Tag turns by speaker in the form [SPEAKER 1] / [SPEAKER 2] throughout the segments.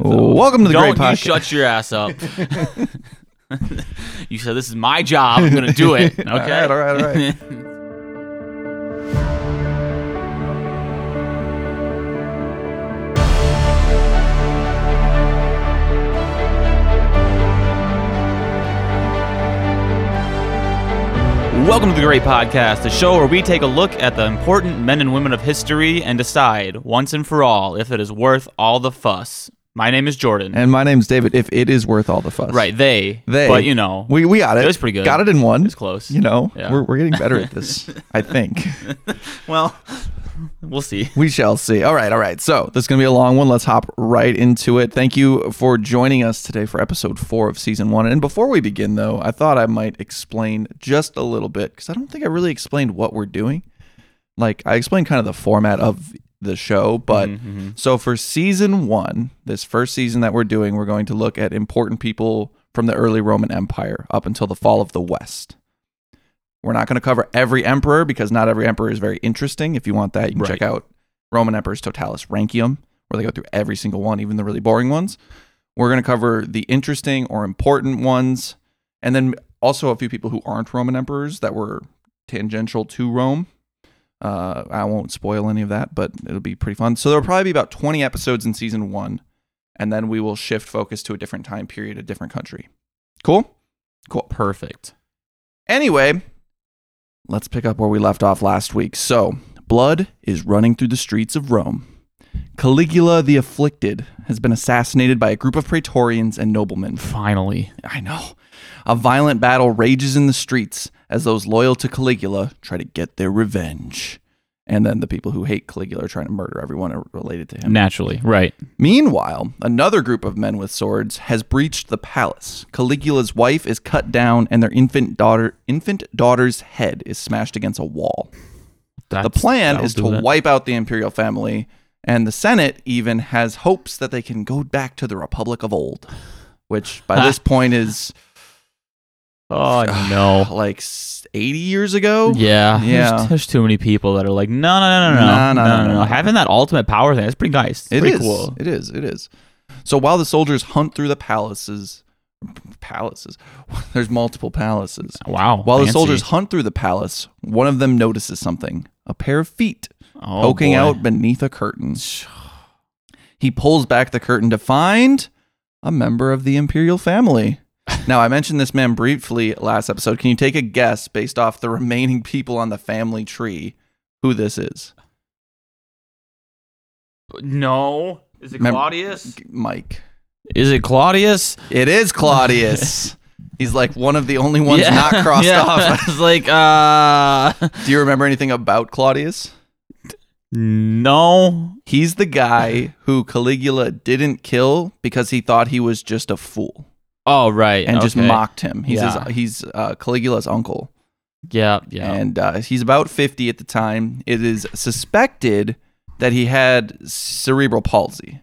[SPEAKER 1] Welcome to the
[SPEAKER 2] Don't
[SPEAKER 1] great podcast.
[SPEAKER 2] you shut your ass up. you said this is my job. I'm gonna do it. Okay.
[SPEAKER 1] All right, all right, all right.
[SPEAKER 2] Welcome to the Great Podcast, the show where we take a look at the important men and women of history and decide once and for all if it is worth all the fuss. My name is Jordan.
[SPEAKER 1] and my name's David. If it is worth all the fuss,
[SPEAKER 2] right, they.
[SPEAKER 1] They,
[SPEAKER 2] But you know,
[SPEAKER 1] we we got it.
[SPEAKER 2] It was pretty good.
[SPEAKER 1] Got it in one.
[SPEAKER 2] it's close.
[SPEAKER 1] You know,
[SPEAKER 2] Yeah.
[SPEAKER 1] we're we're getting better at this. I think
[SPEAKER 2] well, we'll see.
[SPEAKER 1] we shall see. All right, all right. So this is gonna be a long one. Let's hop right into it. Thank you for joining us today for episode four of season one. And before we begin, though, I thought I might explain just a little bit because I don't think I really explained what we're doing. Like I explained kind of the format of the show, but.
[SPEAKER 2] Mm-hmm.
[SPEAKER 1] Mm-hmm. So for season one, this first season that we're doing, we're going to look at important people from the early Roman Empire up until the fall of the West. We're not going to cover every emperor because not every emperor is very interesting. If you want that, you can
[SPEAKER 2] Right.
[SPEAKER 1] check out Roman Emperor's Totalis Rankium, where they go through every single one, even the really boring ones. We're going to cover the interesting or important ones, and then also a few people who aren't Roman emperors that were tangential to Rome. Uh, I won't spoil any of that, but it'll be pretty fun. So there'll probably be about 20 episodes in season one, and then we will shift focus to a different time period, a different country. Cool? Cool.
[SPEAKER 2] Perfect.
[SPEAKER 1] Anyway, let's pick up where we left off last week. So, blood is running through the streets of Rome. Caligula the Afflicted has been assassinated by a group of praetorians and noblemen.
[SPEAKER 2] Finally.
[SPEAKER 1] I know. A violent battle rages in the streets as those loyal to Caligula try to get their revenge. And then the people who hate Caligula are trying to murder everyone related to him.
[SPEAKER 2] Naturally. Right.
[SPEAKER 1] Meanwhile, another group of men with swords has breached the palace. Caligula's wife is cut down and their infant daughter infant daughter's head is smashed against a wall.
[SPEAKER 2] That's,
[SPEAKER 1] The plan
[SPEAKER 2] that'll
[SPEAKER 1] is
[SPEAKER 2] do
[SPEAKER 1] to
[SPEAKER 2] that.
[SPEAKER 1] wipe out the imperial family, and the Senate even has hopes that they can go back to the republic of old, which by this point is
[SPEAKER 2] Oh no.
[SPEAKER 1] like s- 80 years ago.
[SPEAKER 2] Yeah,
[SPEAKER 1] Yeah.
[SPEAKER 2] There's, there's too many people that are like, no, no, no, no, no, no, no, no, no. Having that ultimate power thing, that's pretty nice. It's
[SPEAKER 1] It
[SPEAKER 2] pretty
[SPEAKER 1] is.
[SPEAKER 2] cool.
[SPEAKER 1] It is. It is. So while the soldiers hunt through the palaces, palaces, there's multiple palaces.
[SPEAKER 2] Wow.
[SPEAKER 1] While the
[SPEAKER 2] fancy.
[SPEAKER 1] soldiers hunt through the palace, one of them notices something a pair of feet
[SPEAKER 2] Oh,
[SPEAKER 1] poking
[SPEAKER 2] boy.
[SPEAKER 1] out beneath a curtain. He pulls back the curtain to find a member of the imperial family. now, I mentioned this man briefly last episode. Can you take a guess based off the remaining people on the family tree who this is?
[SPEAKER 2] No. Is it
[SPEAKER 1] Mem-
[SPEAKER 2] Claudius?
[SPEAKER 1] Mike.
[SPEAKER 2] Is it Claudius?
[SPEAKER 1] It is Claudius. He's like one of the only ones
[SPEAKER 2] Yeah.
[SPEAKER 1] not crossed
[SPEAKER 2] Yeah.
[SPEAKER 1] off.
[SPEAKER 2] it's like, uh,
[SPEAKER 1] Do you remember anything about Claudius?
[SPEAKER 2] no.
[SPEAKER 1] He's the guy who Caligula didn't kill because he thought he was just a fool
[SPEAKER 2] Oh, right.
[SPEAKER 1] and just
[SPEAKER 2] okay.
[SPEAKER 1] mocked him. He's
[SPEAKER 2] Yeah.
[SPEAKER 1] his, he's uh, Caligula's uncle,
[SPEAKER 2] Yeah, yeah.
[SPEAKER 1] and uh, he's about fifty at the time. It is suspected that he had cerebral palsy.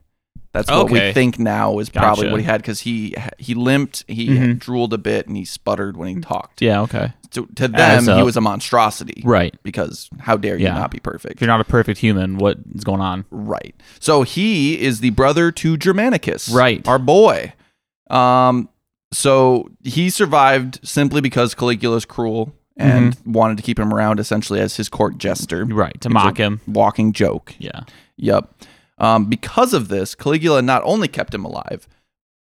[SPEAKER 1] That's what we
[SPEAKER 2] Okay.
[SPEAKER 1] think now is probably
[SPEAKER 2] Gotcha.
[SPEAKER 1] what he had because he he limped, he
[SPEAKER 2] Mhm.
[SPEAKER 1] drooled a bit, and he sputtered when he talked.
[SPEAKER 2] Mm-hmm. yeah, okay.
[SPEAKER 1] To, to them,
[SPEAKER 2] Adds
[SPEAKER 1] he
[SPEAKER 2] up.
[SPEAKER 1] was a monstrosity.
[SPEAKER 2] Right.
[SPEAKER 1] because how dare you
[SPEAKER 2] Yeah.
[SPEAKER 1] not be perfect?
[SPEAKER 2] If you're not a perfect human, what is going on?
[SPEAKER 1] right. So he is the brother to Germanicus,
[SPEAKER 2] Right.
[SPEAKER 1] Our boy. Um, so he survived simply because Caligula's cruel and
[SPEAKER 2] Mm-hmm.
[SPEAKER 1] wanted to keep him around, essentially as his court jester,
[SPEAKER 2] Right. To mock him.
[SPEAKER 1] walking joke.
[SPEAKER 2] Yeah.
[SPEAKER 1] Yep. Um, because of this, Caligula not only kept him alive,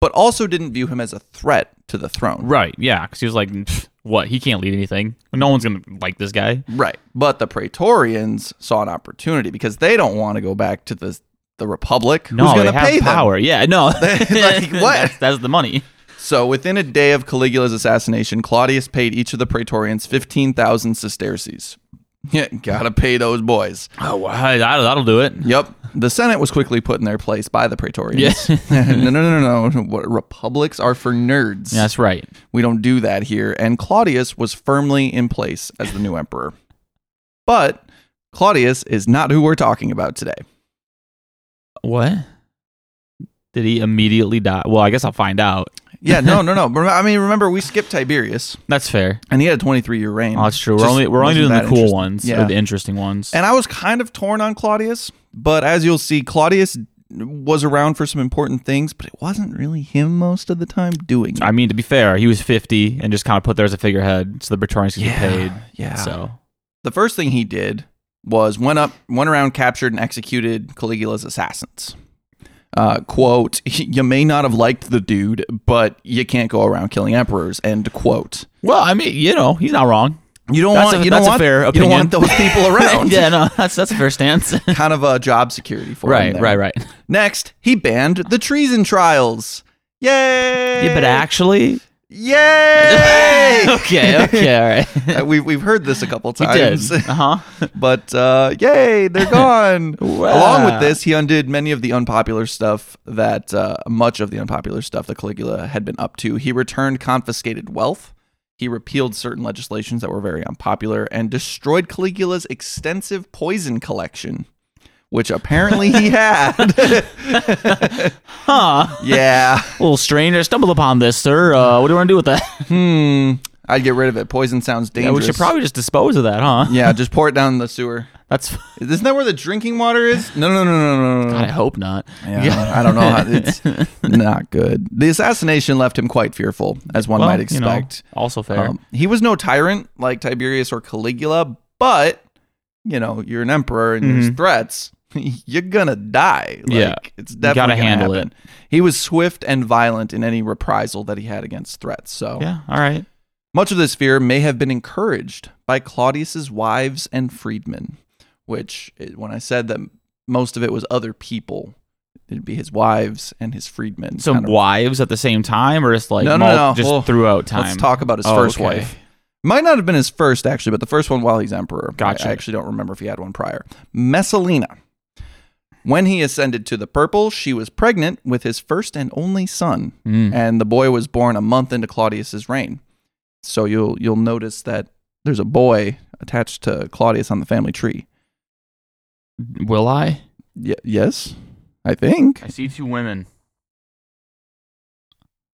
[SPEAKER 1] but also didn't view him as a threat to the throne.
[SPEAKER 2] Right. Yeah. Because he was like, "Pfft, what? He can't lead anything. No one's going to like this guy.
[SPEAKER 1] Right. But the Praetorians saw an opportunity because they don't want to go back to the the Republic.
[SPEAKER 2] No,
[SPEAKER 1] Who's
[SPEAKER 2] they
[SPEAKER 1] going to
[SPEAKER 2] have
[SPEAKER 1] pay them?
[SPEAKER 2] power. Yeah. No.
[SPEAKER 1] Like, what?
[SPEAKER 2] That's, that's the money.
[SPEAKER 1] So within a day of Caligula's assassination, Claudius paid each of the Praetorians 15,000 sesterces. Yeah, gotta pay those boys.
[SPEAKER 2] Oh, wow. That'll, that'll do it.
[SPEAKER 1] Yep. The Senate was quickly put in their place by the Praetorians.
[SPEAKER 2] Yeah.
[SPEAKER 1] no, no, no, no. What, republics are for nerds.
[SPEAKER 2] That's right.
[SPEAKER 1] We don't do that here. And Claudius was firmly in place as the new emperor. But Claudius is not who we're talking about today.
[SPEAKER 2] What? Did he immediately die? Well, I guess I'll find out.
[SPEAKER 1] Yeah, no, no, no. Rem- I mean, remember, we skipped Tiberius,
[SPEAKER 2] That's fair.
[SPEAKER 1] and he had a 23 year reign.
[SPEAKER 2] Oh, that's true. We're
[SPEAKER 1] Just
[SPEAKER 2] only we're only
[SPEAKER 1] wasn't
[SPEAKER 2] doing the
[SPEAKER 1] that
[SPEAKER 2] cool
[SPEAKER 1] interesting.
[SPEAKER 2] ones
[SPEAKER 1] Yeah.
[SPEAKER 2] or the interesting ones.
[SPEAKER 1] And I was kind of torn on Claudius, but as you'll see, Claudius was around for some important things, but it wasn't really him most of the time doing it.
[SPEAKER 2] I mean, to be fair, he was 50 and just kind of put there as a figurehead so the Praetorians could get paid.
[SPEAKER 1] yeah.
[SPEAKER 2] So
[SPEAKER 1] The first thing he did was went up, went around, captured and executed Caligula's assassins. Uh, quote, you may not have liked the dude, but you can't go around killing emperors, end quote.
[SPEAKER 2] well, I mean, you know, he's not wrong.
[SPEAKER 1] You don't
[SPEAKER 2] That's
[SPEAKER 1] want
[SPEAKER 2] a-
[SPEAKER 1] you don't
[SPEAKER 2] that's a
[SPEAKER 1] want
[SPEAKER 2] fair
[SPEAKER 1] you don't want
[SPEAKER 2] opinion.
[SPEAKER 1] those people around.
[SPEAKER 2] yeah, no, that's that's a fair stance.
[SPEAKER 1] Kind of a job security for him
[SPEAKER 2] right,
[SPEAKER 1] there.
[SPEAKER 2] right, right.
[SPEAKER 1] Next, he banned the treason trials. Yay!
[SPEAKER 2] Yeah, but actually,
[SPEAKER 1] Yay!
[SPEAKER 2] okay, okay, all right.
[SPEAKER 1] Uh, we've we've heard this a couple
[SPEAKER 2] He did.
[SPEAKER 1] times.
[SPEAKER 2] Uh huh.
[SPEAKER 1] But uh, yay, they're gone.
[SPEAKER 2] Wow.
[SPEAKER 1] Along with this, he undid many of the unpopular stuff that uh, much of the unpopular stuff that Caligula had been up to. He returned confiscated wealth. He repealed certain legislations that were very unpopular and destroyed Caligula's extensive poison collection, which apparently he had.
[SPEAKER 2] Huh.
[SPEAKER 1] yeah.
[SPEAKER 2] A little stranger stumbled upon this, sir. Uh, what do you want to do with that?
[SPEAKER 1] Hmm. I'd get rid of it. Poison sounds
[SPEAKER 2] Yeah,
[SPEAKER 1] dangerous.
[SPEAKER 2] we should probably just dispose of that, huh?
[SPEAKER 1] Yeah, just pour it down the sewer.
[SPEAKER 2] That's.
[SPEAKER 1] Isn't that where the drinking water is? No, no, no, no, no, no. no.
[SPEAKER 2] I hope not.
[SPEAKER 1] Yeah, I don't know. How, it's not good. The assassination left him quite fearful, as one
[SPEAKER 2] Well,
[SPEAKER 1] might
[SPEAKER 2] you know,
[SPEAKER 1] expect.
[SPEAKER 2] also fair.
[SPEAKER 1] um, he was no tyrant like Tiberius or Caligula, but you know, you're an emperor and there's threats. You're gonna die. Like,
[SPEAKER 2] Mm-hmm. Yeah.
[SPEAKER 1] it's
[SPEAKER 2] gotta
[SPEAKER 1] definitely gonna
[SPEAKER 2] handle
[SPEAKER 1] happen. He was swift and violent in any reprisal that he had against threats. So
[SPEAKER 2] yeah, all right.
[SPEAKER 1] much of this fear may have been encouraged by Claudius's wives and freedmen, which eh, when I said that most of it was other people, it'd be his wives and his freedmen.
[SPEAKER 2] So
[SPEAKER 1] Kind of-
[SPEAKER 2] wives at the same time, or just like
[SPEAKER 1] No, no,
[SPEAKER 2] mul-
[SPEAKER 1] no.
[SPEAKER 2] just
[SPEAKER 1] Well,
[SPEAKER 2] throughout time.
[SPEAKER 1] Let's talk about his
[SPEAKER 2] Oh,
[SPEAKER 1] first
[SPEAKER 2] okay.
[SPEAKER 1] wife. Might not have been his first actually, but the first one while he's emperor. I-
[SPEAKER 2] Gotcha.
[SPEAKER 1] I actually don't remember if he had one prior. Messalina. When he ascended to the purple, she was pregnant with his first and only son,
[SPEAKER 2] Mm.
[SPEAKER 1] and the boy was born a month into Claudius's reign. So you'll you'll notice that there's a boy attached to Claudius on the family tree.
[SPEAKER 2] Will I?
[SPEAKER 1] Y- yes, I think
[SPEAKER 2] I see two women.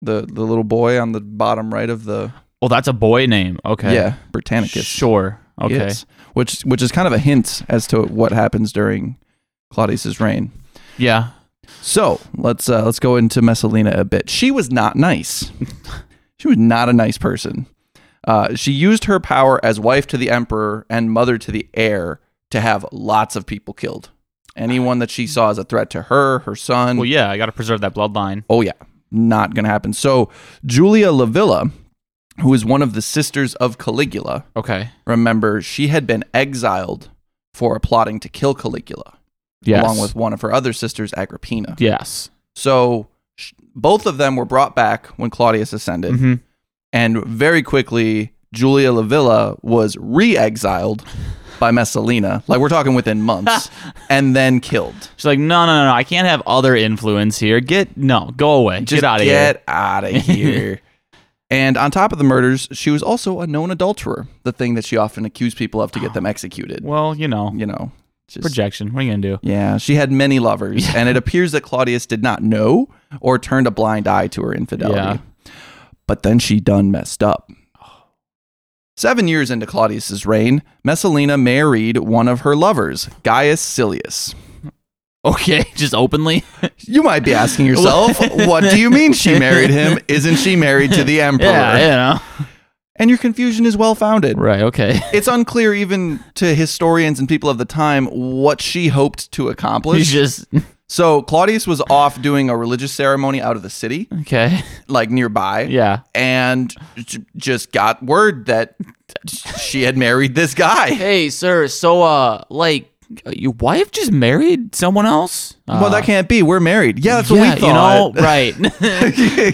[SPEAKER 1] the the little boy on the bottom right of the
[SPEAKER 2] Well, that's a boy name. Okay.
[SPEAKER 1] yeah Britannicus.
[SPEAKER 2] Sure. Okay.
[SPEAKER 1] Yes. which which is kind of a hint as to what happens during Claudius's reign.
[SPEAKER 2] Yeah.
[SPEAKER 1] So let's uh, let's go into Messalina a bit. She was not nice. she was not a nice person. Uh, she used her power as wife to the emperor and mother to the heir to have lots of people killed. Anyone that she saw as a threat to her, her son.
[SPEAKER 2] Well, yeah. I got to preserve that bloodline.
[SPEAKER 1] Oh yeah, not gonna happen. So Julia Lavilla, who is one of the sisters of Caligula,
[SPEAKER 2] Okay.
[SPEAKER 1] remember she had been exiled for plotting to kill Caligula,
[SPEAKER 2] Yes.
[SPEAKER 1] along with one of her other sisters, Agrippina.
[SPEAKER 2] Yes.
[SPEAKER 1] So sh- both of them were brought back when Claudius ascended,
[SPEAKER 2] Mhm.
[SPEAKER 1] and very quickly Julia Lavilla was re-exiled by Messalina. Like we're talking within months, and then killed.
[SPEAKER 2] She's like, no, no, no, no. I can't have other influence here. Get no, go away.
[SPEAKER 1] Just
[SPEAKER 2] get out of here.
[SPEAKER 1] Get out of here. And on top of the murders, she was also a known adulterer, the thing that she often accused people of to get them executed.
[SPEAKER 2] Well, you know,
[SPEAKER 1] You know, just
[SPEAKER 2] projection. What are you gonna do?
[SPEAKER 1] Yeah, she had many lovers, and it appears that Claudius did not know or turned a blind eye to her infidelity.
[SPEAKER 2] Yeah.
[SPEAKER 1] But then she done messed up. Seven years into Claudius's reign, Messalina married one of her lovers, Gaius Silius.
[SPEAKER 2] Okay, just openly.
[SPEAKER 1] You might be asking yourself, what do you mean she married him? Isn't she married to the emperor?
[SPEAKER 2] yeah, you know.
[SPEAKER 1] And your confusion is well founded.
[SPEAKER 2] Right. Okay.
[SPEAKER 1] It's unclear even to historians and people of the time what she hoped to accomplish.
[SPEAKER 2] He's just
[SPEAKER 1] So Claudius was off doing a religious ceremony out of the city,
[SPEAKER 2] okay.
[SPEAKER 1] like nearby,
[SPEAKER 2] Yeah.
[SPEAKER 1] and j- just got word that she had married this guy.
[SPEAKER 2] Hey, sir. So, uh, like, your wife just married someone else? Uh,
[SPEAKER 1] well, that can't be. We're married. Yeah, that's what
[SPEAKER 2] yeah,
[SPEAKER 1] we thought.
[SPEAKER 2] you know, right?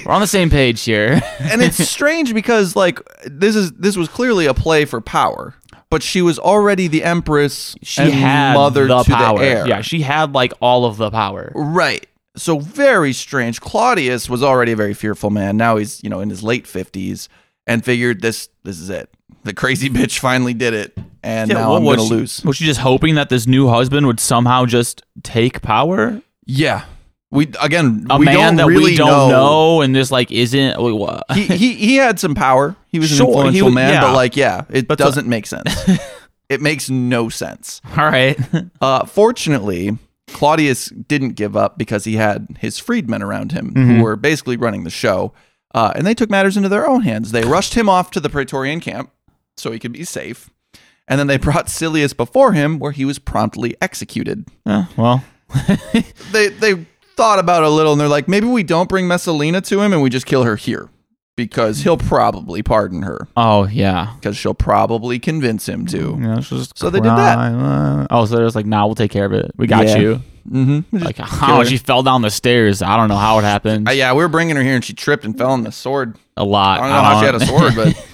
[SPEAKER 2] We're on the same page here.
[SPEAKER 1] and it's strange because like this is this was clearly a play for power, but she was already the empress
[SPEAKER 2] She
[SPEAKER 1] and
[SPEAKER 2] had
[SPEAKER 1] mother
[SPEAKER 2] the
[SPEAKER 1] to
[SPEAKER 2] power.
[SPEAKER 1] the heir.
[SPEAKER 2] Yeah, she had like all of the power.
[SPEAKER 1] Right. So very strange. Claudius was already a very fearful man. Now he's, you know, in his late 50s and figured this this is it. The crazy bitch finally did it and now I'm going to
[SPEAKER 2] was she-
[SPEAKER 1] lose.
[SPEAKER 2] Was she just hoping that this new husband would somehow just take power?
[SPEAKER 1] Yeah. We again,
[SPEAKER 2] A
[SPEAKER 1] we
[SPEAKER 2] man
[SPEAKER 1] don't
[SPEAKER 2] that
[SPEAKER 1] really
[SPEAKER 2] we don't know.
[SPEAKER 1] know.
[SPEAKER 2] and just like isn't. wait, what?
[SPEAKER 1] he, he he had some power. He was an
[SPEAKER 2] Sure, he
[SPEAKER 1] influential
[SPEAKER 2] was-
[SPEAKER 1] man,
[SPEAKER 2] yeah.
[SPEAKER 1] but like yeah, it
[SPEAKER 2] the-
[SPEAKER 1] doesn't make sense. it makes no sense.
[SPEAKER 2] All right.
[SPEAKER 1] Uh, fortunately, Claudius didn't give up because he had his freedmen around him who were basically running the show. Uh, and they took matters into their own hands. They rushed him off to the Praetorian camp so he could be safe. And then they brought Silius before him where he was promptly executed.
[SPEAKER 2] Eh, well,
[SPEAKER 1] They, they thought about it a little and they're like, maybe we don't bring Messalina to him and we just kill her here because he'll probably pardon her
[SPEAKER 2] oh yeah.
[SPEAKER 1] because she'll probably convince him to.
[SPEAKER 2] Yeah, it's just
[SPEAKER 1] So they did that.
[SPEAKER 2] crime. Oh, so they're just like, nah, we'll take care of it. We got
[SPEAKER 1] Yeah.
[SPEAKER 2] you.
[SPEAKER 1] Mm-hmm.
[SPEAKER 2] Like, how
[SPEAKER 1] her.
[SPEAKER 2] she fell down the stairs. I don't know how it happened.
[SPEAKER 1] Uh, yeah, we were bringing her here and she tripped and fell on the sword.
[SPEAKER 2] a lot. Uh,
[SPEAKER 1] I don't know how she had a sword, but.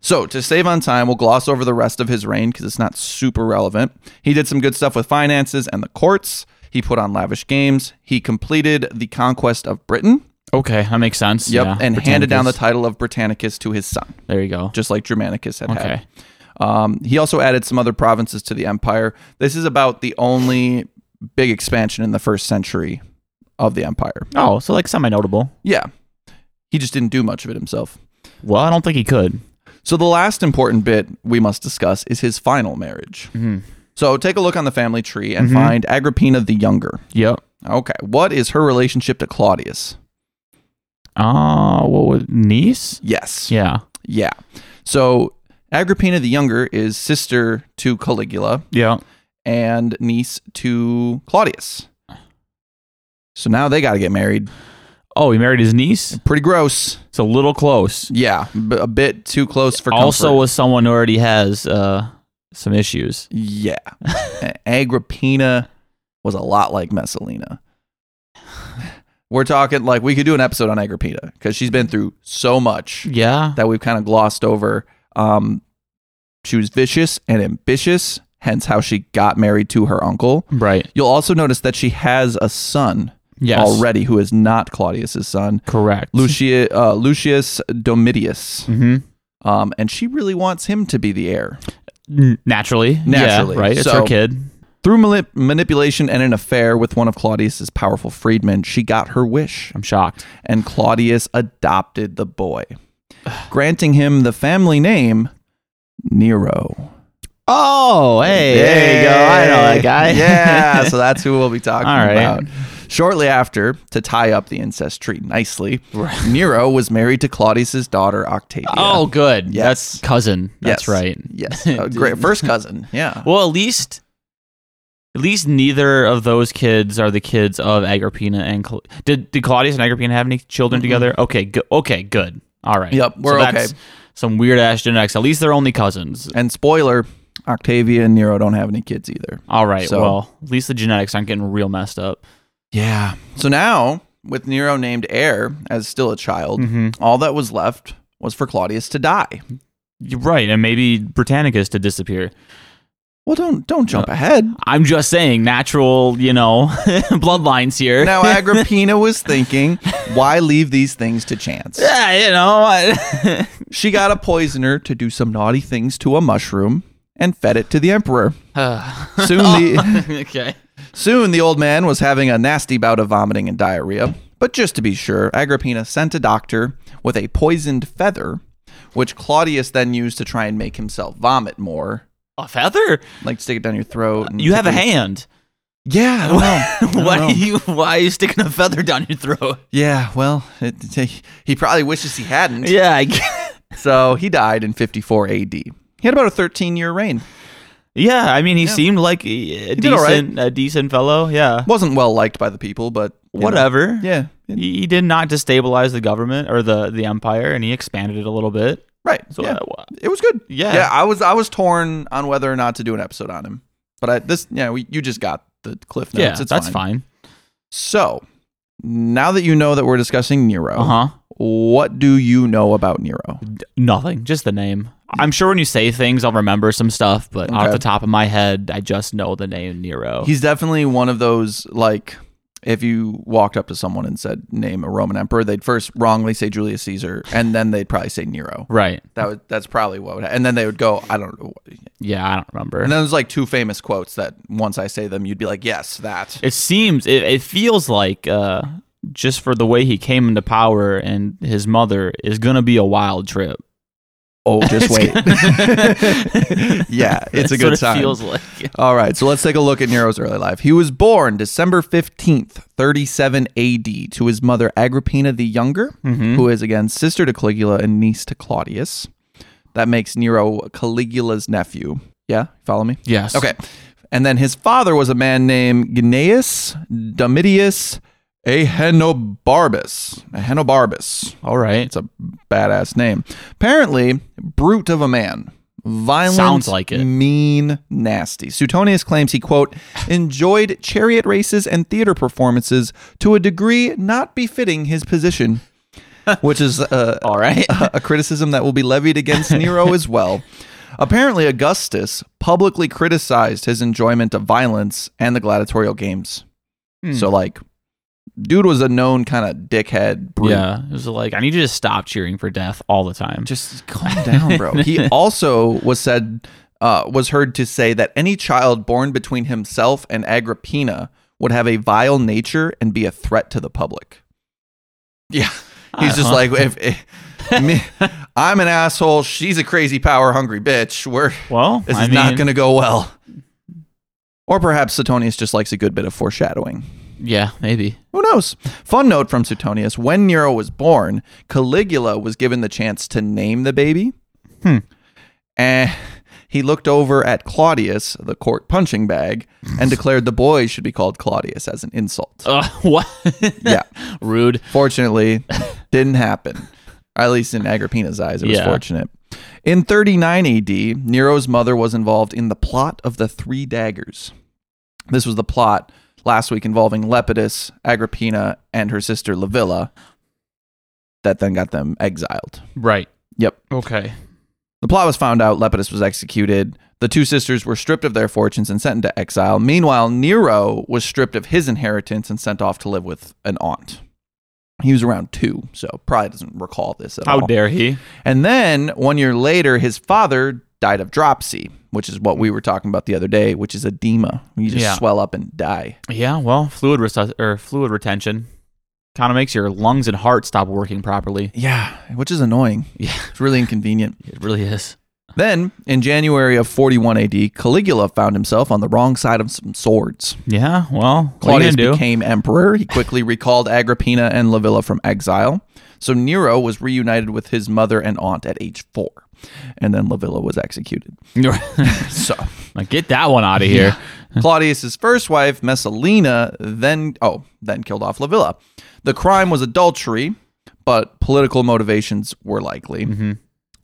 [SPEAKER 1] So, to save on time, we'll gloss over the rest of his reign because it's not super relevant. He did some good stuff with finances and the courts. He put on lavish games. He completed the conquest of Britain.
[SPEAKER 2] okay, that makes sense.
[SPEAKER 1] Yep.
[SPEAKER 2] Yeah,
[SPEAKER 1] and handed down the
[SPEAKER 2] Britannicus.
[SPEAKER 1] title of Britannicus to his son,
[SPEAKER 2] there you go.
[SPEAKER 1] just like Germanicus had had.
[SPEAKER 2] Okay.
[SPEAKER 1] Um, he also added some other provinces to the empire. This is about the only big expansion in the first century of the empire.
[SPEAKER 2] Oh, so like semi notable.
[SPEAKER 1] Yeah. He just didn't do much of it himself.
[SPEAKER 2] Well, I don't think he could.
[SPEAKER 1] So the last important bit we must discuss is his final marriage. So take a look on the family tree and find Agrippina the younger.
[SPEAKER 2] Yep.
[SPEAKER 1] Okay, what is her relationship to Claudius?
[SPEAKER 2] Uh, what was niece?
[SPEAKER 1] Yes.
[SPEAKER 2] Yeah.
[SPEAKER 1] Yeah. So Agrippina the younger is sister to Caligula
[SPEAKER 2] Yeah.
[SPEAKER 1] and niece to Claudius. So now they got to get married.
[SPEAKER 2] Oh, he married his niece.
[SPEAKER 1] Pretty gross.
[SPEAKER 2] It's a little close.
[SPEAKER 1] Yeah, b- a bit too close for comfort.
[SPEAKER 2] Also, with someone who already has uh some issues.
[SPEAKER 1] Yeah. A- Agrippina was a lot like Messalina. We're talking like we could do an episode on Agrippina because she's been through so much
[SPEAKER 2] Yeah.
[SPEAKER 1] that we've kind of glossed over. Um, she was vicious and ambitious, hence how she got married to her uncle.
[SPEAKER 2] Right.
[SPEAKER 1] You'll also notice that she has a son
[SPEAKER 2] Yes.
[SPEAKER 1] already who is not Claudius's son,
[SPEAKER 2] Correct.
[SPEAKER 1] Lucia, uh, Lucius Domitius.
[SPEAKER 2] hmm
[SPEAKER 1] Um, and she really wants him to be the heir.
[SPEAKER 2] Naturally.
[SPEAKER 1] Naturally.
[SPEAKER 2] Yeah, right. It's
[SPEAKER 1] So-
[SPEAKER 2] her kid.
[SPEAKER 1] Through mali- manipulation and an affair with one of Claudius's powerful freedmen, she got her wish,
[SPEAKER 2] I'm shocked.
[SPEAKER 1] and Claudius adopted the boy, granting him the family name Nero.
[SPEAKER 2] Oh, hey, there you go. I know that guy.
[SPEAKER 1] yeah, so that's who we'll be talking
[SPEAKER 2] All right.
[SPEAKER 1] about. Shortly after, to tie up the incest tree nicely, Nero was married to Claudius's daughter Octavia.
[SPEAKER 2] Oh, good.
[SPEAKER 1] Yes.
[SPEAKER 2] That's cousin. That's
[SPEAKER 1] Yes.
[SPEAKER 2] right.
[SPEAKER 1] yes, a great first cousin. Yeah.
[SPEAKER 2] Well, at least, at least neither of those kids are the kids of Agrippina and Cla- did did Claudius and Agrippina have any children together? Okay, good. Okay, good. All right.
[SPEAKER 1] Yep, we're okay.
[SPEAKER 2] Some weird ass genetics. At least they're only cousins.
[SPEAKER 1] And spoiler, Octavia and Nero don't have any kids either.
[SPEAKER 2] All right.
[SPEAKER 1] So-
[SPEAKER 2] Well, at least the genetics aren't getting real messed up.
[SPEAKER 1] Yeah. So now, with Nero named heir as still a child,
[SPEAKER 2] Hmm.
[SPEAKER 1] all that was left was for Claudius to die.
[SPEAKER 2] You're right, and maybe Britannicus to disappear.
[SPEAKER 1] Well, don't don't jump ahead.
[SPEAKER 2] I'm just saying, natural, you know, bloodlines here.
[SPEAKER 1] Now Agrippina was thinking, why leave these things to chance?
[SPEAKER 2] yeah, you know. I-
[SPEAKER 1] She got a poisoner to do some naughty things to a mushroom and fed it to the emperor. Soon the
[SPEAKER 2] okay.
[SPEAKER 1] soon the old man was having a nasty bout of vomiting and diarrhea. But just to be sure, Agrippina sent a doctor with a poisoned feather, which Claudius then used to try and make himself vomit more.
[SPEAKER 2] A feather?
[SPEAKER 1] like stick it down your throat. And
[SPEAKER 2] You have a
[SPEAKER 1] tickle-
[SPEAKER 2] hand.
[SPEAKER 1] Yeah. I don't know. I don't
[SPEAKER 2] why
[SPEAKER 1] know.
[SPEAKER 2] are you why are you sticking a feather down your throat?
[SPEAKER 1] yeah. Well, it, he probably wishes he hadn't.
[SPEAKER 2] Yeah, I,
[SPEAKER 1] So he died in 54 A.D. He had about a 13 year reign.
[SPEAKER 2] yeah. I mean, he seemed like a, a
[SPEAKER 1] did all right.
[SPEAKER 2] decent, a decent fellow. Yeah,
[SPEAKER 1] wasn't well liked by the people, but you know.
[SPEAKER 2] whatever.
[SPEAKER 1] yeah. it-
[SPEAKER 2] He he did not destabilize the government or the, the empire, and he expanded it a little bit.
[SPEAKER 1] Right.
[SPEAKER 2] So
[SPEAKER 1] yeah.
[SPEAKER 2] uh,
[SPEAKER 1] it was good.
[SPEAKER 2] Yeah.
[SPEAKER 1] Yeah. I was I was torn on whether or not to do an episode on him, but I this yeah we, you just got the cliff notes.
[SPEAKER 2] yeah,
[SPEAKER 1] it's
[SPEAKER 2] that's
[SPEAKER 1] fine.
[SPEAKER 2] fine.
[SPEAKER 1] So now that you know that we're discussing Nero,
[SPEAKER 2] Uh huh.
[SPEAKER 1] what do you know about Nero?
[SPEAKER 2] Nothing, just the name. I'm sure when you say things, I'll remember some stuff, but off
[SPEAKER 1] Okay.
[SPEAKER 2] the top of my head, I just know the name Nero.
[SPEAKER 1] He's definitely one of those like if you walked up to someone and said name a Roman emperor, they'd first wrongly say Julius Caesar, and then they'd probably say Nero.
[SPEAKER 2] right.
[SPEAKER 1] That would, that's probably what would happen. And then they would go, I don't know.
[SPEAKER 2] Yeah, I don't remember.
[SPEAKER 1] And then there's like two famous quotes that once I say them, you'd be like, yes, that.
[SPEAKER 2] it seems it, it feels like uh just for the way he came into power and his mother is gonna be a wild trip
[SPEAKER 1] Oh, just wait. yeah,
[SPEAKER 2] That's
[SPEAKER 1] it's a
[SPEAKER 2] what
[SPEAKER 1] good
[SPEAKER 2] it
[SPEAKER 1] time.
[SPEAKER 2] feels like.
[SPEAKER 1] All right, so let's take a look at Nero's early life. He was born December 15th, 37 AD, to his mother Agrippina the Younger, who is again sister to Caligula and niece to Claudius. That makes Nero Caligula's nephew. Yeah, follow me?
[SPEAKER 2] Yes.
[SPEAKER 1] Okay. And then his father was a man named Gnaeus Domitius Ahenobarbus. Ahenobarbus.
[SPEAKER 2] All right.
[SPEAKER 1] It's a badass name. Apparently, brute of a man. Violent,
[SPEAKER 2] Sounds like it.
[SPEAKER 1] mean, nasty. Suetonius claims he, quote, enjoyed chariot races and theater performances to a degree not befitting his position, which is uh,
[SPEAKER 2] All right.
[SPEAKER 1] a a criticism that will be levied against Nero as well. Apparently, Augustus publicly criticized his enjoyment of violence and the gladiatorial games.
[SPEAKER 2] Hmm.
[SPEAKER 1] So, like, dude was a known kind of dickhead. Brute.
[SPEAKER 2] Yeah. It was like I need you to stop cheering for death all the time.
[SPEAKER 1] Just calm down, bro. he also was said uh, was heard to say that any child born between himself and Agrippina would have a vile nature and be a threat to the public. Yeah, he's just
[SPEAKER 2] Uh-huh.
[SPEAKER 1] like if, if me, I'm an asshole, she's a crazy power hungry bitch. We're
[SPEAKER 2] well,
[SPEAKER 1] this
[SPEAKER 2] I
[SPEAKER 1] is not
[SPEAKER 2] mean,
[SPEAKER 1] going to go well. Or perhaps Suetonius just likes a good bit of foreshadowing.
[SPEAKER 2] Yeah, maybe.
[SPEAKER 1] Who knows? Fun note from Suetonius when Nero was born, Caligula was given the chance to name the baby.
[SPEAKER 2] Hmm.
[SPEAKER 1] And he looked over at Claudius, the court punching bag, and declared the boy should be called Claudius as an insult.
[SPEAKER 2] Uh, what?
[SPEAKER 1] Yeah.
[SPEAKER 2] Rude.
[SPEAKER 1] Fortunately, didn't happen. At least in Agrippina's eyes, it was
[SPEAKER 2] Yeah.
[SPEAKER 1] fortunate. In 39 AD, Nero's mother was involved in the plot of the Three Daggers. This was the plot last week involving Lepidus, Agrippina, and her sister Livilla that then got them exiled.
[SPEAKER 2] Right.
[SPEAKER 1] Yep.
[SPEAKER 2] Okay.
[SPEAKER 1] The plot was found out, Lepidus was executed. The two sisters were stripped of their fortunes and sent into exile. Meanwhile, Nero was stripped of his inheritance and sent off to live with an aunt. He was around two, so probably doesn't recall this at
[SPEAKER 2] How
[SPEAKER 1] all.
[SPEAKER 2] dare he?
[SPEAKER 1] and then one year later, his father died of dropsy, which is what we were talking about the other day, which is edema. You just
[SPEAKER 2] Yeah.
[SPEAKER 1] swell up and die.
[SPEAKER 2] Yeah, well, fluid resu- or fluid retention kind of makes your lungs and heart stop working properly.
[SPEAKER 1] Yeah, which is annoying.
[SPEAKER 2] Yeah,
[SPEAKER 1] It's really inconvenient.
[SPEAKER 2] it really is.
[SPEAKER 1] then, in January of 41 AD, Caligula found himself on the wrong side of some swords.
[SPEAKER 2] Yeah, well, what are you
[SPEAKER 1] Claudius
[SPEAKER 2] gonna do?
[SPEAKER 1] became emperor. He quickly recalled Agrippina and Livilla from exile. So Nero was reunited with his mother and aunt at age four. And then Livilla was executed. So
[SPEAKER 2] like, get that one out of here.
[SPEAKER 1] Claudius's first wife, Messalina, then oh, then killed off Livilla. The crime was adultery, but political motivations were likely.
[SPEAKER 2] Mm-hmm.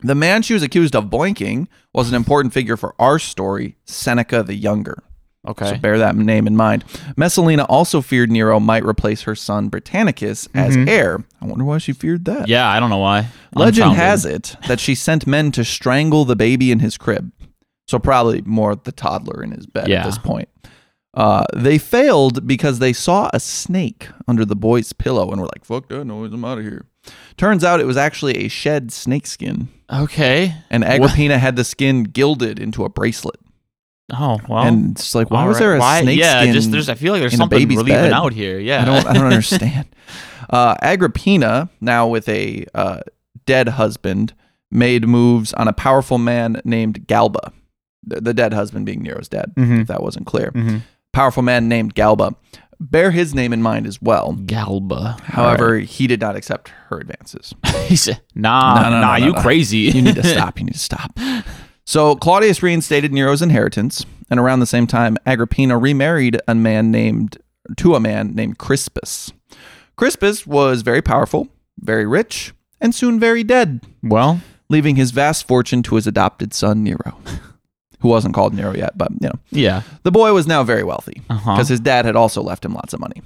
[SPEAKER 1] The man she was accused of boinking was an important figure for our story, Seneca the Younger.
[SPEAKER 2] Okay.
[SPEAKER 1] So bear that name in mind. Messalina also feared Nero might replace her son Britannicus as heir. I wonder why she feared that.
[SPEAKER 2] Mm-hmm. yeah, I don't know why.
[SPEAKER 1] Legend has it that she sent men to strangle the baby in his crib. So probably more the toddler in his bed
[SPEAKER 2] Yeah.
[SPEAKER 1] at this point. Uh, they failed because they saw a snake under the boy's pillow and were like, fuck that noise, I'm out of here. Turns out it was actually a shed snake skin,
[SPEAKER 2] Okay.
[SPEAKER 1] and Agrippina had the skin gilded into a bracelet.
[SPEAKER 2] Oh well.
[SPEAKER 1] and it's like, why
[SPEAKER 2] all
[SPEAKER 1] was
[SPEAKER 2] right.
[SPEAKER 1] there a
[SPEAKER 2] Why-
[SPEAKER 1] snake
[SPEAKER 2] yeah,
[SPEAKER 1] skin?
[SPEAKER 2] just there's. I feel like there's
[SPEAKER 1] in a
[SPEAKER 2] something
[SPEAKER 1] baby's
[SPEAKER 2] we're
[SPEAKER 1] bed?
[SPEAKER 2] leaving out here. Yeah.
[SPEAKER 1] I don't, I don't understand. Uh, Agrippina, now with a uh, dead husband, made moves on a powerful man named Galba. The, the dead husband being Nero's dad, if that wasn't clear. Powerful man named Galba. Bear his name in mind as well.
[SPEAKER 2] Galba.
[SPEAKER 1] However, he did not accept her advances.
[SPEAKER 2] he said, "Nah,
[SPEAKER 1] No, no, no,
[SPEAKER 2] nah,
[SPEAKER 1] no,
[SPEAKER 2] you
[SPEAKER 1] no.
[SPEAKER 2] crazy.
[SPEAKER 1] You need to stop. You need to stop. So Claudius reinstated Nero's inheritance, and around the same time, Agrippina remarried a man named to a man named Crispus. Crispus was very powerful, very rich, and soon very dead,
[SPEAKER 2] well,
[SPEAKER 1] leaving his vast fortune to his adopted son Nero, who wasn't called Nero yet, but you know.
[SPEAKER 2] yeah.
[SPEAKER 1] The boy was now very wealthy
[SPEAKER 2] Uh-huh.
[SPEAKER 1] because his dad had also left him lots of money.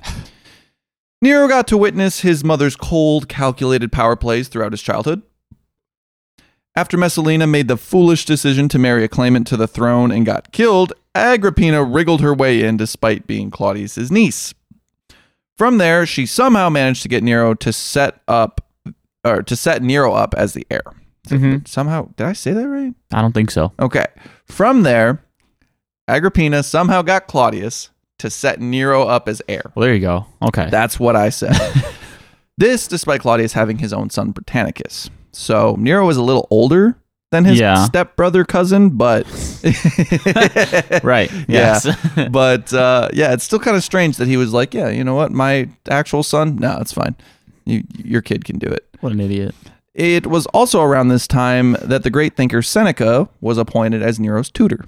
[SPEAKER 1] Nero got to witness his mother's cold, calculated power plays throughout his childhood. After Messalina made the foolish decision to marry a claimant to the throne and got killed, Agrippina wriggled her way in despite being Claudius's niece. From there, she somehow managed to get Nero to set up or to set Nero up as the heir.
[SPEAKER 2] Mhm.
[SPEAKER 1] Somehow, did I say that right?
[SPEAKER 2] I don't think so.
[SPEAKER 1] Okay. From there, Agrippina somehow got Claudius to set Nero up as heir.
[SPEAKER 2] Well, there you go. Okay.
[SPEAKER 1] That's what I said. this despite Claudius having his own son Britannicus. So Nero was a little older than his
[SPEAKER 2] Yeah.
[SPEAKER 1] stepbrother cousin, but
[SPEAKER 2] Right.
[SPEAKER 1] Yeah.
[SPEAKER 2] Yes.
[SPEAKER 1] but uh, yeah, it's still kind of strange that he was like, yeah, you know what, my actual son, no, it's fine. You, your kid can do it.
[SPEAKER 2] what an idiot.
[SPEAKER 1] It was also around this time that the great thinker Seneca was appointed as Nero's tutor.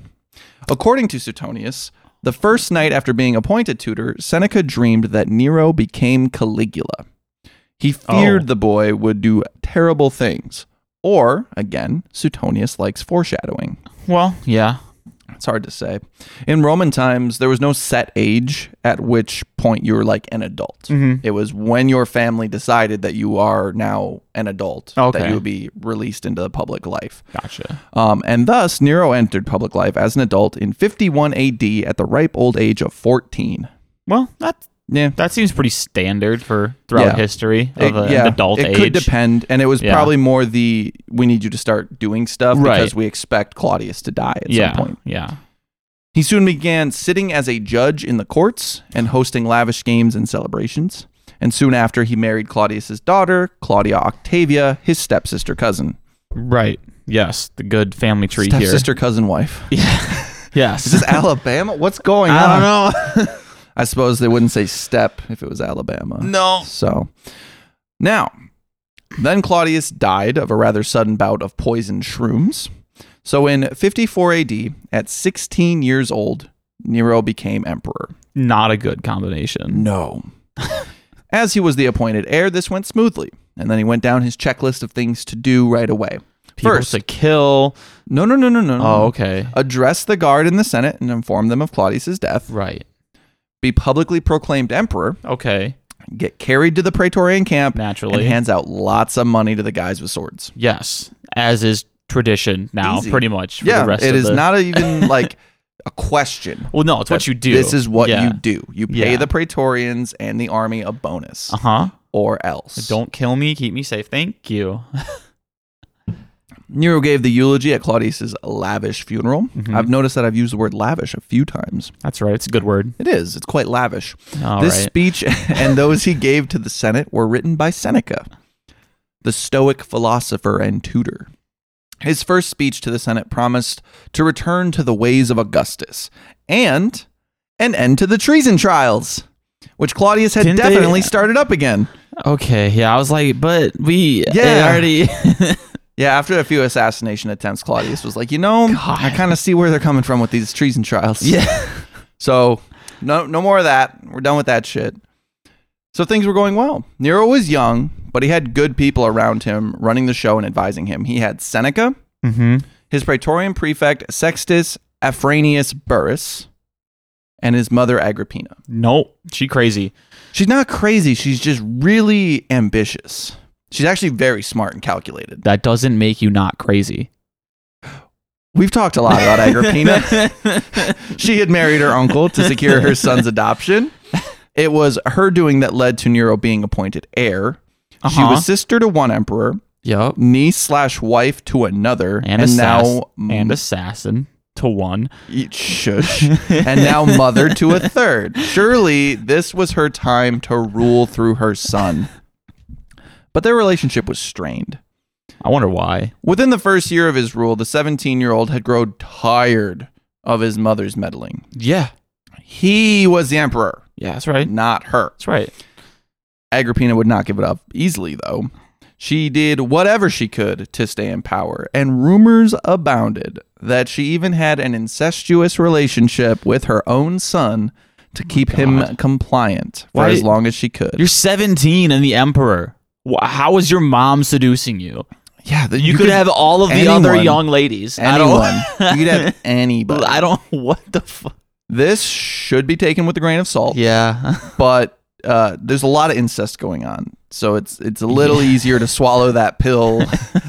[SPEAKER 1] According to Suetonius, the first night after being appointed tutor, Seneca dreamed that Nero became Caligula. He feared
[SPEAKER 2] Oh.
[SPEAKER 1] the boy would do terrible things. Or, again, Suetonius likes foreshadowing.
[SPEAKER 2] Well, yeah.
[SPEAKER 1] It's hard to say. In Roman times, there was no set age at which point you were like an adult. It was when your family decided that you are now an adult,
[SPEAKER 2] Okay.
[SPEAKER 1] that you would be released into the public life.
[SPEAKER 2] Gotcha.
[SPEAKER 1] Um, and thus, Nero entered public life as an adult in 51 AD at the ripe old age of 14.
[SPEAKER 2] Well, that
[SPEAKER 1] Yeah.
[SPEAKER 2] that seems pretty standard for throughout
[SPEAKER 1] Yeah.
[SPEAKER 2] history
[SPEAKER 1] It-
[SPEAKER 2] of a- an adult
[SPEAKER 1] it
[SPEAKER 2] age.
[SPEAKER 1] could depend, and it was
[SPEAKER 2] Yeah.
[SPEAKER 1] probably more the we need you to start doing stuff
[SPEAKER 2] Right.
[SPEAKER 1] because we expect Claudius to die at
[SPEAKER 2] yeah.
[SPEAKER 1] some point.
[SPEAKER 2] Yeah.
[SPEAKER 1] He soon began sitting as a judge in the courts and hosting lavish games and celebrations. And soon after, he married Claudius's daughter, Claudia Octavia, his stepsister cousin.
[SPEAKER 2] Right. Yes. The good family tree here.
[SPEAKER 1] Stepsister cousin wife.
[SPEAKER 2] Yes.
[SPEAKER 1] Is this Alabama? What's going on?
[SPEAKER 2] I
[SPEAKER 1] I suppose they wouldn't say step if it was Alabama.
[SPEAKER 2] don't know. no.
[SPEAKER 1] So now, then Claudius died of a rather sudden bout of poisoned shrooms. So in 54 AD, at 16 years old, Nero became emperor.
[SPEAKER 2] Not a good combination.
[SPEAKER 1] No. As he was the appointed heir, this went smoothly. And then he went down his checklist of things to do right away.
[SPEAKER 2] People
[SPEAKER 1] First,
[SPEAKER 2] to kill.
[SPEAKER 1] no, no, no, no, no. no.
[SPEAKER 2] Oh, okay.
[SPEAKER 1] Address the guard in the Senate and inform them of Claudius's death.
[SPEAKER 2] Right.
[SPEAKER 1] Be publicly proclaimed emperor.
[SPEAKER 2] Okay.
[SPEAKER 1] Get carried to the Praetorian camp.
[SPEAKER 2] Naturally.
[SPEAKER 1] And hands out lots of money to the guys with swords.
[SPEAKER 2] yes. As is tradition now,
[SPEAKER 1] Easy.
[SPEAKER 2] pretty much. For
[SPEAKER 1] yeah,
[SPEAKER 2] The rest
[SPEAKER 1] it
[SPEAKER 2] of
[SPEAKER 1] is
[SPEAKER 2] the-
[SPEAKER 1] not even like a question.
[SPEAKER 2] Well, no. It's what you do.
[SPEAKER 1] This is what
[SPEAKER 2] Yeah.
[SPEAKER 1] you do. You pay
[SPEAKER 2] Yeah.
[SPEAKER 1] the Praetorians and the army a bonus,
[SPEAKER 2] Uh huh.
[SPEAKER 1] or else.
[SPEAKER 2] Don't kill me. Keep me safe. Thank you.
[SPEAKER 1] Nero gave the eulogy at Claudius's lavish funeral.
[SPEAKER 2] Mm-hmm.
[SPEAKER 1] I've noticed that I've used the word lavish a few times.
[SPEAKER 2] That's right. It's a good word.
[SPEAKER 1] It is. It's quite lavish.
[SPEAKER 2] All right.
[SPEAKER 1] this speech and those he gave to the Senate were written by Seneca, the Stoic philosopher and tutor. His first speech to the Senate promised to return to the ways of Augustus and an end to the treason trials, which Claudius had
[SPEAKER 2] Didn't they-
[SPEAKER 1] definitely started up again.
[SPEAKER 2] Okay, yeah, I was like, but we
[SPEAKER 1] Yeah.
[SPEAKER 2] yeah already
[SPEAKER 1] Yeah, after a few assassination attempts, Claudius was like, you know,
[SPEAKER 2] God.
[SPEAKER 1] I kind of see where they're coming from with these treason trials.
[SPEAKER 2] yeah
[SPEAKER 1] So no no more of that. We're done with that shit. So things were going well. Nero was young, but he had good people around him running the show and advising him. He had Seneca,
[SPEAKER 2] mm-hmm.
[SPEAKER 1] his praetorian prefect Sextus Afranius Burrus, and his mother Agrippina.
[SPEAKER 2] nope, she crazy.
[SPEAKER 1] She's not crazy, she's just really ambitious. She's actually very smart and calculated.
[SPEAKER 2] That doesn't make you not crazy.
[SPEAKER 1] We've talked a lot about Agrippina. She had married her uncle to secure her son's adoption. It was her doing that led to Nero being appointed heir. She
[SPEAKER 2] Uh-huh.
[SPEAKER 1] was sister to one emperor,
[SPEAKER 2] Yup,
[SPEAKER 1] niece slash wife to another,
[SPEAKER 2] and,
[SPEAKER 1] now
[SPEAKER 2] assassin
[SPEAKER 1] m-
[SPEAKER 2] and assassin to one.
[SPEAKER 1] e- shush, and now mother to a third. Surely this was her time to rule through her son. But their relationship was strained.
[SPEAKER 2] I wonder why.
[SPEAKER 1] Within the first year of his rule, the 17 year old had grown tired of his mother's meddling.
[SPEAKER 2] Yeah,
[SPEAKER 1] He was the emperor.
[SPEAKER 2] yeah, that's right.
[SPEAKER 1] not her.
[SPEAKER 2] That's right.
[SPEAKER 1] Agrippina would not give it up easily, though. She did whatever she could to stay in power, and rumors abounded that she even had an incestuous relationship with her own son to keep him compliant for
[SPEAKER 2] Oh Why-
[SPEAKER 1] as long as she could.
[SPEAKER 2] You're 17 and the emperor. Wh- How is your mom seducing you?
[SPEAKER 1] yeah, the,
[SPEAKER 2] You, could, have all of the other
[SPEAKER 1] anyone-
[SPEAKER 2] young ladies.
[SPEAKER 1] anyone.
[SPEAKER 2] I
[SPEAKER 1] you could have anybody.
[SPEAKER 2] don't. I don't. What the fuck?
[SPEAKER 1] This should be taken with a grain of salt,
[SPEAKER 2] Yeah.
[SPEAKER 1] but uh, there's a lot of incest going on, so it's it's a little easier to swallow that pill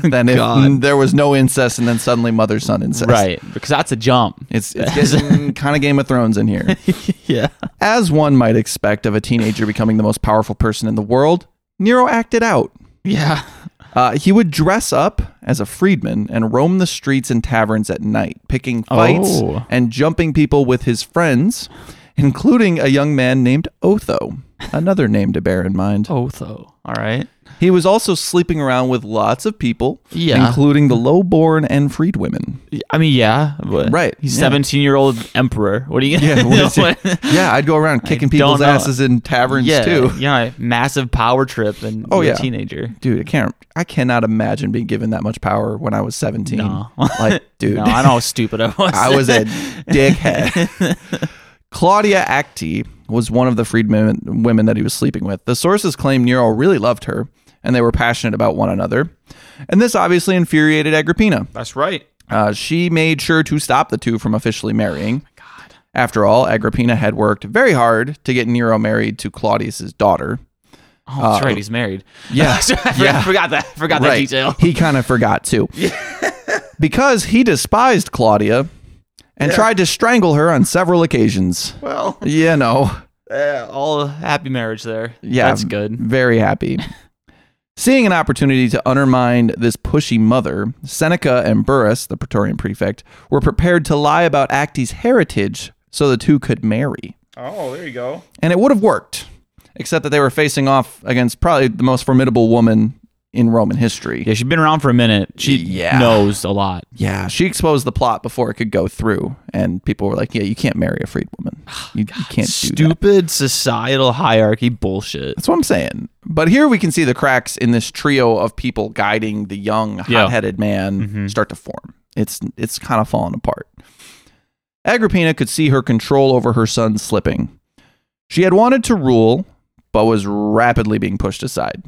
[SPEAKER 1] than if
[SPEAKER 2] God.
[SPEAKER 1] mm, there was no incest and then suddenly mother son incest.
[SPEAKER 2] right, because that's a jump.
[SPEAKER 1] It's, it's getting kind of Game of Thrones in here.
[SPEAKER 2] Yeah.
[SPEAKER 1] As one might expect of a teenager becoming the most powerful person in the world, Nero acted out.
[SPEAKER 2] Yeah.
[SPEAKER 1] Uh, he would dress up as a freedman and roam the streets and taverns at night, picking fights
[SPEAKER 2] Oh.
[SPEAKER 1] and jumping people with his friends, including a young man named Otho. Another name to bear in mind.
[SPEAKER 2] Otho. All right.
[SPEAKER 1] He was also sleeping around with lots of people,
[SPEAKER 2] Yeah.
[SPEAKER 1] including the lowborn and freedwomen.
[SPEAKER 2] I mean, yeah. But
[SPEAKER 1] Right,
[SPEAKER 2] He's
[SPEAKER 1] yeah.
[SPEAKER 2] 17 year old emperor. What are you
[SPEAKER 1] Yeah, what is it? yeah, I'd go around kicking people's
[SPEAKER 2] know.
[SPEAKER 1] asses in taverns
[SPEAKER 2] yeah,
[SPEAKER 1] too.
[SPEAKER 2] Yeah. Massive power trip and
[SPEAKER 1] Oh,
[SPEAKER 2] you're
[SPEAKER 1] yeah.
[SPEAKER 2] a teenager.
[SPEAKER 1] Dude, I can't. I cannot imagine being given that much power when I was seventeen.
[SPEAKER 2] No.
[SPEAKER 1] Like, dude,
[SPEAKER 2] No, I know how stupid I was.
[SPEAKER 1] I was a dickhead. Claudia Acti was one of the freedmen women that he was sleeping with. The sources claim Nero really loved her, and they were passionate about one another. And this obviously infuriated Agrippina.
[SPEAKER 2] That's right.
[SPEAKER 1] Uh, she made sure to stop the two from officially marrying.
[SPEAKER 2] Oh God.
[SPEAKER 1] After all, Agrippina had worked very hard to get Nero married to Claudius's daughter.
[SPEAKER 2] Oh, that's right. He's married.
[SPEAKER 1] Uh, Yeah,
[SPEAKER 2] I forgot, forgot that. Forgot that detail.
[SPEAKER 1] He kind of forgot too. because he despised Claudia and tried to strangle her on several occasions.
[SPEAKER 2] Well,
[SPEAKER 1] You know,
[SPEAKER 2] uh, all happy marriage there.
[SPEAKER 1] yeah.
[SPEAKER 2] That's good.
[SPEAKER 1] Very happy. Seeing an opportunity to undermine this pushy mother, Seneca and Burrus, the Praetorian prefect, were prepared to lie about Acti's heritage so the two could marry.
[SPEAKER 2] Oh, there you go.
[SPEAKER 1] And it would have worked, except that they were facing off against probably the most formidable woman in Roman history.
[SPEAKER 2] Yeah, she's been around for a minute. She
[SPEAKER 1] Yeah.
[SPEAKER 2] knows a lot.
[SPEAKER 1] Yeah, she exposed the plot before it could go through, and people were like, "Yeah, you can't marry a freed woman. You, you can't do that."
[SPEAKER 2] Stupid societal hierarchy bullshit.
[SPEAKER 1] That's what I'm saying. But here we can see the cracks in this trio of people guiding the young,
[SPEAKER 2] Yeah. Mm-hmm.
[SPEAKER 1] hot-headed man start to form. It's it's kind of falling apart. Agrippina could see her control over her son slipping. She had wanted to rule, but was rapidly being pushed aside.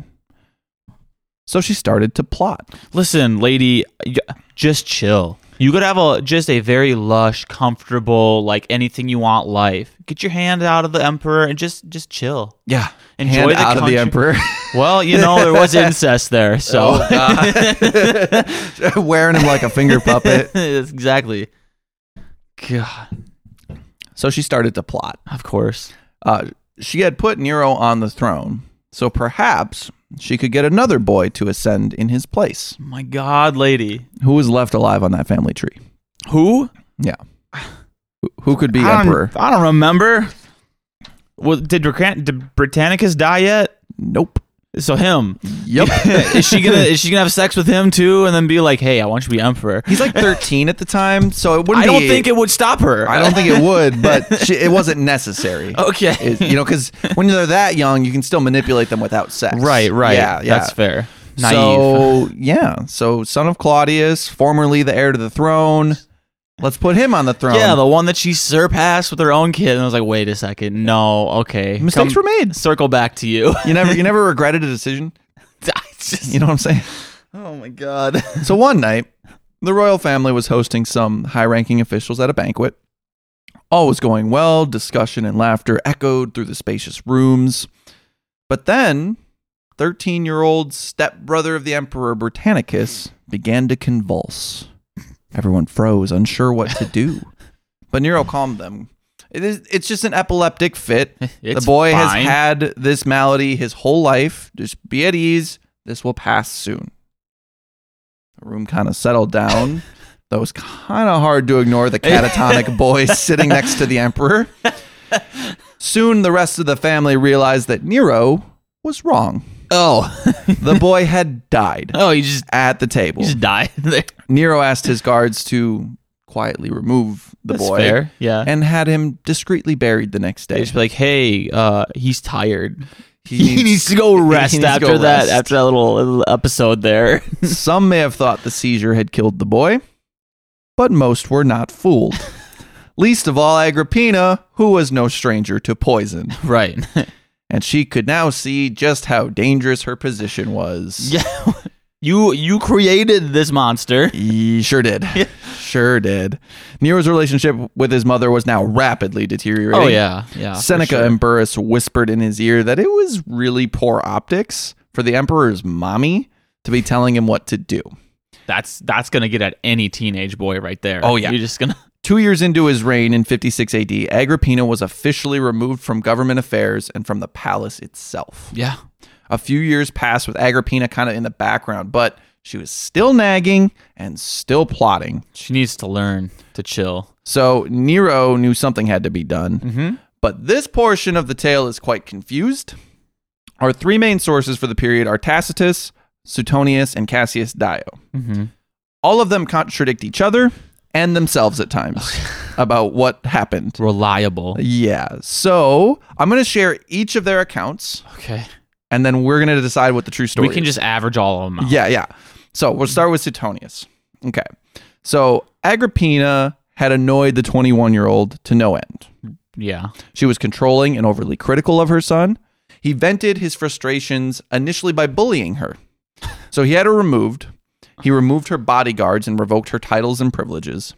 [SPEAKER 1] So she started to plot.
[SPEAKER 2] Listen, lady, y- just chill. You could have a just a very lush, comfortable, like anything you want life. Get your hand out of the emperor and just just chill.
[SPEAKER 1] Yeah,
[SPEAKER 2] Enjoy
[SPEAKER 1] hand
[SPEAKER 2] the
[SPEAKER 1] out of
[SPEAKER 2] country.
[SPEAKER 1] the emperor.
[SPEAKER 2] Well, you know there was incest there, so
[SPEAKER 1] Oh,
[SPEAKER 2] Oh.
[SPEAKER 1] wearing him like a finger puppet.
[SPEAKER 2] Yes, exactly. God,
[SPEAKER 1] So she started to plot.
[SPEAKER 2] of course.
[SPEAKER 1] Uh, she had put Nero on the throne, so perhaps she could get another boy to ascend in his place.
[SPEAKER 2] My God, lady,
[SPEAKER 1] Who was left alive on that family tree?
[SPEAKER 2] who?
[SPEAKER 1] Yeah. Who- Who could be
[SPEAKER 2] I don't,
[SPEAKER 1] emperor?
[SPEAKER 2] I don't remember. Well, did, Brican- did Britannicus die yet?
[SPEAKER 1] Nope.
[SPEAKER 2] So him.
[SPEAKER 1] Yep.
[SPEAKER 2] is she gonna is she gonna have sex with him too, and then be like, "Hey, I want you to be emperor"?
[SPEAKER 1] He's like 13 at the time, so it wouldn't
[SPEAKER 2] I don't
[SPEAKER 1] be-
[SPEAKER 2] think it would stop her.
[SPEAKER 1] I don't think it would, but she, it wasn't necessary.
[SPEAKER 2] Okay.
[SPEAKER 1] It- you know, because when they're that young, you can still manipulate them without sex.
[SPEAKER 2] right. Right.
[SPEAKER 1] Yeah. Yeah.
[SPEAKER 2] That's fair. Naive.
[SPEAKER 1] So yeah, so son of Claudius, formerly the heir to the throne. Let's put him on the throne.
[SPEAKER 2] yeah, the one that she surpassed with her own kid, and I was like, "Wait a second, no, okay."
[SPEAKER 1] mistakes
[SPEAKER 2] Come-
[SPEAKER 1] were made.
[SPEAKER 2] Circle back to you.
[SPEAKER 1] You never, you never regretted a decision.
[SPEAKER 2] It's just-
[SPEAKER 1] You know what I'm saying?
[SPEAKER 2] oh my god.
[SPEAKER 1] So one night, the royal family was hosting some high-ranking officials at a banquet. All was going well. Discussion and laughter echoed through the spacious rooms. But then, thirteen-year-old stepbrother of the emperor Britannicus began to convulse. Everyone froze, unsure what to do. but Nero calmed them. It is, it's just an epileptic fit.
[SPEAKER 2] It's
[SPEAKER 1] the boy
[SPEAKER 2] fine.
[SPEAKER 1] has had this malady his whole life. Just be at ease. This will pass soon. The room kind of settled down. Though it was kind of hard to ignore the catatonic boy sitting next to the emperor. Soon, the rest of the family realized that Nero was wrong.
[SPEAKER 2] Oh,
[SPEAKER 1] The boy had died
[SPEAKER 2] oh, you just
[SPEAKER 1] at the table.
[SPEAKER 2] you just die. there.
[SPEAKER 1] Nero asked his guards to quietly remove the
[SPEAKER 2] That's
[SPEAKER 1] boy
[SPEAKER 2] fair. Yeah.
[SPEAKER 1] and had him discreetly buried the next
[SPEAKER 2] They
[SPEAKER 1] day.
[SPEAKER 2] just be like, "Hey, uh, he's tired. He, needs to go rest
[SPEAKER 1] needs to
[SPEAKER 2] after
[SPEAKER 1] go
[SPEAKER 2] that
[SPEAKER 1] rest."
[SPEAKER 2] after that little, little episode there."
[SPEAKER 1] Some may have thought the seizure had killed the boy, but most were not fooled. Least of all Agrippina, who was no stranger to poison,
[SPEAKER 2] right.
[SPEAKER 1] and she could now see just how dangerous her position was.
[SPEAKER 2] yeah. You you created this monster.
[SPEAKER 1] He sure did. sure did. Nero's relationship with his mother was now rapidly deteriorating.
[SPEAKER 2] Oh yeah, yeah. for
[SPEAKER 1] Seneca
[SPEAKER 2] sure.
[SPEAKER 1] and Burrus whispered in his ear that it was really poor optics for the emperor's mommy to be telling him what to do.
[SPEAKER 2] that's that's gonna get at any teenage boy right there.
[SPEAKER 1] Oh, yeah.
[SPEAKER 2] you're just gonna.
[SPEAKER 1] Two years into his reign in 56 AD, Agrippina was officially removed from government affairs and from the palace itself.
[SPEAKER 2] Yeah,
[SPEAKER 1] A few years passed with Agrippina kind of in the background, but she was still nagging and still plotting.
[SPEAKER 2] she needs to learn to chill.
[SPEAKER 1] So Nero knew something had to be done, But this portion of the tale is quite confused. Our three main sources for the period are Tacitus, Suetonius, and Cassius Dio.
[SPEAKER 2] Mm-hmm.
[SPEAKER 1] All of them contradict each other and themselves at times about what happened.
[SPEAKER 2] Reliable.
[SPEAKER 1] Yeah. So I'm going to share each of their accounts,
[SPEAKER 2] Okay.
[SPEAKER 1] and then we're going to decide what the true story
[SPEAKER 2] We can
[SPEAKER 1] is.
[SPEAKER 2] just average all of them out.
[SPEAKER 1] Yeah, yeah. So we'll start with Suetonius. Okay. So Agrippina had annoyed the 21 year old to no end.
[SPEAKER 2] Yeah.
[SPEAKER 1] She was controlling and overly critical of her son. He vented his frustrations initially by bullying her. So he had her removed. He removed her bodyguards and revoked her titles and privileges.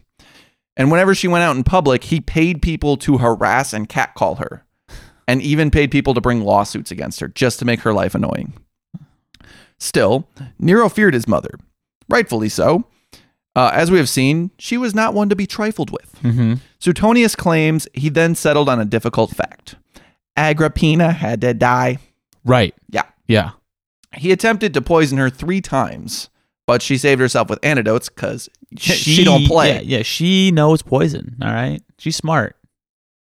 [SPEAKER 1] And whenever she went out in public, he paid people to harass and catcall her, and even paid people to bring lawsuits against her just to make her life annoying. Still, Nero feared his mother, rightfully so. Uh, as we have seen, she was not one to be trifled with.
[SPEAKER 2] Mm-hmm.
[SPEAKER 1] Suetonius claims he then settled on a difficult fact Agrippina had to die.
[SPEAKER 2] Right.
[SPEAKER 1] Yeah.
[SPEAKER 2] Yeah.
[SPEAKER 1] He attempted to poison her three times, but she saved herself with antidotes because she, don't play.
[SPEAKER 2] Yeah, yeah, she knows poison. All right. She's smart.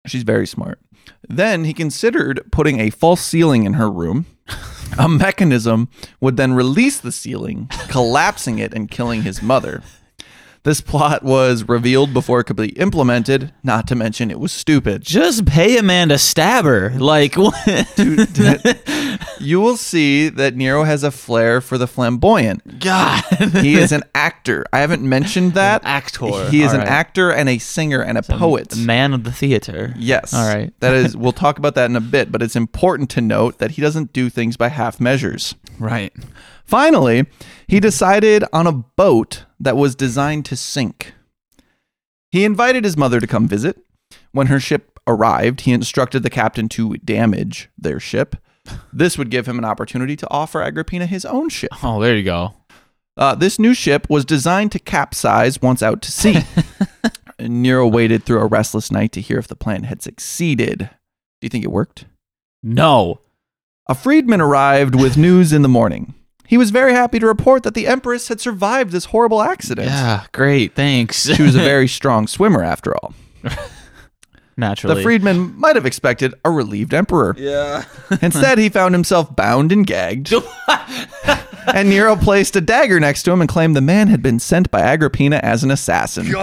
[SPEAKER 1] She's very smart. Then he considered putting a false ceiling in her room. a mechanism would then release the ceiling, collapsing it and killing his mother. This plot was revealed before it could be implemented, not to mention it was stupid.
[SPEAKER 2] Just pay a man to stab her. Like what?
[SPEAKER 1] you will see that Nero has a flair for the flamboyant.
[SPEAKER 2] God.
[SPEAKER 1] He is an actor. I haven't mentioned that.
[SPEAKER 2] actor.
[SPEAKER 1] He is
[SPEAKER 2] All
[SPEAKER 1] an
[SPEAKER 2] right.
[SPEAKER 1] actor and a singer and a poet.
[SPEAKER 2] Man of the theater.
[SPEAKER 1] Yes.
[SPEAKER 2] All right.
[SPEAKER 1] that is we'll talk about that in a bit, but it's important to note that he doesn't do things by half measures.
[SPEAKER 2] Right.
[SPEAKER 1] Finally, he decided on a boat that was designed to sink. He invited his mother to come visit. When her ship arrived, he instructed the captain to damage their ship. This would give him an opportunity to offer Agrippina his own ship.
[SPEAKER 2] Oh, there you go.
[SPEAKER 1] Uh, this new ship was designed to capsize once out to sea. Nero waited through a restless night to hear if the plan had succeeded. Do you think it worked?
[SPEAKER 2] No.
[SPEAKER 1] A freedman arrived with news in the morning. He was very happy to report that the Empress had survived this horrible accident.
[SPEAKER 2] Yeah. Great. Thanks.
[SPEAKER 1] She was a very strong swimmer, after all.
[SPEAKER 2] Naturally.
[SPEAKER 1] The freedman might have expected a relieved emperor.
[SPEAKER 2] Yeah.
[SPEAKER 1] Instead, he found himself bound and gagged. and Nero placed a dagger next to him and claimed the man had been sent by Agrippina as an assassin.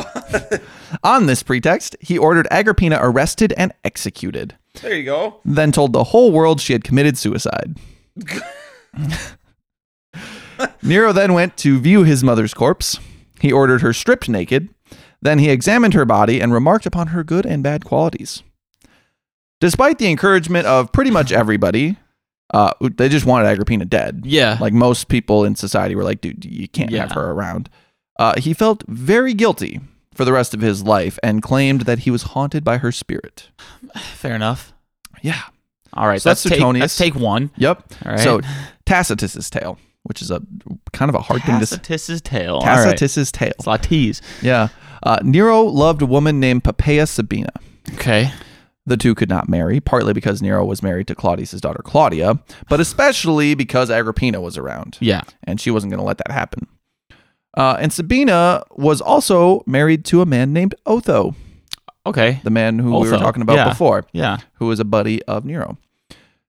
[SPEAKER 1] On this pretext, he ordered Agrippina arrested and executed,
[SPEAKER 2] There you go.
[SPEAKER 1] then told the whole world she had committed suicide. Nero then went to view his mother's corpse. He ordered her stripped naked. Then he examined her body and remarked upon her good and bad qualities. Despite the encouragement of pretty much everybody, uh, they just wanted Agrippina dead.
[SPEAKER 2] Yeah.
[SPEAKER 1] Like most people in society were like, dude, you can't have
[SPEAKER 2] Yeah.
[SPEAKER 1] her around. Uh, he felt very guilty for the rest of his life and claimed that he was haunted by her spirit.
[SPEAKER 2] fair enough.
[SPEAKER 1] Yeah.
[SPEAKER 2] All right. So
[SPEAKER 1] So
[SPEAKER 2] that's
[SPEAKER 1] that's
[SPEAKER 2] take,
[SPEAKER 1] Suetonius.
[SPEAKER 2] let's take one.
[SPEAKER 1] Yep.
[SPEAKER 2] All right.
[SPEAKER 1] So Tacitus's tale, which is a kind of a hard thing to
[SPEAKER 2] Tacitus's tale. All right.
[SPEAKER 1] Tacitus's tale.
[SPEAKER 2] It's Latisse.
[SPEAKER 1] Yeah. Uh, Nero loved a woman named Poppaea Sabina.
[SPEAKER 2] Okay.
[SPEAKER 1] The two could not marry, partly because Nero was married to Claudius's daughter Claudia, but especially because Agrippina was around,
[SPEAKER 2] Yeah.
[SPEAKER 1] and she wasn't going to let that happen. Uh, and Sabina was also married to a man named Otho,
[SPEAKER 2] Okay.
[SPEAKER 1] the man who we were
[SPEAKER 2] Otho,
[SPEAKER 1] talking about
[SPEAKER 2] yeah.
[SPEAKER 1] before,
[SPEAKER 2] Yeah.
[SPEAKER 1] who was a buddy of Nero.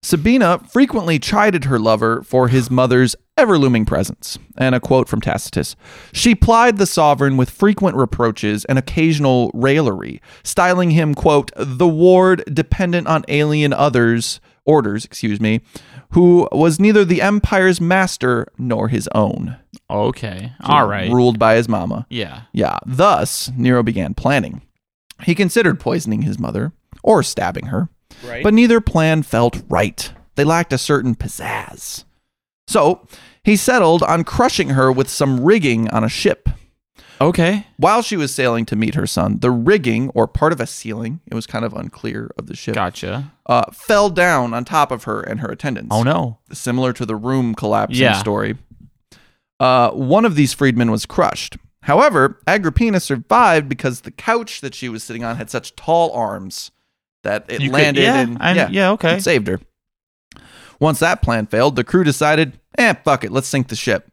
[SPEAKER 1] Sabina frequently chided her lover for his mother's ever looming presence. And a quote from Tacitus She plied the sovereign with frequent reproaches and occasional raillery, styling him, quote, the ward dependent on alien others, orders, excuse me, who was neither the empire's master nor his own.
[SPEAKER 2] Okay. All right.
[SPEAKER 1] Ruled by his mama.
[SPEAKER 2] Yeah.
[SPEAKER 1] Yeah. Thus, Nero began planning. He considered poisoning his mother or stabbing her,
[SPEAKER 2] Right.
[SPEAKER 1] but neither plan felt right. They lacked a certain pizzazz. So he settled on crushing her with some rigging on a ship.
[SPEAKER 2] okay.
[SPEAKER 1] While she was sailing to meet her son, the rigging, or part of a ceiling, it was kind of unclear of the ship,
[SPEAKER 2] Gotcha.
[SPEAKER 1] uh, fell down on top of her and her attendants
[SPEAKER 2] Oh no.
[SPEAKER 1] similar to the room collapsing
[SPEAKER 2] Yeah.
[SPEAKER 1] story. Uh, one of these freedmen was crushed. However, Agrippina survived because the couch that she was sitting on had such tall arms that it
[SPEAKER 2] You could-
[SPEAKER 1] landed
[SPEAKER 2] yeah,
[SPEAKER 1] and
[SPEAKER 2] I'm-
[SPEAKER 1] yeah,
[SPEAKER 2] yeah, okay.
[SPEAKER 1] it saved her. Once that plan failed, the crew decided, eh, fuck it, let's sink the ship.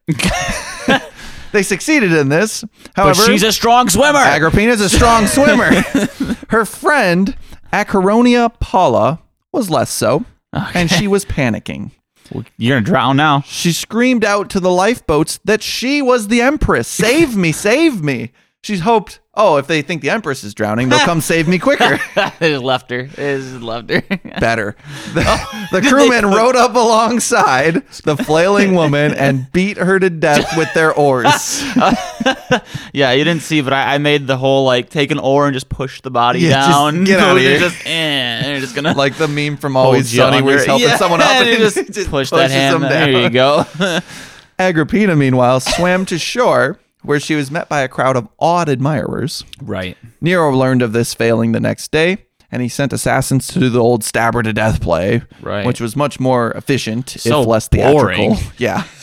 [SPEAKER 1] they succeeded in this. However,
[SPEAKER 2] but she's a strong swimmer.
[SPEAKER 1] Agrippina's a strong swimmer. Her friend Acheronia Paula was less so,
[SPEAKER 2] Okay.
[SPEAKER 1] and she was panicking.
[SPEAKER 2] You're gonna drown now.
[SPEAKER 1] She screamed out to the lifeboats that she was the Empress. Save me, save me. She's hoped, oh, if they think the Empress is drowning, they'll come save me quicker.
[SPEAKER 2] they just left her. They just left her.
[SPEAKER 1] Better. The,
[SPEAKER 2] Oh,
[SPEAKER 1] the crewmen rowed up alongside the flailing woman and beat her to death with their oars.
[SPEAKER 2] yeah, you didn't see, but I, I made the whole like take an oar and just push the body
[SPEAKER 1] Yeah, just
[SPEAKER 2] down.
[SPEAKER 1] get outta
[SPEAKER 2] They're
[SPEAKER 1] here.
[SPEAKER 2] Just, eh, and they're just gonna
[SPEAKER 1] Like the meme from
[SPEAKER 2] hold
[SPEAKER 1] Always
[SPEAKER 2] you
[SPEAKER 1] Sunny where
[SPEAKER 2] under.
[SPEAKER 1] he's helping
[SPEAKER 2] Yeah,
[SPEAKER 1] someone out
[SPEAKER 2] and
[SPEAKER 1] and
[SPEAKER 2] you just,
[SPEAKER 1] just
[SPEAKER 2] push that
[SPEAKER 1] pushes
[SPEAKER 2] hand.
[SPEAKER 1] them
[SPEAKER 2] There
[SPEAKER 1] down.
[SPEAKER 2] you go.
[SPEAKER 1] Agrippina, meanwhile, swam to shore where she was met by a crowd of awed admirers.
[SPEAKER 2] right.
[SPEAKER 1] Nero learned of this failing the next day, and he sent assassins to do the old stab her to death play,
[SPEAKER 2] Right.
[SPEAKER 1] which was much more efficient,
[SPEAKER 2] So
[SPEAKER 1] if less theatrical.
[SPEAKER 2] boring.
[SPEAKER 1] Yeah.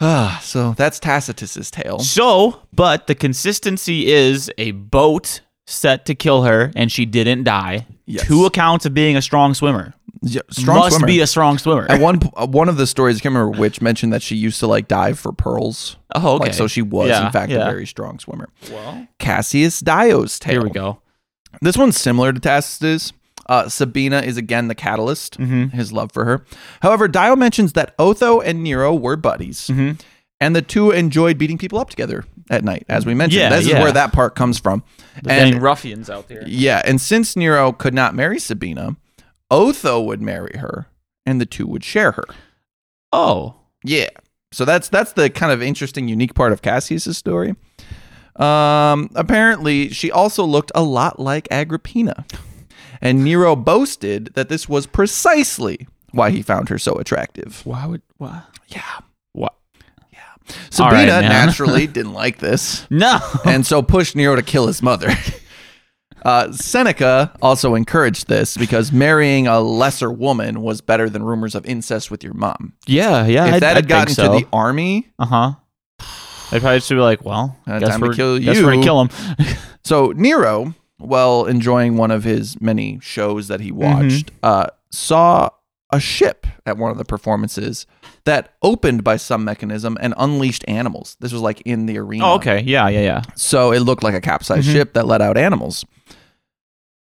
[SPEAKER 1] Ah, so that's Tacitus's tale.
[SPEAKER 2] So, but the consistency is a boat set to kill her, and she didn't die.
[SPEAKER 1] Yes.
[SPEAKER 2] Two accounts of being a strong swimmer.
[SPEAKER 1] Yeah, strong
[SPEAKER 2] Must
[SPEAKER 1] swimmer.
[SPEAKER 2] be a strong swimmer.
[SPEAKER 1] At one po- uh, one of the stories, I can't remember which, mentioned that she used to like dive for pearls.
[SPEAKER 2] oh, okay.
[SPEAKER 1] Like so, she was
[SPEAKER 2] Yeah,
[SPEAKER 1] in fact
[SPEAKER 2] yeah.
[SPEAKER 1] a very strong swimmer.
[SPEAKER 2] Well,
[SPEAKER 1] Cassius Dio's tale.
[SPEAKER 2] here we go.
[SPEAKER 1] This one's similar to Tacitus. Uh, Sabina is again the catalyst,
[SPEAKER 2] Mm-hmm.
[SPEAKER 1] his love for her. However, Dio mentions that Otho and Nero were buddies,
[SPEAKER 2] Mm-hmm.
[SPEAKER 1] and the two enjoyed beating people up together at night, as we mentioned.
[SPEAKER 2] Yeah,
[SPEAKER 1] this
[SPEAKER 2] yeah.
[SPEAKER 1] is where that part comes from.
[SPEAKER 2] Any
[SPEAKER 1] and
[SPEAKER 2] ruffians out there?
[SPEAKER 1] yeah, and since Nero could not marry Sabina, Otho would marry her, and the two would share her.
[SPEAKER 2] Oh,
[SPEAKER 1] Yeah. So that's that's the kind of interesting, unique part of Cassius's story. Um, apparently, she also looked a lot like Agrippina, and Nero boasted that this was precisely why he found her so attractive.
[SPEAKER 2] why would why?
[SPEAKER 1] Yeah.
[SPEAKER 2] What? All right,
[SPEAKER 1] Sabina
[SPEAKER 2] man.
[SPEAKER 1] naturally didn't like this,
[SPEAKER 2] No.
[SPEAKER 1] and so pushed Nero to kill his mother. Uh, Seneca also encouraged this because marrying a lesser woman was better than rumors of incest with your mom.
[SPEAKER 2] Yeah, yeah.
[SPEAKER 1] If
[SPEAKER 2] I'd-
[SPEAKER 1] that
[SPEAKER 2] I'd
[SPEAKER 1] had
[SPEAKER 2] think
[SPEAKER 1] gotten
[SPEAKER 2] so.
[SPEAKER 1] to the army,
[SPEAKER 2] Uh huh. They probably should be like, well,
[SPEAKER 1] Uh,
[SPEAKER 2] guess
[SPEAKER 1] time to
[SPEAKER 2] we're,
[SPEAKER 1] kill
[SPEAKER 2] guess we're gonna
[SPEAKER 1] you.
[SPEAKER 2] kill him. Oh,
[SPEAKER 1] So Nero, while enjoying one of his many shows that he
[SPEAKER 2] Mm-hmm.
[SPEAKER 1] watched, uh, saw a ship at one of the performances that opened by some mechanism and unleashed animals. This was like in the arena.
[SPEAKER 2] oh, okay. Yeah, yeah, yeah.
[SPEAKER 1] So it looked like a capsized
[SPEAKER 2] Mhm.
[SPEAKER 1] ship that let out animals.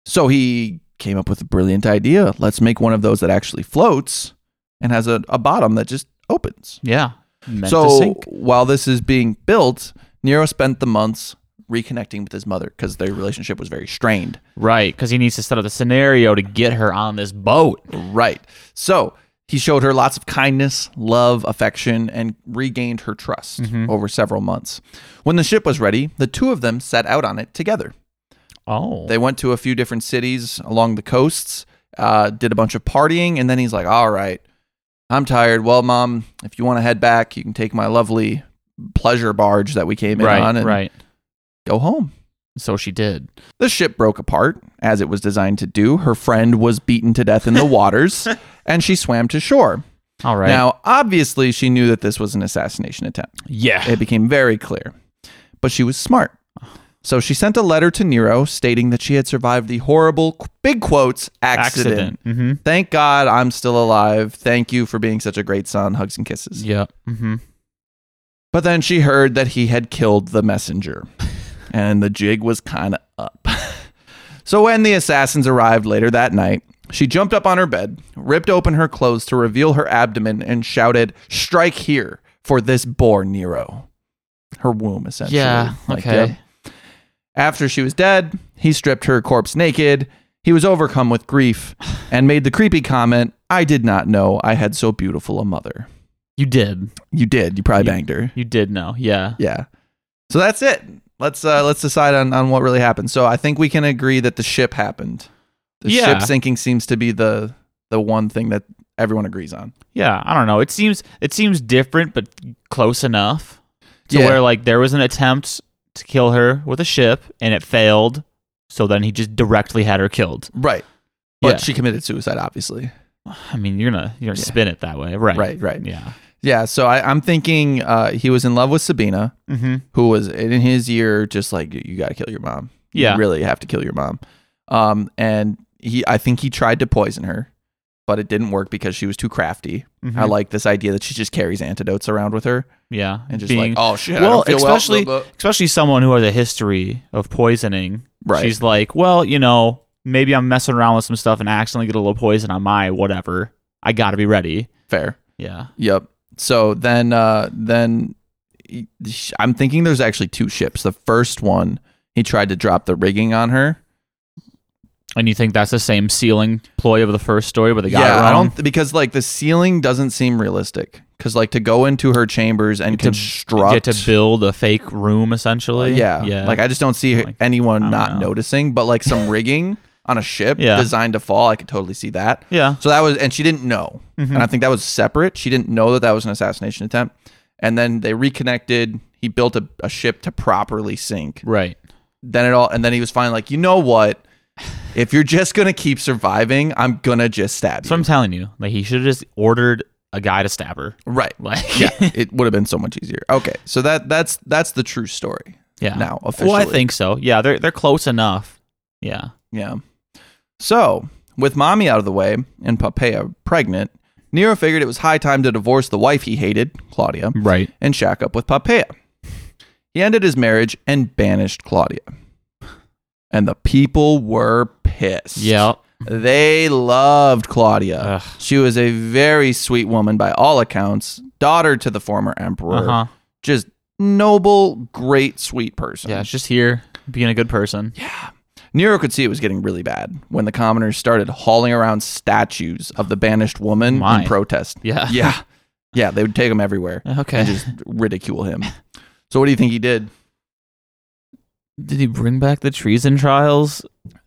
[SPEAKER 1] So he came up with a brilliant idea. Let's make one of those that actually floats and has a, a bottom that just opens.
[SPEAKER 2] Yeah. Meant to
[SPEAKER 1] so
[SPEAKER 2] sink.
[SPEAKER 1] while this is being built, Nero spent the months reconnecting with his mother because their relationship was very strained.
[SPEAKER 2] right, because he needs to set up the scenario to get her on this boat.
[SPEAKER 1] Right. So he showed her lots of kindness, love, affection, and regained her trust
[SPEAKER 2] Mm-hmm.
[SPEAKER 1] over several months. When the ship was ready, the two of them set out on it together.
[SPEAKER 2] Oh,
[SPEAKER 1] They went to a few different cities along the coasts, uh, did a bunch of partying, and then he's like, All right, I'm tired. Well, mom, if you want to head back, you can take my lovely pleasure barge that we came in on
[SPEAKER 2] right,
[SPEAKER 1] and
[SPEAKER 2] right.
[SPEAKER 1] go home.
[SPEAKER 2] So she did.
[SPEAKER 1] The ship broke apart, as it was designed to do. Her friend was beaten to death in the waters, and she swam to shore.
[SPEAKER 2] All right.
[SPEAKER 1] Now, obviously, she knew that this was an assassination attempt.
[SPEAKER 2] yeah.
[SPEAKER 1] It became very clear. But she was smart. So she sent a letter to Nero stating that she had survived the horrible, qu- big quotes, accident.
[SPEAKER 2] Mm-hmm.
[SPEAKER 1] Thank God I'm still alive. Thank you for being such a great son. Hugs and kisses.
[SPEAKER 2] Yeah. Mm-hmm.
[SPEAKER 1] But then she heard that he had killed the messenger, and the jig was kind of up. so when the assassins arrived later that night, she jumped up on her bed, ripped open her clothes to reveal her abdomen, and shouted, Strike here for this boar Nero. Her womb, essentially.
[SPEAKER 2] Yeah.
[SPEAKER 1] Like,
[SPEAKER 2] okay.
[SPEAKER 1] yeah. After she was dead, he stripped her corpse naked. He was overcome with grief and made the creepy comment, I did not know I had so beautiful a mother.
[SPEAKER 2] You did.
[SPEAKER 1] You did. You probably banged her.
[SPEAKER 2] You did know. Yeah.
[SPEAKER 1] Yeah. So that's it. Let's uh let's decide on on what really happened. So I think we can agree that the ship happened. The
[SPEAKER 2] Yeah.
[SPEAKER 1] ship sinking seems to be the the one thing that everyone agrees on.
[SPEAKER 2] Yeah. I don't know. It seems it seems different, but close enough to
[SPEAKER 1] Yeah.
[SPEAKER 2] where like there was an attempt to kill her with a ship and it failed. So then he just directly had her killed.
[SPEAKER 1] Right. But
[SPEAKER 2] Yeah.
[SPEAKER 1] she committed suicide, obviously.
[SPEAKER 2] I mean, you're gonna you're gonna
[SPEAKER 1] Yeah.
[SPEAKER 2] spin it that way, right?
[SPEAKER 1] Right, right.
[SPEAKER 2] Yeah.
[SPEAKER 1] Yeah. So I, I'm thinking uh, he was in love with Sabina,
[SPEAKER 2] Mm-hmm.
[SPEAKER 1] who was in his year just like you got to kill your mom.
[SPEAKER 2] Yeah.
[SPEAKER 1] You really have to kill your mom. Um, and he, I think he tried to poison her, but it didn't work because she was too crafty.
[SPEAKER 2] Mhm.
[SPEAKER 1] I like this idea that she just carries antidotes around with her.
[SPEAKER 2] Yeah.
[SPEAKER 1] and just
[SPEAKER 2] being-
[SPEAKER 1] like, oh shit, I
[SPEAKER 2] well,
[SPEAKER 1] don't feel
[SPEAKER 2] especially
[SPEAKER 1] well.
[SPEAKER 2] especially someone who has a history of poisoning.
[SPEAKER 1] Right.
[SPEAKER 2] She's like, well, you know, maybe I'm messing around with some stuff and accidentally get a little poison on my whatever. I got to be ready.
[SPEAKER 1] Fair.
[SPEAKER 2] Yeah.
[SPEAKER 1] Yep. So then, uh, then I'm thinking there's actually two ships. The first one, he tried to drop the rigging on her.
[SPEAKER 2] And you think that's the same ceiling ploy of the first story, but they got it wrong?
[SPEAKER 1] I don't th- because like the ceiling doesn't seem realistic. Because like to go into her chambers and
[SPEAKER 2] to
[SPEAKER 1] construct,
[SPEAKER 2] get to build a fake room essentially.
[SPEAKER 1] Uh, yeah,
[SPEAKER 2] yeah.
[SPEAKER 1] Like I just don't see
[SPEAKER 2] Like,
[SPEAKER 1] anyone
[SPEAKER 2] I don't
[SPEAKER 1] not
[SPEAKER 2] know.
[SPEAKER 1] noticing. But like some rigging on a ship
[SPEAKER 2] Yeah.
[SPEAKER 1] designed to fall, I could totally see that.
[SPEAKER 2] yeah. Mm-hmm.
[SPEAKER 1] So that was, and she didn't know, and I think that was separate. She didn't know that that was an assassination attempt. And then they reconnected. He built a, a ship to properly sink.
[SPEAKER 2] Right.
[SPEAKER 1] Then it all, and then he was finally like, you know what? If you're just gonna keep surviving, I'm gonna just stab you.
[SPEAKER 2] So I'm telling you, like he should have just ordered a guy to stab her.
[SPEAKER 1] right.
[SPEAKER 2] Like
[SPEAKER 1] yeah, it would have been so much easier. Okay, so that that's that's the true story.
[SPEAKER 2] yeah.
[SPEAKER 1] Now
[SPEAKER 2] Well, I
[SPEAKER 1] officially.
[SPEAKER 2] think so. Yeah, they're they're close enough. Yeah.
[SPEAKER 1] Yeah. So with mommy out of the way and Popea pregnant, Nero figured it was high time to divorce the wife he hated, Claudia,
[SPEAKER 2] Right.
[SPEAKER 1] and shack up with Popea. He ended his marriage and banished Claudia, and the people were pissed.
[SPEAKER 2] Yeah.
[SPEAKER 1] They loved Claudia.
[SPEAKER 2] Ugh.
[SPEAKER 1] She was a very sweet woman by all accounts, daughter to the former emperor.
[SPEAKER 2] Uh huh.
[SPEAKER 1] just noble, great, sweet person.
[SPEAKER 2] Yeah. It's just here being a good person.
[SPEAKER 1] Nero could see it was getting really bad when the commoners started hauling around statues of the banished woman
[SPEAKER 2] My.
[SPEAKER 1] in protest.
[SPEAKER 2] Yeah.
[SPEAKER 1] Yeah. Yeah, they would take him everywhere
[SPEAKER 2] Okay.
[SPEAKER 1] and just ridicule him. So what do you think he did?
[SPEAKER 2] Did he bring back the treason trials?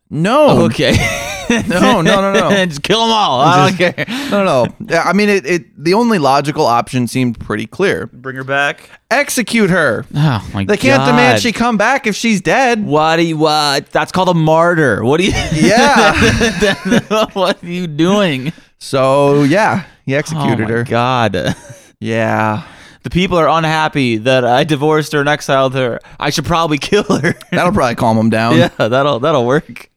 [SPEAKER 1] No.
[SPEAKER 2] Okay.
[SPEAKER 1] Oh. No, no, no, no.
[SPEAKER 2] just kill them all. I don't
[SPEAKER 1] Just-
[SPEAKER 2] care.
[SPEAKER 1] No, no, no. Yeah, I mean, it, it. The only logical option seemed pretty clear:
[SPEAKER 2] Bring her back.
[SPEAKER 1] execute her.
[SPEAKER 2] Oh my
[SPEAKER 1] They can't
[SPEAKER 2] God.
[SPEAKER 1] demand she come back if she's dead.
[SPEAKER 2] What do you what? That's called a martyr. What do you?
[SPEAKER 1] Yeah.
[SPEAKER 2] what are you doing?
[SPEAKER 1] so yeah, he
[SPEAKER 2] Oh
[SPEAKER 1] executed
[SPEAKER 2] my
[SPEAKER 1] her.
[SPEAKER 2] God, the
[SPEAKER 1] Yeah,
[SPEAKER 2] people are unhappy that I divorced her and exiled her. I should probably kill her.
[SPEAKER 1] that'll probably calm him down.
[SPEAKER 2] yeah, that'll that'll work.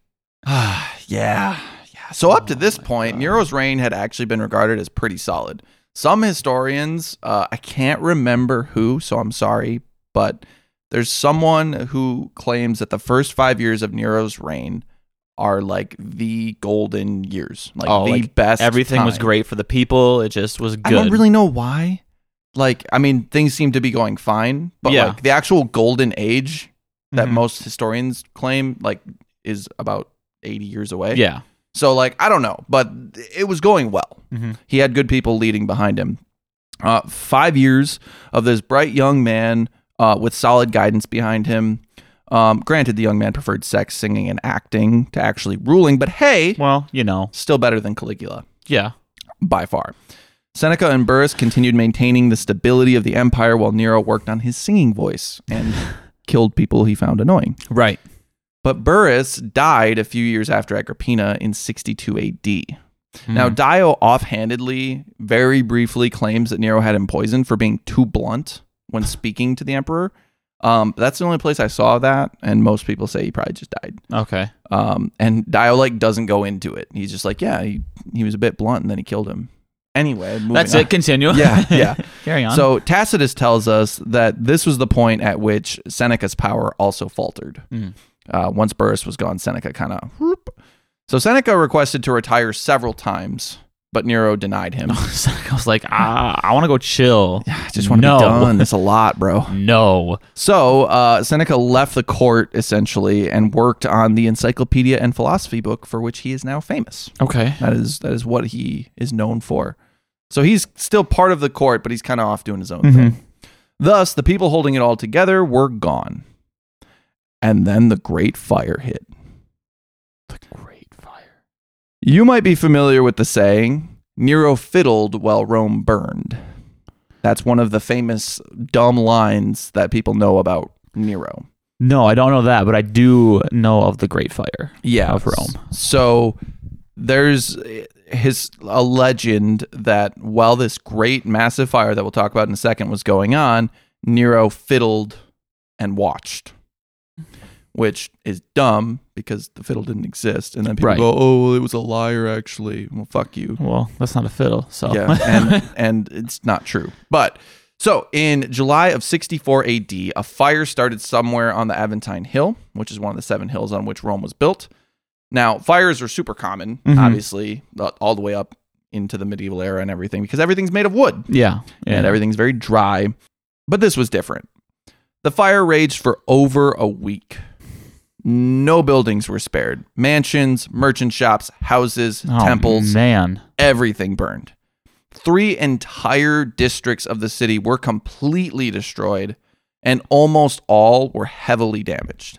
[SPEAKER 1] Yeah. Yeah. So up to this point, Nero's reign had actually been regarded as pretty solid. Some historians, uh, I can't remember who, so I'm sorry, but there's someone who claims that the first five years of Nero's reign are like the golden years, like
[SPEAKER 2] Oh,
[SPEAKER 1] the
[SPEAKER 2] like
[SPEAKER 1] best.
[SPEAKER 2] Everything was
[SPEAKER 1] time.
[SPEAKER 2] great for the people. It just was
[SPEAKER 1] I
[SPEAKER 2] good.
[SPEAKER 1] don't really know why. Like, I mean, things seem to be going fine, but
[SPEAKER 2] Yeah.
[SPEAKER 1] like the actual golden age that
[SPEAKER 2] Mhm.
[SPEAKER 1] most historians claim, like, is about 80 years away.
[SPEAKER 2] Yeah.
[SPEAKER 1] So like I don't know, but it was going well.
[SPEAKER 2] Mhm.
[SPEAKER 1] He had good people leading behind him. Uh, five years of this bright young man uh, with solid guidance behind him. Um, granted, the young man preferred sex, singing, and acting to actually ruling, but hey,
[SPEAKER 2] Well, you know.
[SPEAKER 1] still better than Caligula
[SPEAKER 2] Yeah.
[SPEAKER 1] by far. Seneca and Burrus continued maintaining the stability of the empire while Nero worked on his singing voice and killed people he found annoying.
[SPEAKER 2] Right.
[SPEAKER 1] But Burrus died a few years after Agrippina in 62 AD.
[SPEAKER 2] Hmm.
[SPEAKER 1] Now, Dio offhandedly, very briefly claims that Nero had him poisoned for being too blunt when speaking to the emperor. Um, that's the only place I saw that, and most people say he probably just died.
[SPEAKER 2] Okay.
[SPEAKER 1] Um, and Dio like doesn't go into it. He's just like, yeah, he, he was a bit blunt, and then he killed him. Anyway, moving
[SPEAKER 2] That's
[SPEAKER 1] on.
[SPEAKER 2] it. Continue.
[SPEAKER 1] Yeah, yeah.
[SPEAKER 2] Carry on.
[SPEAKER 1] So Tacitus tells us that this was the point at which Seneca's power also faltered.
[SPEAKER 2] Mm.
[SPEAKER 1] Uh, once Burrus was gone, Seneca kind of. So Seneca requested to retire several times, but Nero denied him.
[SPEAKER 2] I was like, ah, I want to go chill.
[SPEAKER 1] I just want to
[SPEAKER 2] No.
[SPEAKER 1] be done. That's a lot, bro.
[SPEAKER 2] No.
[SPEAKER 1] So uh, Seneca left the court essentially and worked on the encyclopedia and philosophy book for which he is now famous.
[SPEAKER 2] Okay.
[SPEAKER 1] That is that is what he is known for. So he's still part of the court, but he's kind of off doing his own
[SPEAKER 2] Mm-hmm.
[SPEAKER 1] thing. Thus, the people holding it all together were gone. And then the great fire hit.
[SPEAKER 2] The great fire.
[SPEAKER 1] You might be familiar with the saying, Nero fiddled while Rome burned. That's one of the famous dumb lines that people know about Nero.
[SPEAKER 2] No, I don't know that, but I do know of the Great Fire.
[SPEAKER 1] yeah
[SPEAKER 2] of Rome.
[SPEAKER 1] So there's his a legend that while this great massive fire that we'll talk about in a second was going on, Nero fiddled and watched, which is dumb because the fiddle didn't exist, and then people
[SPEAKER 2] Right.
[SPEAKER 1] go, "Oh, well, it was a liar, actually." Well, fuck you.
[SPEAKER 2] Well, that's not a fiddle, so
[SPEAKER 1] Yeah, and and it's not true. But so in July of 64 AD, a fire started somewhere on the Aventine Hill, which is one of the seven hills on which Rome was built. Now, fires are super common,
[SPEAKER 2] Mhm.
[SPEAKER 1] obviously, uh, all the way up into the medieval era and everything, because everything's made of wood
[SPEAKER 2] Yeah.
[SPEAKER 1] and everything's very dry. But this was different. The fire raged for over a week. No buildings were spared. Mansions, merchant shops, houses,
[SPEAKER 2] Oh,
[SPEAKER 1] temples,
[SPEAKER 2] Man.
[SPEAKER 1] everything burned. Three entire districts of the city were completely destroyed, and almost all were heavily damaged.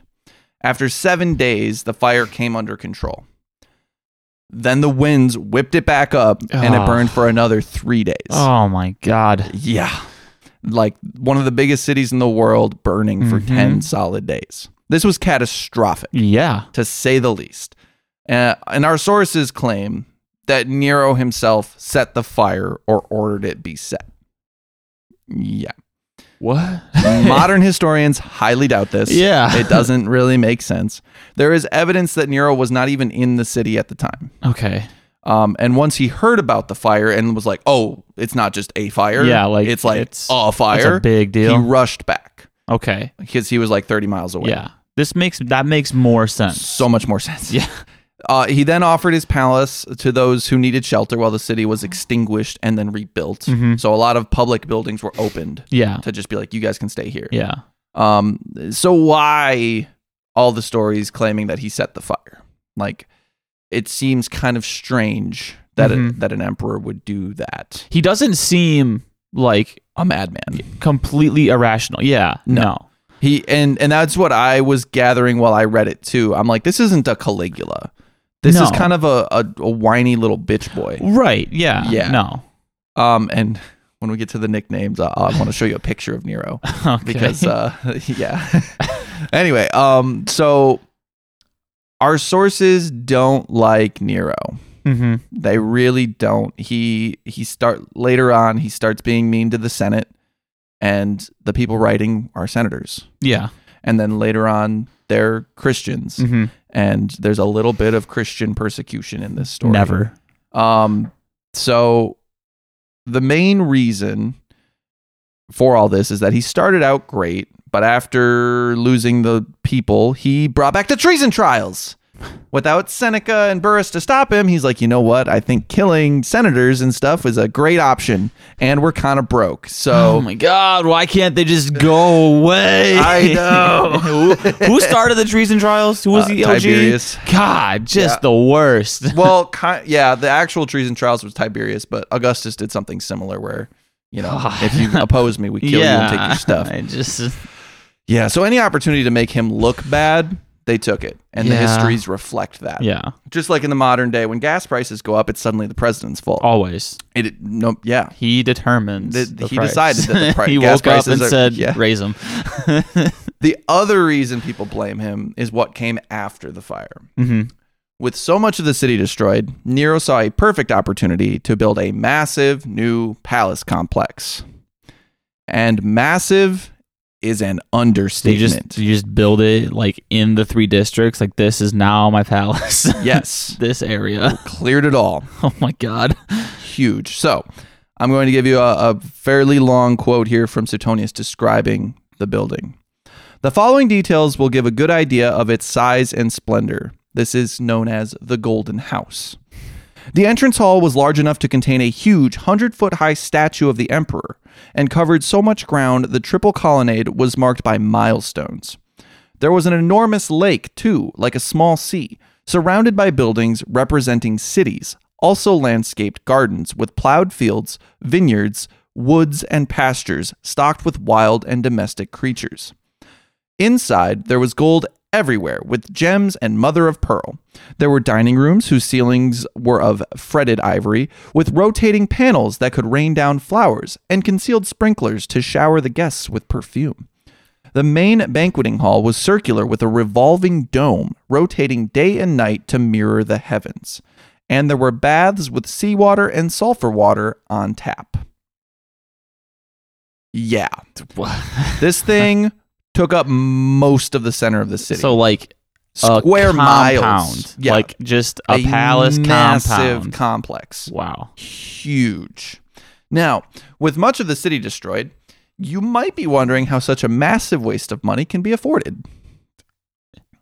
[SPEAKER 1] After seven days, the fire came under control. Then the winds whipped it back up, and it
[SPEAKER 2] Ah.
[SPEAKER 1] burned for another three days.
[SPEAKER 2] Oh my God.
[SPEAKER 1] Yeah. Like one of the biggest cities in the world burning for
[SPEAKER 2] Mhm.
[SPEAKER 1] 10 solid days. This was catastrophic,
[SPEAKER 2] Yeah.
[SPEAKER 1] to say the least. Uh, and our sources claim that Nero himself set the fire or ordered it be set. Yeah.
[SPEAKER 2] What?
[SPEAKER 1] Modern historians highly doubt this.
[SPEAKER 2] Yeah.
[SPEAKER 1] It doesn't really make sense. There is evidence that Nero was not even in the city at the time.
[SPEAKER 2] okay.
[SPEAKER 1] Um, and once he heard about the fire and was like, "Oh, it's not just a fire.
[SPEAKER 2] Yeah, like,
[SPEAKER 1] it's like
[SPEAKER 2] it's-
[SPEAKER 1] a
[SPEAKER 2] That's
[SPEAKER 1] fire.
[SPEAKER 2] a big
[SPEAKER 1] He
[SPEAKER 2] deal.
[SPEAKER 1] rushed back
[SPEAKER 2] okay.
[SPEAKER 1] because he was like 30 miles away.
[SPEAKER 2] Yeah. This makes that makes more sense.
[SPEAKER 1] So much more sense.
[SPEAKER 2] Yeah.
[SPEAKER 1] Uh, he then offered his palace to those who needed shelter while the city was extinguished and then rebuilt.
[SPEAKER 2] Mhm.
[SPEAKER 1] So a lot of public buildings were opened
[SPEAKER 2] Yeah.
[SPEAKER 1] to just be like, you guys can stay here.
[SPEAKER 2] Yeah.
[SPEAKER 1] Um, so why all the stories claiming that he set the fire? Like, it seems kind of strange that
[SPEAKER 2] Mhm.
[SPEAKER 1] that an emperor would do that.
[SPEAKER 2] He doesn't seem like
[SPEAKER 1] A madman.
[SPEAKER 2] completely irrational. Yeah.
[SPEAKER 1] No.
[SPEAKER 2] No.
[SPEAKER 1] He and and that's what I was gathering while I read it too. I'm like, this isn't a Caligula. This is
[SPEAKER 2] No.
[SPEAKER 1] kind of a, a, a whiny little bitch boy.
[SPEAKER 2] Right. Yeah.
[SPEAKER 1] Yeah.
[SPEAKER 2] No.
[SPEAKER 1] Um, and when we get to the nicknames, uh, I, I want to show you a picture of Nero
[SPEAKER 2] Okay.
[SPEAKER 1] because uh, yeah. anyway, um, so our sources don't like Nero.
[SPEAKER 2] hmm
[SPEAKER 1] They really don't. He he start later on. He starts being mean to the Senate, and the people writing are senators.
[SPEAKER 2] Yeah.
[SPEAKER 1] and then later on they're Christians,
[SPEAKER 2] hmm
[SPEAKER 1] and there's a little bit of Christian persecution in this story.
[SPEAKER 2] Never.
[SPEAKER 1] Um, so the main reason for all this is that he started out great, but after losing the people, he brought back the treason trials. Without Seneca and Burrus to stop him, he's like, you know what? I think killing senators and stuff is a great option, and we're kind of broke.
[SPEAKER 2] Oh
[SPEAKER 1] So
[SPEAKER 2] my God! Why can't they just go away?
[SPEAKER 1] I know.
[SPEAKER 2] who, who started the treason trials? Who was
[SPEAKER 1] Uh,
[SPEAKER 2] the LG?
[SPEAKER 1] Tiberius.
[SPEAKER 2] God, just
[SPEAKER 1] Yeah.
[SPEAKER 2] the worst.
[SPEAKER 1] well, ki yeah, the actual treason trials was Tiberius, but Augustus did something similar where, you know,
[SPEAKER 2] God.
[SPEAKER 1] if you oppose me, we kill you and take your stuff.
[SPEAKER 2] I just
[SPEAKER 1] Yeah, so any opportunity to make him look bad, they took it. And the
[SPEAKER 2] Yeah.
[SPEAKER 1] histories reflect that.
[SPEAKER 2] yeah,
[SPEAKER 1] Just like in the modern day, when gas prices go up, it's suddenly the president's fault.
[SPEAKER 2] always
[SPEAKER 1] It, no, yeah.
[SPEAKER 2] he determines.
[SPEAKER 1] The-
[SPEAKER 2] the
[SPEAKER 1] he
[SPEAKER 2] price.
[SPEAKER 1] decided that the pri-
[SPEAKER 2] he
[SPEAKER 1] gas
[SPEAKER 2] woke up
[SPEAKER 1] prices
[SPEAKER 2] and
[SPEAKER 1] are-
[SPEAKER 2] said,
[SPEAKER 1] yeah.
[SPEAKER 2] "Raise them."
[SPEAKER 1] The other reason people blame him is what came after the fire.
[SPEAKER 2] hmm
[SPEAKER 1] With so much of the city destroyed, Nero saw a perfect opportunity to build a massive new palace complex. And massive is an
[SPEAKER 2] So you
[SPEAKER 1] understatement.
[SPEAKER 2] just you just build it like in the three districts. Like this is now my palace.
[SPEAKER 1] yes,
[SPEAKER 2] this area.
[SPEAKER 1] cleared it all.
[SPEAKER 2] Oh my God.
[SPEAKER 1] Huge. So I'm going to give you a, a fairly long quote here from Suetonius describing the building. The following details will give a good idea of its size and splendor. This is known as the Golden House. The entrance hall was large enough to contain a huge 100 foot high statue of the emperor and covered so much ground the triple colonnade was marked by milestones. There was an enormous lake, too, like a small sea, surrounded by buildings representing cities, also landscaped gardens with plowed fields, vineyards, woods, and pastures stocked with wild and domestic creatures. Inside, there was gold everywhere with gems and mother of pearl. There were dining rooms whose ceilings were of fretted ivory, with rotating panels that could rain down flowers and concealed sprinklers to shower the guests with perfume. The main banqueting hall was circular with a revolving dome rotating day and night to mirror the heavens. And there were baths with seawater and sulfur water on tap. Yeah. This thing took up most of the center of the city.
[SPEAKER 2] So like a
[SPEAKER 1] square miles.
[SPEAKER 2] compound, like just a, palace
[SPEAKER 1] massive
[SPEAKER 2] compound.
[SPEAKER 1] complex.
[SPEAKER 2] wow.
[SPEAKER 1] Huge. Now, with much of the city destroyed, you might be wondering how such a massive waste of money can be afforded.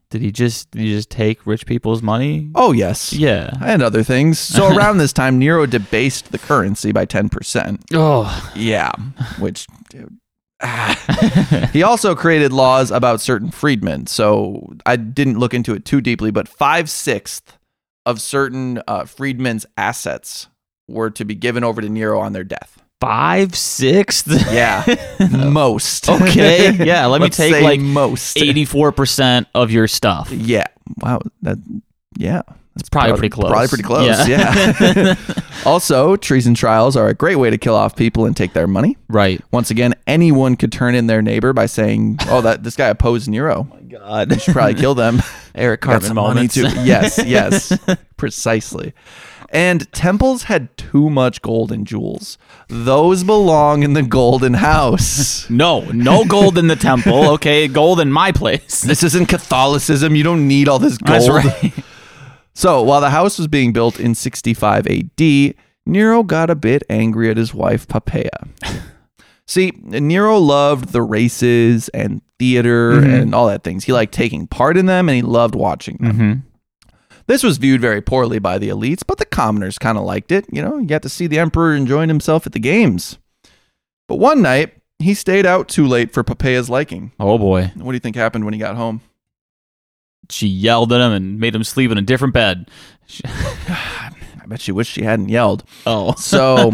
[SPEAKER 2] Did he just did he just take rich people's money?
[SPEAKER 1] Oh, yes.
[SPEAKER 2] Yeah.
[SPEAKER 1] And other things. So around this time, Nero debased the currency by 10%.
[SPEAKER 2] Oh.
[SPEAKER 1] Yeah. Which, dude. ah. he also created laws about certain freedmen. So I didn't look into it too deeply, but five sixths of certain uh, freedmen's assets were to be given over to Nero on their death.
[SPEAKER 2] Five sixth?
[SPEAKER 1] Yeah. most.
[SPEAKER 2] Okay, yeah, let me
[SPEAKER 1] Let's
[SPEAKER 2] take,
[SPEAKER 1] say
[SPEAKER 2] like,
[SPEAKER 1] most.
[SPEAKER 2] Eighty four percent of your stuff.
[SPEAKER 1] Yeah. Wow. That. Yeah. That's
[SPEAKER 2] probably pretty close.
[SPEAKER 1] Probably pretty close. Yeah. also, treason trials are a great way to kill off people and take their money.
[SPEAKER 2] Right.
[SPEAKER 1] Once again, anyone could turn in their neighbor by saying, "Oh, that this guy opposed Nero.
[SPEAKER 2] Oh God.
[SPEAKER 1] Should probably kill them."
[SPEAKER 2] Eric
[SPEAKER 1] Got
[SPEAKER 2] Cartman
[SPEAKER 1] some money
[SPEAKER 2] moments.
[SPEAKER 1] too. Yes. Yes. precisely. And temples had too much gold and jewels. Those belong in the golden house.
[SPEAKER 2] No, no gold in the temple. Okay, gold in my place.
[SPEAKER 1] this isn't Catholicism. You don't need all this gold.
[SPEAKER 2] That's right.
[SPEAKER 1] So, while the house was being built in 65 AD, Nero got a bit angry at his wife Poppaea. See, Nero loved the races and theater and all that things. He liked taking part in them and he loved watching them. This was viewed very poorly by the elites, but the commoners kind of liked it. You know, you got to see the emperor enjoying himself at the games. But one night, he stayed out too late for Poppaea's liking.
[SPEAKER 2] Oh boy.
[SPEAKER 1] What do you think happened when he got home?
[SPEAKER 2] She yelled at him and made him sleep in a different bed. She-
[SPEAKER 1] I bet she wished she hadn't yelled.
[SPEAKER 2] oh.
[SPEAKER 1] So,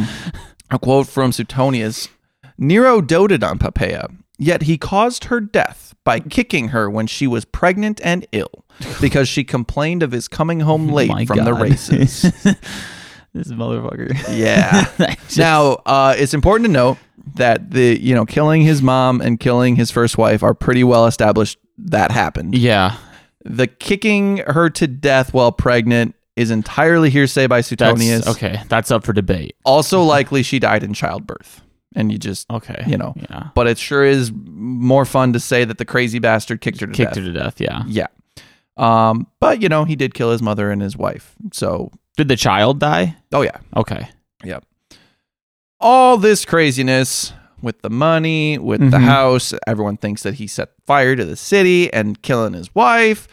[SPEAKER 1] a quote from Suetonius Nero doted on Poppaea, yet he caused her death by kicking her when she was pregnant and ill because she complained of his coming home late
[SPEAKER 2] Oh My
[SPEAKER 1] from the
[SPEAKER 2] God.
[SPEAKER 1] races.
[SPEAKER 2] This motherfucker.
[SPEAKER 1] Yeah. now, uh, it's important to note that the, you know, killing his mom and killing his first wife are pretty well established that happened.
[SPEAKER 2] Yeah.
[SPEAKER 1] The kicking her to death while pregnant is entirely hearsay by
[SPEAKER 2] That's
[SPEAKER 1] Suetonius.
[SPEAKER 2] okay. That's up for debate.
[SPEAKER 1] Also likely she died in childbirth. And you just
[SPEAKER 2] Okay.
[SPEAKER 1] you know.
[SPEAKER 2] Yeah.
[SPEAKER 1] But it sure is more fun to say that the crazy bastard kicked her to
[SPEAKER 2] Kicked
[SPEAKER 1] death.
[SPEAKER 2] her to death, yeah.
[SPEAKER 1] Yeah. Um, but you know, he did kill his mother and his wife. So,
[SPEAKER 2] Did the child die?
[SPEAKER 1] oh yeah.
[SPEAKER 2] Okay.
[SPEAKER 1] Yep. All this craziness with the money, with the
[SPEAKER 2] Mhm.
[SPEAKER 1] house, everyone thinks that he set fire to the city and killing his wife.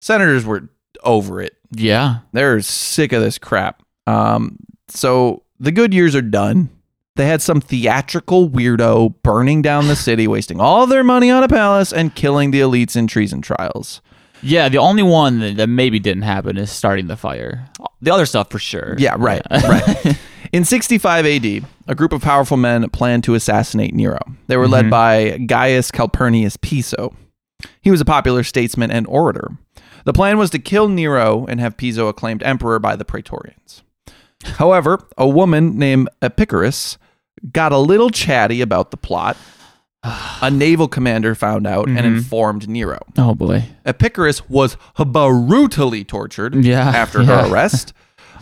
[SPEAKER 1] Senators were over it.
[SPEAKER 2] Yeah.
[SPEAKER 1] They're sick of this crap. Um, so the good years are done. They had some theatrical weirdo burning down the city, wasting all their money on a palace and killing the elites in treason trials.
[SPEAKER 2] Yeah, the only one that, that maybe didn't happen is starting the fire. The other stuff for sure.
[SPEAKER 1] Yeah, right, right. In 65 AD, a group of powerful men planned to assassinate Nero. They were led by Gaius Calpurnius Piso. He was a popular statesman and orator. The plan was to kill Nero and have Piso acclaimed emperor by the Praetorians. However, a woman named Epicharis got a little chatty about the plot. A naval commander found out and informed Nero.
[SPEAKER 2] Oh boy.
[SPEAKER 1] Epicharis was brutally tortured
[SPEAKER 2] Yeah,
[SPEAKER 1] after
[SPEAKER 2] yeah.
[SPEAKER 1] her arrest,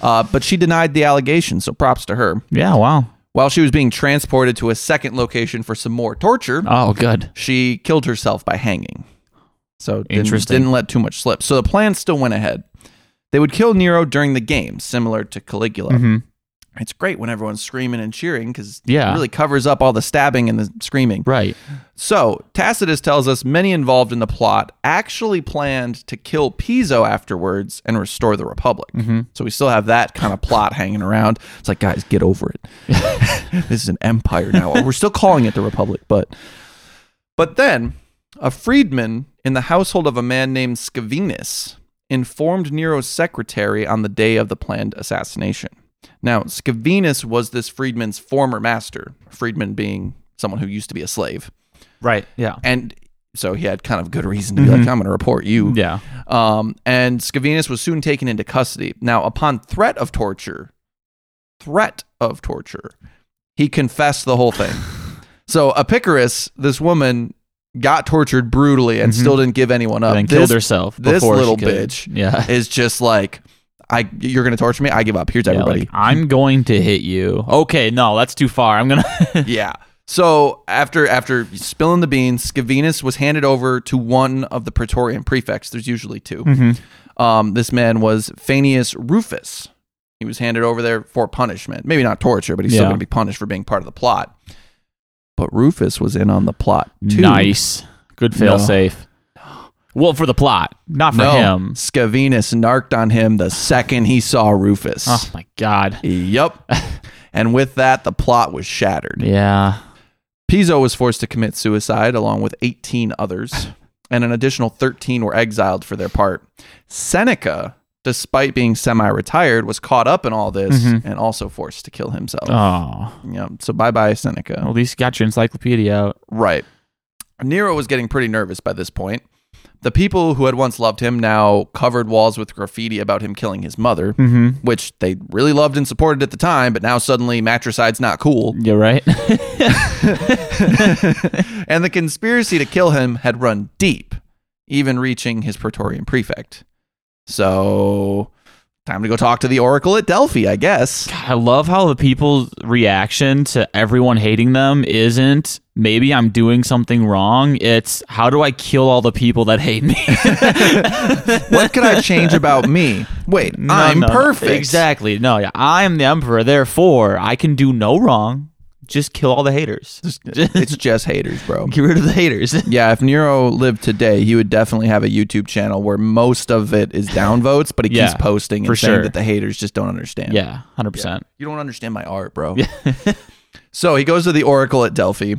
[SPEAKER 1] uh, but she denied the allegation, so props to her.
[SPEAKER 2] Yeah, wow.
[SPEAKER 1] While she was being transported to a second location for some more torture,
[SPEAKER 2] Oh good.
[SPEAKER 1] she killed herself by hanging. So didn't,
[SPEAKER 2] Interesting.
[SPEAKER 1] didn't let too much slip. So the plan still went ahead. They would kill Nero during the game, similar to Caligula. It's great when everyone's screaming and cheering because
[SPEAKER 2] Mm-hmm. Yeah.
[SPEAKER 1] it really covers up all the stabbing and the screaming.
[SPEAKER 2] Right.
[SPEAKER 1] So, Tacitus tells us many involved in the plot actually planned to kill Piso afterwards and restore the Republic. So, we still have that kind of plot hanging around. It's like, guys, get over it. this is an empire now. We're still calling it the Republic, but. But then, a freedman in the household of a man named Scavenus informed Nero's secretary on the day of the planned assassination. Now, Scavenus was this freedman's former master, freedman being someone who used to be a slave
[SPEAKER 2] Right. Yeah.
[SPEAKER 1] and so he had kind of good reason to be like, I'm going to report you.
[SPEAKER 2] Mm-hmm. Yeah.
[SPEAKER 1] Um, and Scavenus was soon taken into custody. Now, upon threat of torture, threat of torture, he confessed the whole thing. so Epicharis, this woman, got tortured brutally and still didn't give anyone up.
[SPEAKER 2] Mm-hmm. and then
[SPEAKER 1] Uh, This
[SPEAKER 2] killed herself
[SPEAKER 1] this
[SPEAKER 2] before
[SPEAKER 1] little
[SPEAKER 2] she could.
[SPEAKER 1] bitch.
[SPEAKER 2] Yeah.
[SPEAKER 1] is just like, I you're going to torture me. I give up. Here's
[SPEAKER 2] Yeah,
[SPEAKER 1] everybody.
[SPEAKER 2] like, ah. I'm going to hit you. Okay, no, that's too far. I'm gonna.
[SPEAKER 1] yeah. So after after spilling the beans, Scavenus was handed over to one of the Praetorian prefects. There's usually 2 Um, this man was Fanius Rufus. He was handed over there for punishment. Maybe not torture, but he's still
[SPEAKER 2] Yeah.
[SPEAKER 1] going to be punished for being part of the plot. But Rufus was in on the plot too.
[SPEAKER 2] nice, good fail
[SPEAKER 1] No.
[SPEAKER 2] safe. Well, for the plot, not for
[SPEAKER 1] No,
[SPEAKER 2] him.
[SPEAKER 1] Scavenus narked on him the second he saw Rufus.
[SPEAKER 2] Oh my god.
[SPEAKER 1] Yep. and with that, the plot was shattered.
[SPEAKER 2] Yeah.
[SPEAKER 1] Piso was forced to commit suicide along with 18 others, and an additional 13 were exiled for their part. Seneca, despite being semi retired, was caught up in all this and also forced to kill himself.
[SPEAKER 2] Mm-hmm. Oh.
[SPEAKER 1] Yeah, so bye bye, Seneca.
[SPEAKER 2] At least you got your encyclopedia out.
[SPEAKER 1] Right. Nero was getting pretty nervous by this point. The people who had once loved him now covered walls with graffiti about him killing his mother,
[SPEAKER 2] Mm-hmm.
[SPEAKER 1] which they really loved and supported at the time, but now suddenly matricide's not cool.
[SPEAKER 2] You're right.
[SPEAKER 1] And the conspiracy to kill him had run deep, even reaching his Praetorian prefect. So, time to go talk to the oracle at Delphi, I guess.
[SPEAKER 2] I love how the people's reaction to everyone hating them isn't maybe I'm doing something wrong. It's how do I kill all the people that hate me?
[SPEAKER 1] What could I change about me? Wait,
[SPEAKER 2] No,
[SPEAKER 1] I'm
[SPEAKER 2] no, no.
[SPEAKER 1] perfect.
[SPEAKER 2] Exactly. No, yeah. I'm the emperor, therefore I can do no wrong. Just kill all the haters. Just
[SPEAKER 1] It's just haters, bro.
[SPEAKER 2] get rid of the haters.
[SPEAKER 1] Yeah, if Nero lived today, he would definitely have a YouTube channel where most of it is downvotes, but he
[SPEAKER 2] Yeah,
[SPEAKER 1] keeps posting
[SPEAKER 2] for
[SPEAKER 1] and saying
[SPEAKER 2] sure.
[SPEAKER 1] that the haters just don't understand.
[SPEAKER 2] yeah, hundred percent.
[SPEAKER 1] You don't understand my art, bro. so he goes to the oracle at Delphi,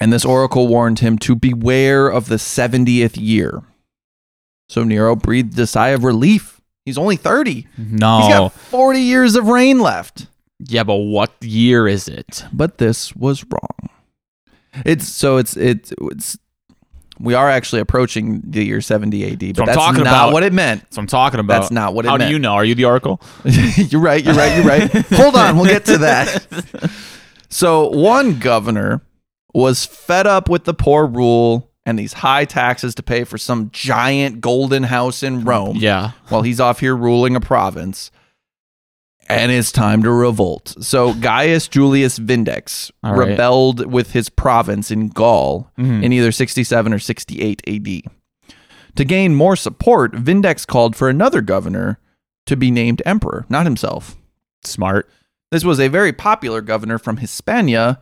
[SPEAKER 1] and this oracle warned him to beware of the 70th year. So Nero breathed a sigh of relief. He's only 30. He's
[SPEAKER 2] No.
[SPEAKER 1] got 40 years of reign left.
[SPEAKER 2] Yeah, but what year is it?
[SPEAKER 1] But this was wrong. It's so it's it's, it's we are actually approaching the year 70 AD, but
[SPEAKER 2] I'm
[SPEAKER 1] that's
[SPEAKER 2] talking
[SPEAKER 1] not
[SPEAKER 2] about.
[SPEAKER 1] what it meant.
[SPEAKER 2] That's what I'm talking about.
[SPEAKER 1] That's not what it
[SPEAKER 2] How
[SPEAKER 1] meant.
[SPEAKER 2] do you know? Are you the oracle?
[SPEAKER 1] you're right. You're right. You're right. Hold on. We'll get to that. So, one governor was fed up with the poor rule and these high taxes to pay for some giant golden house in Rome
[SPEAKER 2] Yeah.
[SPEAKER 1] while he's off here ruling a province. And it's time to revolt. So, Gaius Julius Vindex
[SPEAKER 2] All right.
[SPEAKER 1] rebelled with his province in Gaul
[SPEAKER 2] Mhm.
[SPEAKER 1] in either 67 or 68 AD. To gain more support, Vindex called for another governor to be named emperor, not himself.
[SPEAKER 2] Smart.
[SPEAKER 1] This was a very popular governor from Hispania,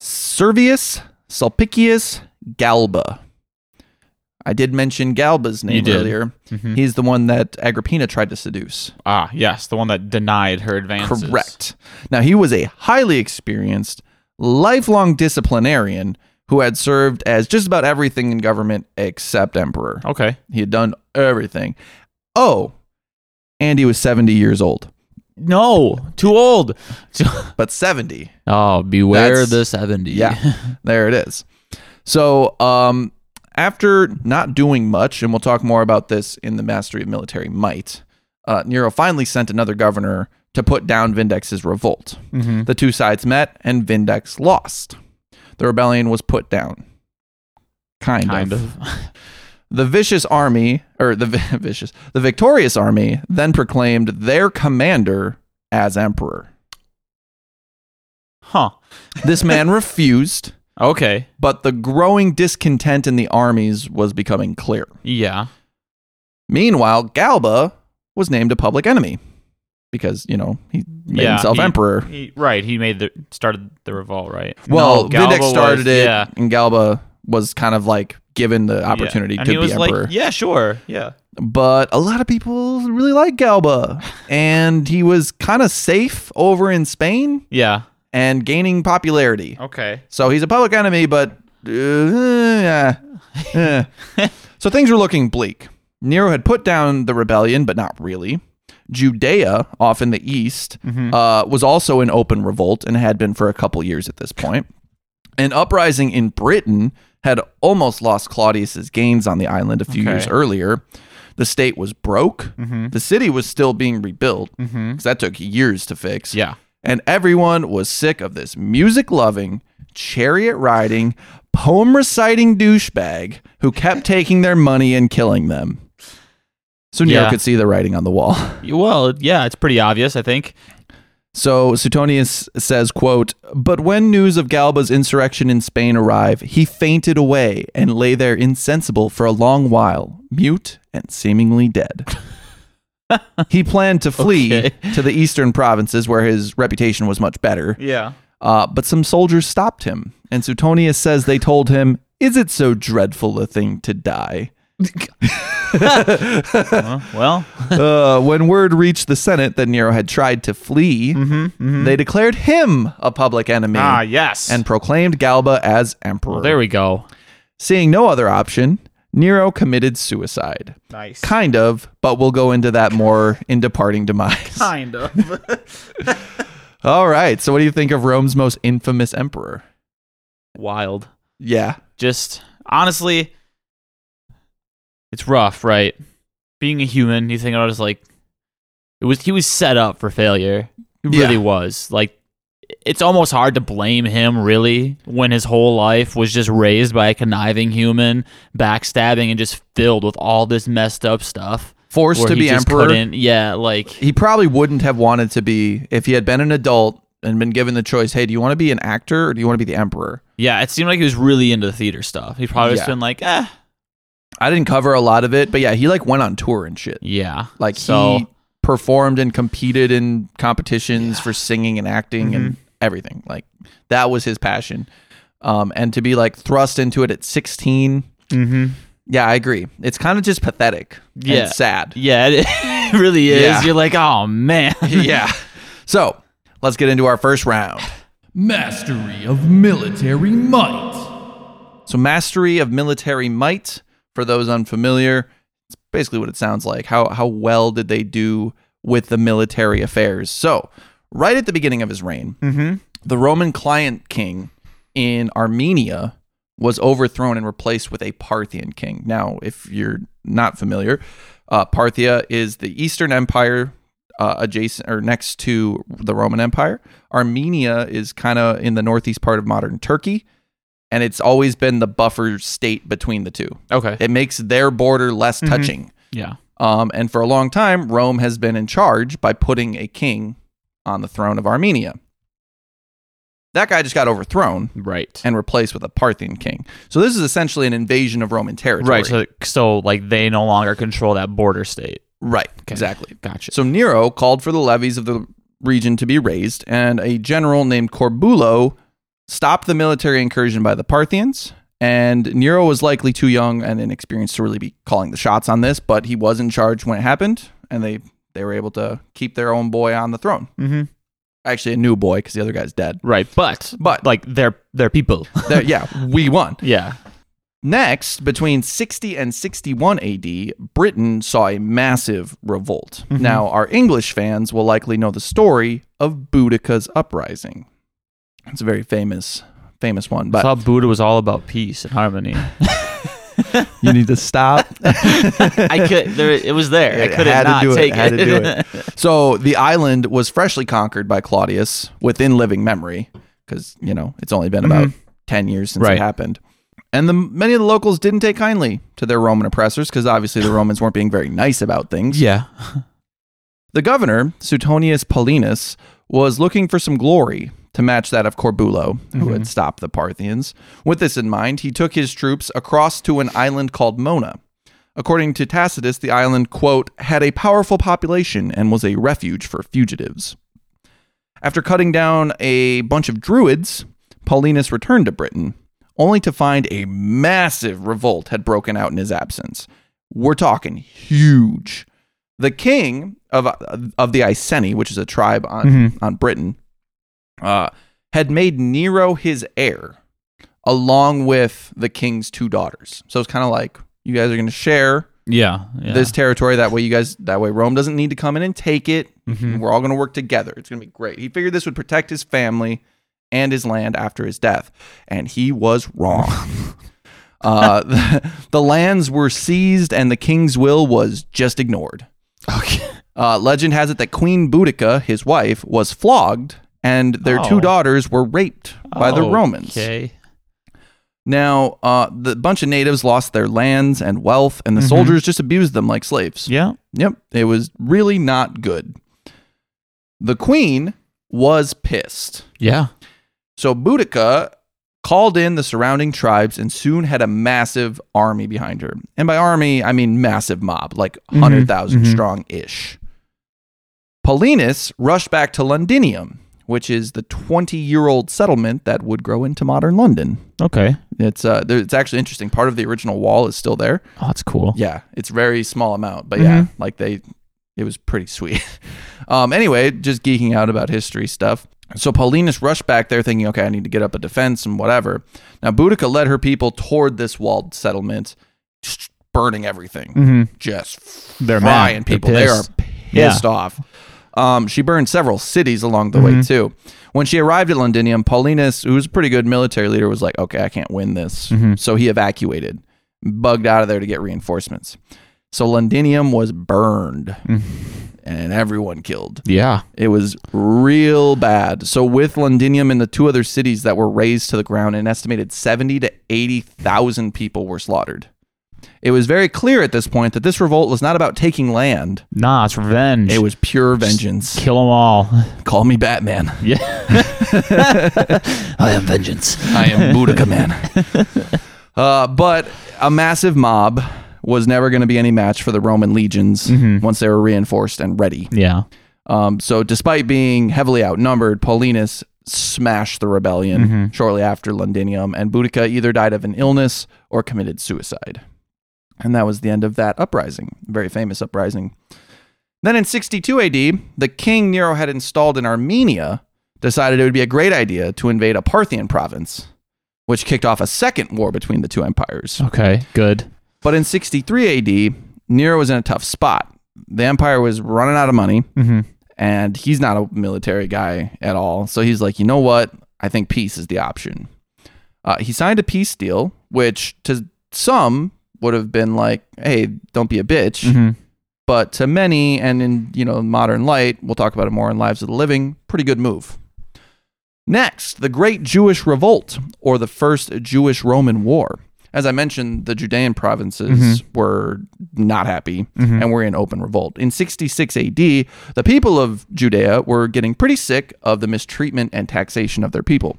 [SPEAKER 1] Servius Sulpicius Galba. I did mention Galba's
[SPEAKER 2] You
[SPEAKER 1] name
[SPEAKER 2] did.
[SPEAKER 1] earlier.
[SPEAKER 2] Mhm.
[SPEAKER 1] He's the one that Agrippina tried to seduce.
[SPEAKER 2] Ah, yes, the one that denied her advances.
[SPEAKER 1] Correct. Now, he was a highly experienced, lifelong disciplinarian who had served as just about everything in government except emperor.
[SPEAKER 2] Okay.
[SPEAKER 1] He had done everything. Oh, and he was 70 years old,
[SPEAKER 2] No, too old.
[SPEAKER 1] but 70.
[SPEAKER 2] oh, beware
[SPEAKER 1] That's-
[SPEAKER 2] the 70.
[SPEAKER 1] Yeah, there it is. So, um, after not doing much, and we'll talk more about this in the Mastery of Military Might, uh, Nero finally sent another governor to put down Vindex's revolt.
[SPEAKER 2] hmm
[SPEAKER 1] The two sides met, and Vindex lost. The rebellion was put down. Kind,
[SPEAKER 2] Kind
[SPEAKER 1] of.
[SPEAKER 2] of.
[SPEAKER 1] The vicious army, or the vi- vicious, the victorious army, then proclaimed their commander as emperor.
[SPEAKER 2] Huh.
[SPEAKER 1] This man refused,
[SPEAKER 2] Okay.
[SPEAKER 1] but the growing discontent in the armies was becoming clear.
[SPEAKER 2] Yeah.
[SPEAKER 1] Meanwhile, Galba was named a public enemy because you know he made
[SPEAKER 2] Yeah,
[SPEAKER 1] himself
[SPEAKER 2] he-
[SPEAKER 1] emperor.
[SPEAKER 2] He, right. He made the started the revolt, right?
[SPEAKER 1] Well,
[SPEAKER 2] No, Galba
[SPEAKER 1] Vindex started
[SPEAKER 2] was-
[SPEAKER 1] it,
[SPEAKER 2] Yeah.
[SPEAKER 1] and Galba was kind of like given the opportunity
[SPEAKER 2] yeah. And
[SPEAKER 1] to
[SPEAKER 2] he
[SPEAKER 1] be
[SPEAKER 2] was
[SPEAKER 1] emperor.
[SPEAKER 2] Like, yeah, sure. Yeah.
[SPEAKER 1] but a lot of people really like Galba, and he was kind of safe over in Spain
[SPEAKER 2] Yeah.
[SPEAKER 1] and gaining popularity.
[SPEAKER 2] Okay.
[SPEAKER 1] So he's a public enemy, but uh, eh, eh. so things were looking bleak. Nero had put down the rebellion, but not really. Judea, off in the east,
[SPEAKER 2] Mm-hmm.
[SPEAKER 1] uh, was also in open revolt and had been for a couple years at this point. An uprising in Britain had almost lost Claudius's gains on the island a
[SPEAKER 2] Okay.
[SPEAKER 1] few
[SPEAKER 2] Mm-hmm.
[SPEAKER 1] years earlier. The state was broke. The city was still being rebuilt because that took years to fix
[SPEAKER 2] Yeah.
[SPEAKER 1] and everyone was sick of this music loving, chariot riding, poem reciting douchebag who kept taking their money and killing them. So Nero
[SPEAKER 2] Yeah.
[SPEAKER 1] could see the writing on the wall.
[SPEAKER 2] Well, yeah, it's pretty obvious, I think.
[SPEAKER 1] So Suetonius says, quote, But when news of Galba's insurrection in Spain arrived, he fainted away and lay there insensible for a long while, mute and seemingly dead. he planned to flee
[SPEAKER 2] Okay.
[SPEAKER 1] to the eastern provinces where his reputation was much better.
[SPEAKER 2] Yeah.
[SPEAKER 1] Uh, but some soldiers stopped him, and Suetonius says they told him, Is it so dreadful a thing to die?
[SPEAKER 2] Huh? well,
[SPEAKER 1] uh, when word reached the Senate that Nero had tried to flee, they declared him a public enemy
[SPEAKER 2] Mm-hmm, ah, yes.
[SPEAKER 1] and proclaimed Galba as emperor.
[SPEAKER 2] well, there we go.
[SPEAKER 1] Seeing no other option, Nero committed suicide.
[SPEAKER 2] Nice.
[SPEAKER 1] Kind of, but we'll go into that more in departing demise.
[SPEAKER 2] Kind of.
[SPEAKER 1] All right. So, what do you think of Rome's most infamous emperor?
[SPEAKER 2] Wild.
[SPEAKER 1] Yeah.
[SPEAKER 2] Just honestly, it's rough, right? Being a human, you think about it as like it was. He was set up for failure. It
[SPEAKER 1] Yeah.
[SPEAKER 2] really was. Like it's almost hard to blame him, really, when his whole life was just raised by a conniving human, backstabbing, and just filled with all this messed up stuff.
[SPEAKER 1] Forced
[SPEAKER 2] where
[SPEAKER 1] to
[SPEAKER 2] he
[SPEAKER 1] be
[SPEAKER 2] just
[SPEAKER 1] emperor.
[SPEAKER 2] couldn't- Yeah, like
[SPEAKER 1] He probably wouldn't have wanted to be if he had been an adult and been given the choice hey, do you want to be an actor or do you want to be the emperor?
[SPEAKER 2] yeah, it seemed like he was really into the theater stuff. He probably just
[SPEAKER 1] Yeah.
[SPEAKER 2] been like, eh,
[SPEAKER 1] I didn't cover a lot of it, but yeah, he like went on tour and shit.
[SPEAKER 2] yeah,
[SPEAKER 1] Like
[SPEAKER 2] so.
[SPEAKER 1] he performed and competed in competitions for singing and acting
[SPEAKER 2] Mm-hmm.
[SPEAKER 1] and everything. Like that was his passion. Um, and to be like thrust into it at 16,
[SPEAKER 2] mm-hmm.
[SPEAKER 1] yeah, I agree. It's kind of just pathetic.
[SPEAKER 2] Yeah.
[SPEAKER 1] And sad.
[SPEAKER 2] Yeah, it, it really is.
[SPEAKER 1] Yeah.
[SPEAKER 2] You're like, oh man.
[SPEAKER 1] yeah. So let's get into our first round.
[SPEAKER 3] Mastery of military might.
[SPEAKER 1] So, mastery of military might, for those unfamiliar, it's basically what it sounds like. How, how well did they do with the military affairs? So, right at the beginning of his reign, the Roman client king in Armenia was overthrown and replaced with a Parthian king. Now, if you're not familiar, uh, Parthia is the Eastern Empire uh, adjacent or next to the Roman Empire. Armenia is kind of in the northeast part of modern Turkey, and it's always been the buffer state between the two.
[SPEAKER 2] Okay.
[SPEAKER 1] It makes their border less
[SPEAKER 2] Mm-hmm.
[SPEAKER 1] touching.
[SPEAKER 2] Yeah.
[SPEAKER 1] Um, and for a long time, Rome has been in charge by putting a king on the throne of Armenia. That guy just got overthrown
[SPEAKER 2] Right.
[SPEAKER 1] and replaced with a Parthian king. So this is essentially an invasion of Roman territory.
[SPEAKER 2] Right. So, so like they no longer control that border state.
[SPEAKER 1] right. Exactly.
[SPEAKER 2] Gotcha.
[SPEAKER 1] So Nero called for the levies of the region to be raised, and a general named Corbulo stopped the military incursion by the Parthians. And Nero was likely too young and inexperienced to really be calling the shots on this, but he was in charge when it happened, and they they were able to keep their own boy on the throne.
[SPEAKER 2] Mhm.
[SPEAKER 1] Actually, a new boy because the other guy's dead.
[SPEAKER 2] right. But
[SPEAKER 1] But
[SPEAKER 2] like they're they're people.
[SPEAKER 1] there- yeah, we won.
[SPEAKER 2] yeah.
[SPEAKER 1] Next, between 60 and 61 AD, Britain saw a massive revolt. Now, our English fans will likely know the story of Boudicca's uprising. It's a very famous famous one,
[SPEAKER 2] I
[SPEAKER 1] but
[SPEAKER 2] thought Buddha was all about peace and harmony.
[SPEAKER 1] you need to stop.
[SPEAKER 2] I could. There, it was there. I
[SPEAKER 1] It
[SPEAKER 2] couldn't
[SPEAKER 1] had to
[SPEAKER 2] not
[SPEAKER 1] do it,
[SPEAKER 2] take
[SPEAKER 1] had
[SPEAKER 2] it.
[SPEAKER 1] to do it. so, the island was freshly conquered by Claudius within living memory because, you know, it's only been about 10 years since
[SPEAKER 2] Right.
[SPEAKER 1] it happened. And the, many of the locals didn't take kindly to their Roman oppressors because obviously the Romans weren't being very nice about things.
[SPEAKER 2] yeah.
[SPEAKER 1] The governor, Suetonius Paulinus, was looking for some glory to match that of Corbulo, who had stopped the Parthians. With this in mind, he took his troops across to an island called Mona. According to Tacitus, the island, quote, had a powerful population and was a refuge for fugitives. After cutting down a bunch of Druids, Paulinus returned to Britain, only to find a massive revolt had broken out in his absence. We're talking huge. The king of of the Iceni, which is a tribe on on Britain, uh, had made Nero his heir, along with the king's two daughters. So it's kind of like you guys are going to share
[SPEAKER 2] Yeah. Yeah.
[SPEAKER 1] this territory. That way, you guys. That way, Rome doesn't need to come in and take it.
[SPEAKER 2] Mhm.
[SPEAKER 1] We're all going to work together. It's going to be great. He figured this would protect his family and his land after his death, and he was wrong. uh, the, the lands were seized, and the king's will was just ignored.
[SPEAKER 2] Okay.
[SPEAKER 1] Uh, legend has it that Queen Boudica, his wife, was flogged, and their
[SPEAKER 2] Oh.
[SPEAKER 1] two daughters were raped by the Romans.
[SPEAKER 2] Okay.
[SPEAKER 1] Now, uh, the bunch of natives lost their lands and wealth, and the soldiers just abused them like slaves.
[SPEAKER 2] Mm-hmm. Yeah.
[SPEAKER 1] Yep, it was really not good. The queen was pissed.
[SPEAKER 2] Yeah.
[SPEAKER 1] So Boudica called in the surrounding tribes and soon had a massive army behind her. And by army, I mean massive mob, like 100,000 strong ish. Paulinus rushed back to Londinium, which is the 20 year old settlement that would grow into modern London.
[SPEAKER 2] Okay.
[SPEAKER 1] It's uh, there, it's actually interesting. Part of the original wall is still there.
[SPEAKER 2] Oh, that's cool.
[SPEAKER 1] Yeah, it's very small amount, but yeah, like they, it was pretty sweet. um, anyway, just geeking out about history stuff. So Paulinus rushed back there, thinking, okay, I need to get up a defense and whatever. Now Boudica led her people toward this walled settlement, just burning everything,
[SPEAKER 2] Mm.
[SPEAKER 1] just
[SPEAKER 2] Mm-hmm. They're mad.
[SPEAKER 1] frying
[SPEAKER 2] They're
[SPEAKER 1] people. They are
[SPEAKER 2] pissed. Yeah. Mm-hmm.
[SPEAKER 1] pissed off. Um, she burned several cities along the way too. When she arrived at Londinium, Paulinus, who was a pretty good military leader, was like, "Okay, I can't win this,"
[SPEAKER 2] Mm-hmm.
[SPEAKER 1] so he evacuated, bugged out of there to get reinforcements. So Londinium was burned,
[SPEAKER 2] Mm.
[SPEAKER 1] and everyone killed.
[SPEAKER 2] Yeah.
[SPEAKER 1] It was real bad. So with Londinium and the two other cities that were razed to the ground, an estimated seventy to eighty thousand people were slaughtered. It was very clear at this point that this revolt was not about taking land.
[SPEAKER 2] Nah, it's revenge.
[SPEAKER 1] It was pure vengeance.
[SPEAKER 2] Kill them all.
[SPEAKER 1] Call me Batman.
[SPEAKER 2] Yeah. I am vengeance.
[SPEAKER 1] I am Boudica Man. Uh, but a massive mob was never going to be any match for the Roman legions once they were reinforced and ready.
[SPEAKER 2] Yeah.
[SPEAKER 1] Um, so, despite being heavily outnumbered, Paulinus smashed the rebellium shortly after Londinium, and Boudica either died of an illness or committed suicide. And that was the end of that uprising, very famous uprising. Then in 62 AD, the king Nero had installed in Armenia decided it would be a great idea to invade a Parthian province, which kicked off a second war between the two empires.
[SPEAKER 2] Okay. Good.
[SPEAKER 1] But in 63 AD, Nero was in a tough spot. The empire was running out of money, and he's not a military guy at all. So he's like, you know what? I think peace is the option. Uh, he signed a peace deal, which to some would have been like, hey, don't be a bitch. But to many, and in you know modern light, we'll talk about it more in Lives of the Living. Pretty good move. Next, the Great Jewish Revolt, or the First Jewish Roman War. As I mentioned, the Judean provinces were not happy and were in open revolt. In 66 AD, the people of Judea were getting pretty sick of the mistreatment and taxation of their people.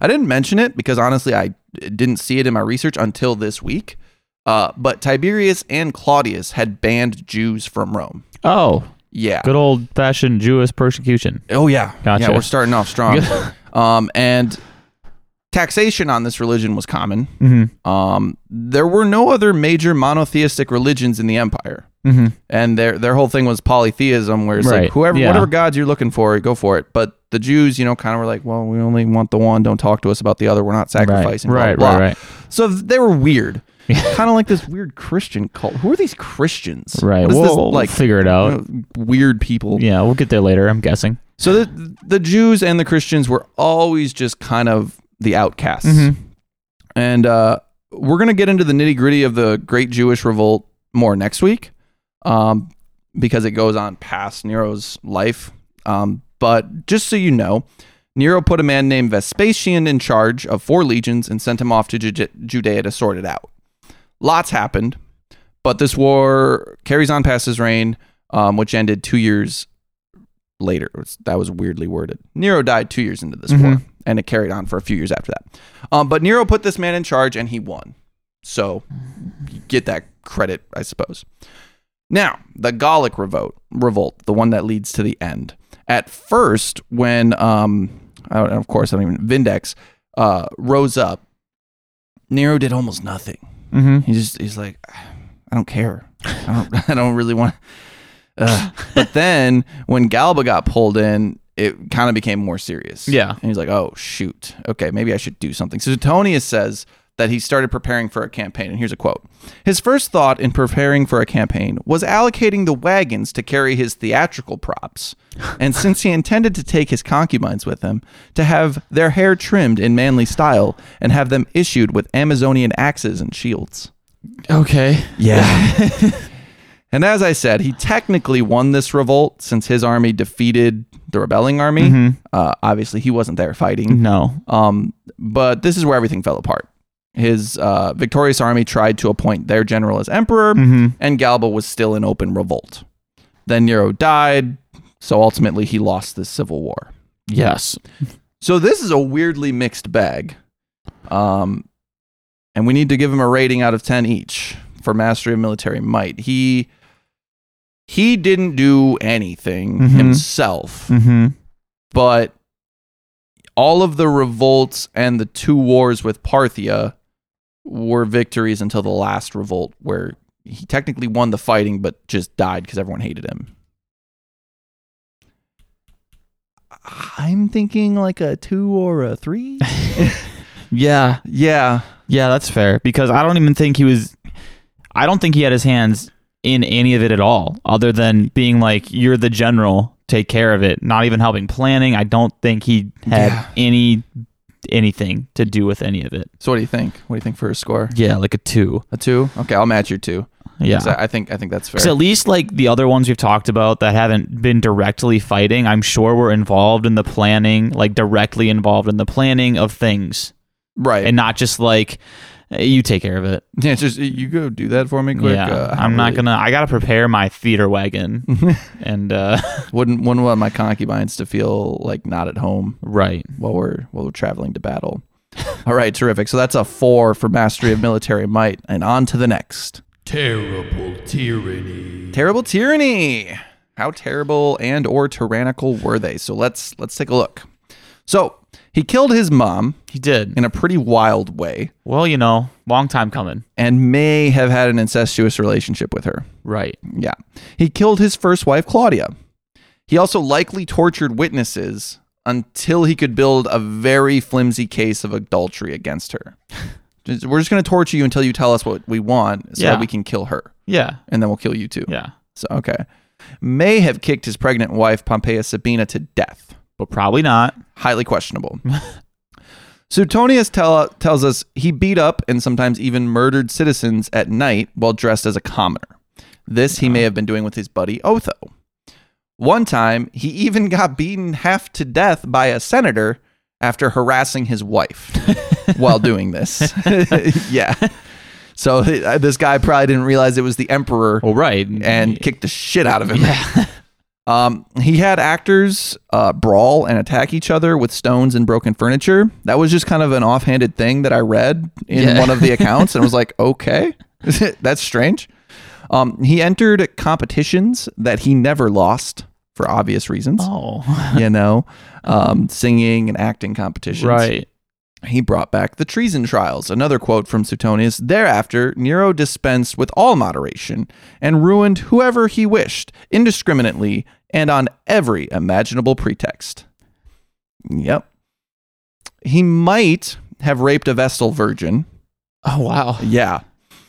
[SPEAKER 1] I didn't mention it because honestly, I didn't see it in my research until this week. Uh, but Tiberius and Claudius had banned Jews from Rome.
[SPEAKER 2] Oh,
[SPEAKER 1] Yeah.
[SPEAKER 2] good old fashioned Jewish persecution.
[SPEAKER 1] Oh yeah, yeah.
[SPEAKER 2] Gotcha.
[SPEAKER 1] We're starting off strong. um, and taxation on this religion was common. Um, there were no other major monotheistic religions in the empire, and their their whole thing was polytheism, where it's
[SPEAKER 2] Right,
[SPEAKER 1] like whoever,
[SPEAKER 2] yeah.
[SPEAKER 1] whatever gods you're looking for, go for it. But the Jews, you know, kind of were like, well, we only want the one. Don't talk to us about the other. We're not sacrificing. blah,
[SPEAKER 2] right,
[SPEAKER 1] blah,
[SPEAKER 2] right,
[SPEAKER 1] blah.
[SPEAKER 2] right.
[SPEAKER 1] So th- they were weird. kind of like this weird Christian cult. Who are these Christians?
[SPEAKER 2] Right.
[SPEAKER 1] What is this,
[SPEAKER 2] We'll figure it out.
[SPEAKER 1] you know, weird people.
[SPEAKER 2] Yeah, we'll get there later, I'm guessing.
[SPEAKER 1] So the the Jews and the Christians were always just kind of the outcasts, and uh, we're gonna get into the nitty gritty of the Great Jewish Revolt more next week, um, because it goes on past Nero's life. Um, but just so you know, Nero put a man named Vespasian in charge of four legions and sent him off to Ju- Judea to sort it out. Lots happened, but this war carries on past his reign, um, which ended two years later. It's- That was weirdly worded. Nero died two years into this war, and it carried on for a few years after that. Um, but Nero put this man in charge, and he won. So you get that credit, I suppose. Now, the Gallic revolt, revolt, the one that leads to the end. At first, when um, I don't, of course, I don't even Vindex uh, rose up, Nero did almost nothing.
[SPEAKER 2] Mm-hmm.
[SPEAKER 1] He just he's like, I don't care. I don't. I don't really want. Ugh. But then when Galba got pulled in, it kind of became more serious.
[SPEAKER 2] Yeah.
[SPEAKER 1] and he's like, oh shoot, okay, maybe I should do something. So Suetonius says that he started preparing for a campaign, and here's a quote: His first thought in preparing for a campaign was allocating the wagons to carry his theatrical props, and since he intended to take his concubines with him, to have their hair trimmed in manly style and have them issued with Amazonian axes and shields.
[SPEAKER 2] Okay.
[SPEAKER 1] Yeah. and as I said, he technically won this revolt since his army defeated the rebelling army.
[SPEAKER 2] Mm-hmm.
[SPEAKER 1] Uh, obviously, he wasn't there fighting.
[SPEAKER 2] No.
[SPEAKER 1] Um, but this is where everything fell apart. His uh, victorious army tried to appoint their general as emperor,
[SPEAKER 2] Hmm.
[SPEAKER 1] and Galba was still in open revolt. Then Nero died, so ultimately he lost this civil war.
[SPEAKER 2] Yes.
[SPEAKER 1] So this is a weirdly mixed bag. Um, and we need to give him a rating out of 10 each for mastery of military might. He he didn't do anything
[SPEAKER 2] Mhm.
[SPEAKER 1] himself,
[SPEAKER 2] Mm-hmm.
[SPEAKER 1] but all of the revolts and the two wars with Parthia were victories until the last revolt, where he technically won the fighting but just died because everyone hated him. I'm thinking like a two or a three.
[SPEAKER 2] Yeah,
[SPEAKER 1] yeah,
[SPEAKER 2] yeah, that's fair because I don't even think he was. I don't think he had his hands in any of it at all, other than being like, "You're the general, take care of it." Not even helping planning. I don't think he had
[SPEAKER 1] Yeah.
[SPEAKER 2] any anything to do with any of it.
[SPEAKER 1] So what do you think? What do you think for a score?
[SPEAKER 2] Yeah, like a two.
[SPEAKER 1] A two? Okay, I'll match your two.
[SPEAKER 2] Yeah.
[SPEAKER 1] 'Cause I I think I think that's fair.
[SPEAKER 2] Because at least like the other ones we've talked about that haven't been directly fighting, I'm sure were involved in the planning, like directly involved in the planning of things,
[SPEAKER 1] right.
[SPEAKER 2] and not just like eh, you take care of it.
[SPEAKER 1] yeah, it's just you go do that for me quick.
[SPEAKER 2] yeah,
[SPEAKER 1] Uh, I
[SPEAKER 2] I'm not
[SPEAKER 1] really-
[SPEAKER 2] gonna. I gotta prepare my theater wagon, and uh,
[SPEAKER 1] Wouldn't wouldn't want my concubines to feel like not at home
[SPEAKER 2] right,
[SPEAKER 1] while we're while we're traveling to battle. All right, terrific. So that's a four for mastery of military might, and on to the next.
[SPEAKER 3] Terrible tyranny.
[SPEAKER 1] Terrible tyranny. How terrible and or tyrannical were they? So let's let's take a look. So he killed his mom
[SPEAKER 2] he did.
[SPEAKER 1] in a pretty wild way,
[SPEAKER 2] Well, you know, long time coming.
[SPEAKER 1] and may have had an incestuous relationship with her.
[SPEAKER 2] Right.
[SPEAKER 1] Yeah. He killed his first wife, Claudia. He also likely tortured witnesses until he could build a very flimsy case of adultery against her. Just- We're just going to torture you until you tell us what we want so
[SPEAKER 2] Yeah.
[SPEAKER 1] that we can kill her,
[SPEAKER 2] Yeah.
[SPEAKER 1] and then we'll kill you too.
[SPEAKER 2] Yeah.
[SPEAKER 1] So, okay. May have kicked his pregnant wife, Pompeia Sabina, to death.
[SPEAKER 2] But probably not.
[SPEAKER 1] Highly questionable. Suetonius tell, tells us he beat up and sometimes even murdered citizens at night while dressed as a commoner. This he may have been doing with his buddy Otho. One time, he even got beaten half to death by a senator after harassing his wife while doing this. yeah. So uh, this guy probably didn't realize it was the emperor
[SPEAKER 2] Well, right.
[SPEAKER 1] and kicked the shit out of him. Um, he had actors uh, brawl and attack each other with stones and broken furniture. That was just kind of an offhanded thing that I read in
[SPEAKER 2] Yeah.
[SPEAKER 1] one of the accounts and was like, okay, that's strange. Um, he entered competitions that he never lost for obvious reasons,
[SPEAKER 2] oh,
[SPEAKER 1] you know, um, singing and acting competitions.
[SPEAKER 2] right.
[SPEAKER 1] He brought back the treason trials. Another quote from Suetonius Thereafter, Nero dispensed with all moderation and ruined whoever he wished, indiscriminately and on every imaginable pretext. Yep. He might have raped a Vestal virgin.
[SPEAKER 2] Oh wow,
[SPEAKER 1] Yeah.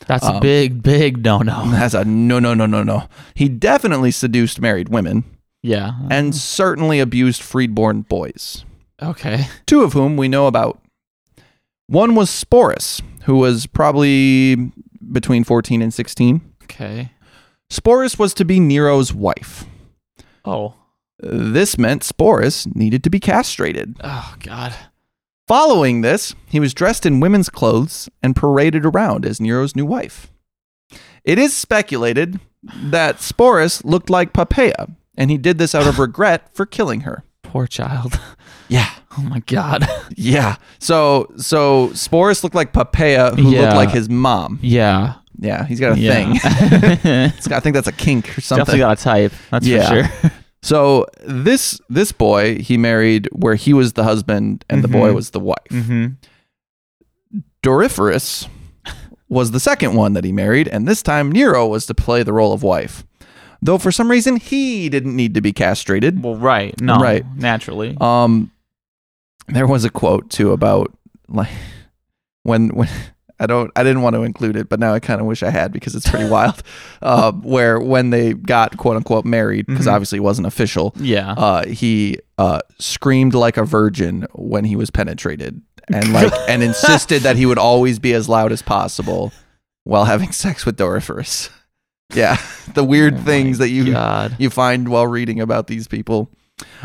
[SPEAKER 2] that's a
[SPEAKER 1] Um,
[SPEAKER 2] big, big no no.
[SPEAKER 1] That's a no, no, no, no, no. He definitely seduced married women
[SPEAKER 2] Yeah.
[SPEAKER 1] and certainly abused freedborn boys.
[SPEAKER 2] Okay.
[SPEAKER 1] two of whom we know about. One was Sporus, who was probably between 14 and 16.
[SPEAKER 2] Okay.
[SPEAKER 1] Sporus was to be Nero's wife.
[SPEAKER 2] Oh.
[SPEAKER 1] This meant Sporus needed to be castrated.
[SPEAKER 2] Oh God.
[SPEAKER 1] Following this, he was dressed in women's clothes and paraded around as Nero's new wife. It is speculated that Sporus looked like Poppaea, and he did this out of regret for killing her.
[SPEAKER 2] Poor child.
[SPEAKER 1] Yeah.
[SPEAKER 2] Oh my God.
[SPEAKER 1] Yeah. So so Sporus looked like Poppaea, who
[SPEAKER 2] Yeah.
[SPEAKER 1] looked like his mom.
[SPEAKER 2] Yeah.
[SPEAKER 1] Yeah, he's got a thing.
[SPEAKER 2] yeah.
[SPEAKER 1] It's got- I think that's a kink or
[SPEAKER 2] Definitely
[SPEAKER 1] something.
[SPEAKER 2] got a type. That's
[SPEAKER 1] Yeah.
[SPEAKER 2] for sure.
[SPEAKER 1] so this this boy he married where he was the husband and the boy
[SPEAKER 2] Mhm.
[SPEAKER 1] was the wife.
[SPEAKER 2] Mm-hmm.
[SPEAKER 1] Doriferus was the second one that he married, and this time Nero was to play the role of wife. Though for some reason he didn't need to be castrated.
[SPEAKER 2] Well, right. No.
[SPEAKER 1] Right.
[SPEAKER 2] Naturally.
[SPEAKER 1] Um, there was a quote too about like when when I don't I didn't want to include it, but now I kind of wish I had because it's pretty wild. Uh, where when they got quote unquote married, because
[SPEAKER 2] Mhm.
[SPEAKER 1] obviously it wasn't official,
[SPEAKER 2] yeah.
[SPEAKER 1] uh, he uh, screamed like a virgin when he was penetrated, and like and insisted that he would always be as loud as possible while having sex with Doriferus. Yeah, the weird
[SPEAKER 2] Oh my
[SPEAKER 1] things that you
[SPEAKER 2] God.
[SPEAKER 1] you find while reading about these people.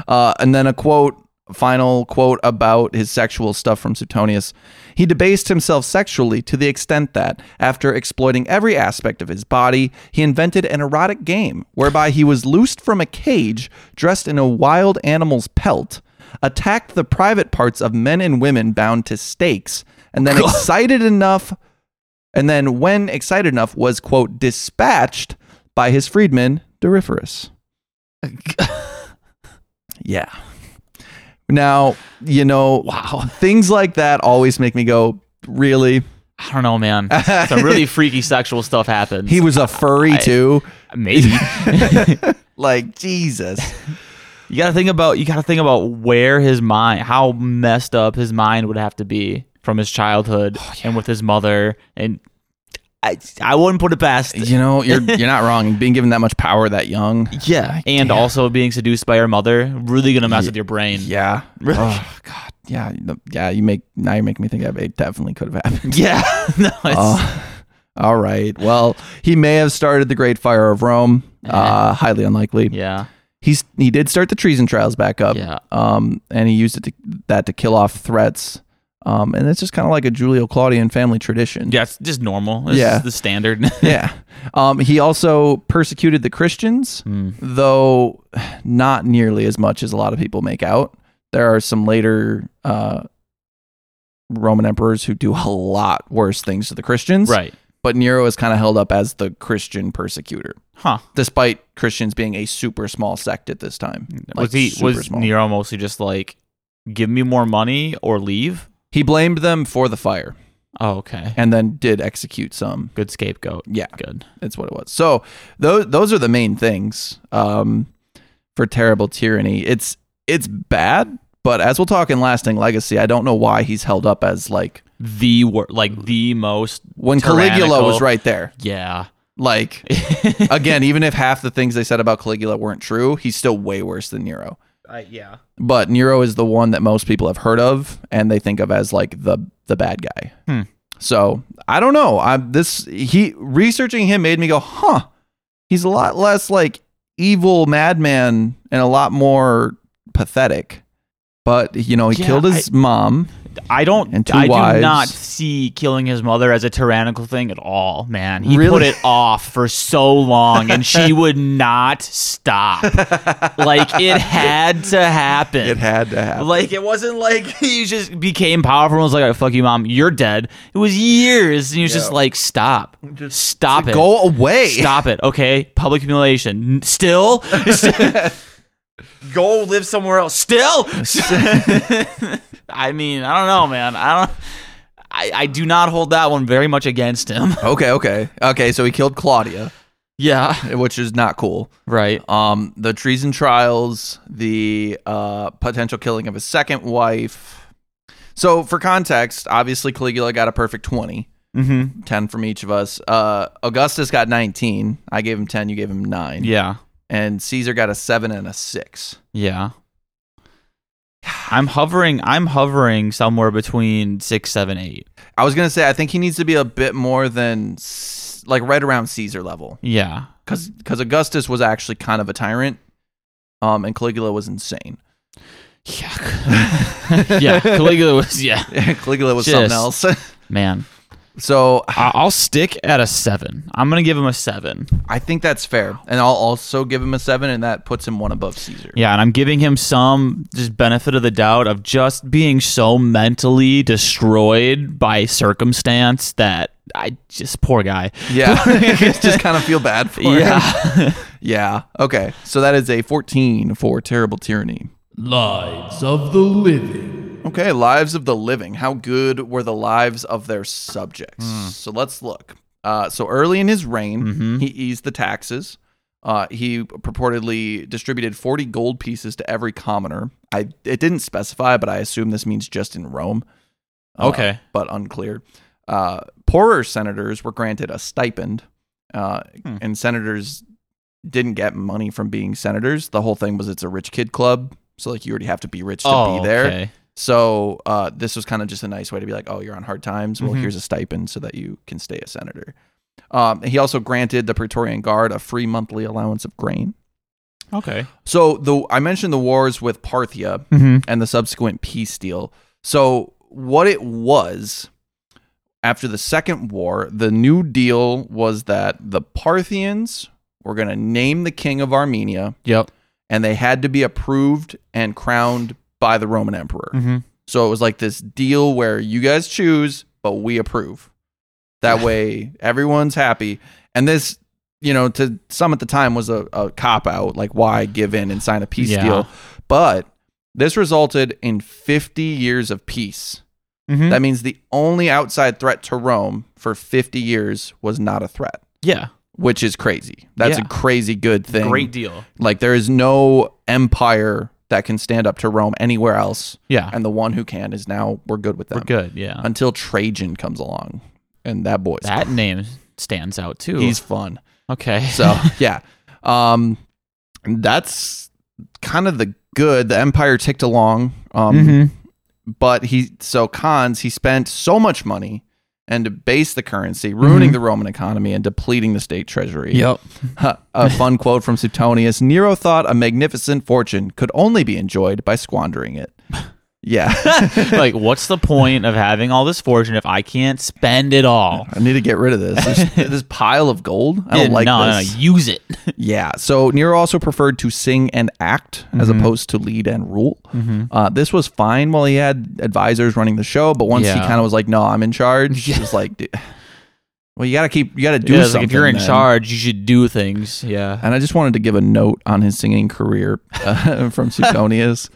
[SPEAKER 1] Uh, and then a quote, final quote about his sexual stuff from Suetonius. He debased himself sexually to the extent that, after exploiting every aspect of his body, he invented an erotic game whereby he was loosed from a cage dressed in a wild animal's pelt, attacked the private parts of men and women bound to stakes, and then excited enough and then when excited enough was quote dispatched by his freedman Doriferus. yeah. Now, you know, wow, things like that always make me go, really?
[SPEAKER 2] I don't know, man. Some really freaky sexual stuff happens.
[SPEAKER 1] He was a furry too.
[SPEAKER 2] Maybe
[SPEAKER 1] Like Jesus.
[SPEAKER 2] you got to think about you got to think about where his mind, how messed up his mind would have to be from his childhood
[SPEAKER 1] Oh,
[SPEAKER 2] and with his mother, and I I wouldn't put it past.
[SPEAKER 1] You know, you're you're not wrong. Being given that much power that young.
[SPEAKER 2] Yeah, and also being seduced by your mother really gonna mess with your brain.
[SPEAKER 1] Yeah. Oh God. Yeah. no- Yeah. You make now you make me think that it definitely could have happened.
[SPEAKER 2] Yeah, no, it's,
[SPEAKER 1] Oh, all right. Well, he may have started the Great Fire of Rome. Uh, highly unlikely.
[SPEAKER 2] Uh-huh. yeah,
[SPEAKER 1] He's he did start the treason trials back up.
[SPEAKER 2] Yeah.
[SPEAKER 1] Um, and he used it to, that to kill off threats. Um, and it's just kind of like a Julio Claudian family tradition.
[SPEAKER 2] yeah. It's just normal. It's
[SPEAKER 1] Yeah.
[SPEAKER 2] just the standard.
[SPEAKER 1] yeah. Um, he also persecuted the Christians, though not nearly as much as a lot of people make out. There are some later uh, Roman emperors who do a lot worse things to the Christians.
[SPEAKER 2] right?
[SPEAKER 1] But Nero is kind of held up as the Christian persecutor,
[SPEAKER 2] Huh?
[SPEAKER 1] despite Christians being a super small sect at this time. Like,
[SPEAKER 2] was he
[SPEAKER 1] super
[SPEAKER 2] was
[SPEAKER 1] small.
[SPEAKER 2] Nero mostly just like, give me more money or leave?
[SPEAKER 1] He blamed them for the fire
[SPEAKER 2] Oh, okay.
[SPEAKER 1] and then did execute some.
[SPEAKER 2] Good scapegoat.
[SPEAKER 1] Yeah.
[SPEAKER 2] Good.
[SPEAKER 1] That's what it was. So those those are the main things um, for terrible tyranny. It's it's bad, but as we'll talk in lasting legacy, I don't know why he's held up as like
[SPEAKER 2] The wor- like the most.
[SPEAKER 1] when Caligula
[SPEAKER 2] Tyrannical.
[SPEAKER 1] was right there.
[SPEAKER 2] Yeah.
[SPEAKER 1] Like again, even if half the things they said about Caligula weren't true, he's still way worse than Nero.
[SPEAKER 2] Uh, yeah.
[SPEAKER 1] But Nero is the one that most people have heard of and they think of as like the the bad guy.
[SPEAKER 2] Hmm.
[SPEAKER 1] So I don't know. I'm this he researching him made me go, huh? He's a lot less like evil madman and a lot more pathetic. But you know, he
[SPEAKER 2] Yeah,
[SPEAKER 1] killed his mom.
[SPEAKER 2] I don't.
[SPEAKER 1] And two
[SPEAKER 2] I
[SPEAKER 1] wives.
[SPEAKER 2] do not see killing his mother as a tyrannical thing at all, man. He put
[SPEAKER 1] Really?
[SPEAKER 2] it off for so long, and she would not stop. like it had to happen.
[SPEAKER 1] had to happen.
[SPEAKER 2] Like it wasn't like he just became powerful and was like, "Oh, "Fuck you, mom, you're dead." It was years, and he was just like, "Stop, stop it,
[SPEAKER 1] Go away.
[SPEAKER 2] stop it." Okay, public humiliation. N- Still, go live somewhere else. Still, I mean, I don't know, man. I don't. I, I do not hold that one very much against him.
[SPEAKER 1] Okay, okay. Okay, so he killed Claudia,
[SPEAKER 2] Yeah,
[SPEAKER 1] which is not cool.
[SPEAKER 2] right.
[SPEAKER 1] Um, the treason trials, the uh, potential killing of his second wife. So, for context, obviously Caligula got a perfect 20,
[SPEAKER 2] Mm-hmm.
[SPEAKER 1] 10 from each of us. Uh, Augustus got 19. I gave him 10, you gave him 9.
[SPEAKER 2] Yeah,
[SPEAKER 1] And Caesar got a 7 and a 6.
[SPEAKER 2] yeah. I'm hovering. I'm hovering somewhere between six, seven, eight.
[SPEAKER 1] I was going to say, I think he needs to be a bit more than, s- like, right around Caesar level.
[SPEAKER 2] Yeah.
[SPEAKER 1] Because Augustus was actually kind of a tyrant, um, and Caligula was insane.
[SPEAKER 2] Yeah. yeah. Caligula was, yeah.
[SPEAKER 1] Caligula was something
[SPEAKER 2] Just-
[SPEAKER 1] else.
[SPEAKER 2] Man.
[SPEAKER 1] so,
[SPEAKER 2] I- I'll stick at a seven. I'm going to give him a seven.
[SPEAKER 1] I think that's fair. And I'll also give him a seven, and that puts him one above Caesar.
[SPEAKER 2] Yeah. And I'm giving him some just benefit of the doubt of just being so mentally destroyed by circumstance that I just, poor guy.
[SPEAKER 1] Yeah. just kind of feel bad for him. Yeah. Okay. So that is a 14 for Terrible Tyranny.
[SPEAKER 3] Lives of the living.
[SPEAKER 1] Okay. Lives of the Living. How good were the lives of their subjects? So let's look. Uh, so early in his reign, he eased the taxes. Uh, he purportedly distributed 40 gold pieces to every commoner. I It didn't specify, but I assume this means just in Rome. Uh,
[SPEAKER 2] Okay.
[SPEAKER 1] but unclear. Uh, poorer senators were granted a stipend, uh,
[SPEAKER 2] Hmm.
[SPEAKER 1] and senators didn't get money from being senators. The whole thing was it's a rich kid club, so like you already have to be rich to be there.
[SPEAKER 2] Oh, okay.
[SPEAKER 1] So uh, this was kind of just a nice way to be like, oh, you're on hard times. Well,
[SPEAKER 2] Mhm.
[SPEAKER 1] here's a stipend so that you can stay a senator. Um, he also granted the Praetorian Guard a free monthly allowance of grain.
[SPEAKER 2] Okay.
[SPEAKER 1] So the I mentioned the wars with Parthia,
[SPEAKER 2] Mm-hmm.
[SPEAKER 1] and the subsequent peace deal. So, what it was after the second war, the new deal was that the Parthians were going to name the king of Armenia
[SPEAKER 2] Yep.
[SPEAKER 1] and they had to be approved and crowned by the Roman emperor.
[SPEAKER 2] Mm-hmm.
[SPEAKER 1] So, it was like this deal where you guys choose, but we approve. That way, everyone's happy. And this, you know, to some at the time was a, a cop out. Like, why give in and sign a peace
[SPEAKER 2] Yeah.
[SPEAKER 1] deal? But This resulted in 50 years of peace.
[SPEAKER 2] Mhm.
[SPEAKER 1] That means the only outside threat to Rome for 50 years was not a threat,
[SPEAKER 2] yeah.
[SPEAKER 1] which is crazy. That's
[SPEAKER 2] Yeah.
[SPEAKER 1] a crazy good thing.
[SPEAKER 2] Great deal.
[SPEAKER 1] Like there is no empire that can stand up to Rome anywhere else,
[SPEAKER 2] Yeah.
[SPEAKER 1] and the one who can is now we're good with them.
[SPEAKER 2] We're good. Yeah.
[SPEAKER 1] Until Trajan comes along, and that boy's
[SPEAKER 2] That name stands out too.
[SPEAKER 1] he's fun.
[SPEAKER 2] okay.
[SPEAKER 1] So yeah, um, that's kind of the good. The empire ticked along, um,
[SPEAKER 2] hmm
[SPEAKER 1] but he so cons he spent so much money and debased the currency, ruining the Roman economy and depleting the state treasury.
[SPEAKER 2] Mm-hmm. Yep.
[SPEAKER 1] a fun quote from Suetonius Nero thought a magnificent fortune could only be enjoyed by squandering it. Yeah.
[SPEAKER 2] like, what's the point of having all this fortune if I can't spend it all?
[SPEAKER 1] I need to get rid of this. This, this pile of gold. I don't like
[SPEAKER 2] no, no, no,
[SPEAKER 1] this.
[SPEAKER 2] use it.
[SPEAKER 1] Yeah. So Nero also preferred to sing and act as
[SPEAKER 2] Mm-hmm.
[SPEAKER 1] opposed to lead and rule. Uh, this was fine while he had advisors running the show, but once he
[SPEAKER 2] Yeah.
[SPEAKER 1] kind of was like, "No, I'm in charge," it was like, "Dude, "Well, you got to keep. You got to do
[SPEAKER 2] Yeah, it's
[SPEAKER 1] something."
[SPEAKER 2] like if you're in
[SPEAKER 1] then."
[SPEAKER 2] charge, you should do things. Yeah.
[SPEAKER 1] and I just wanted to give a note on his singing career uh, from Suetonius.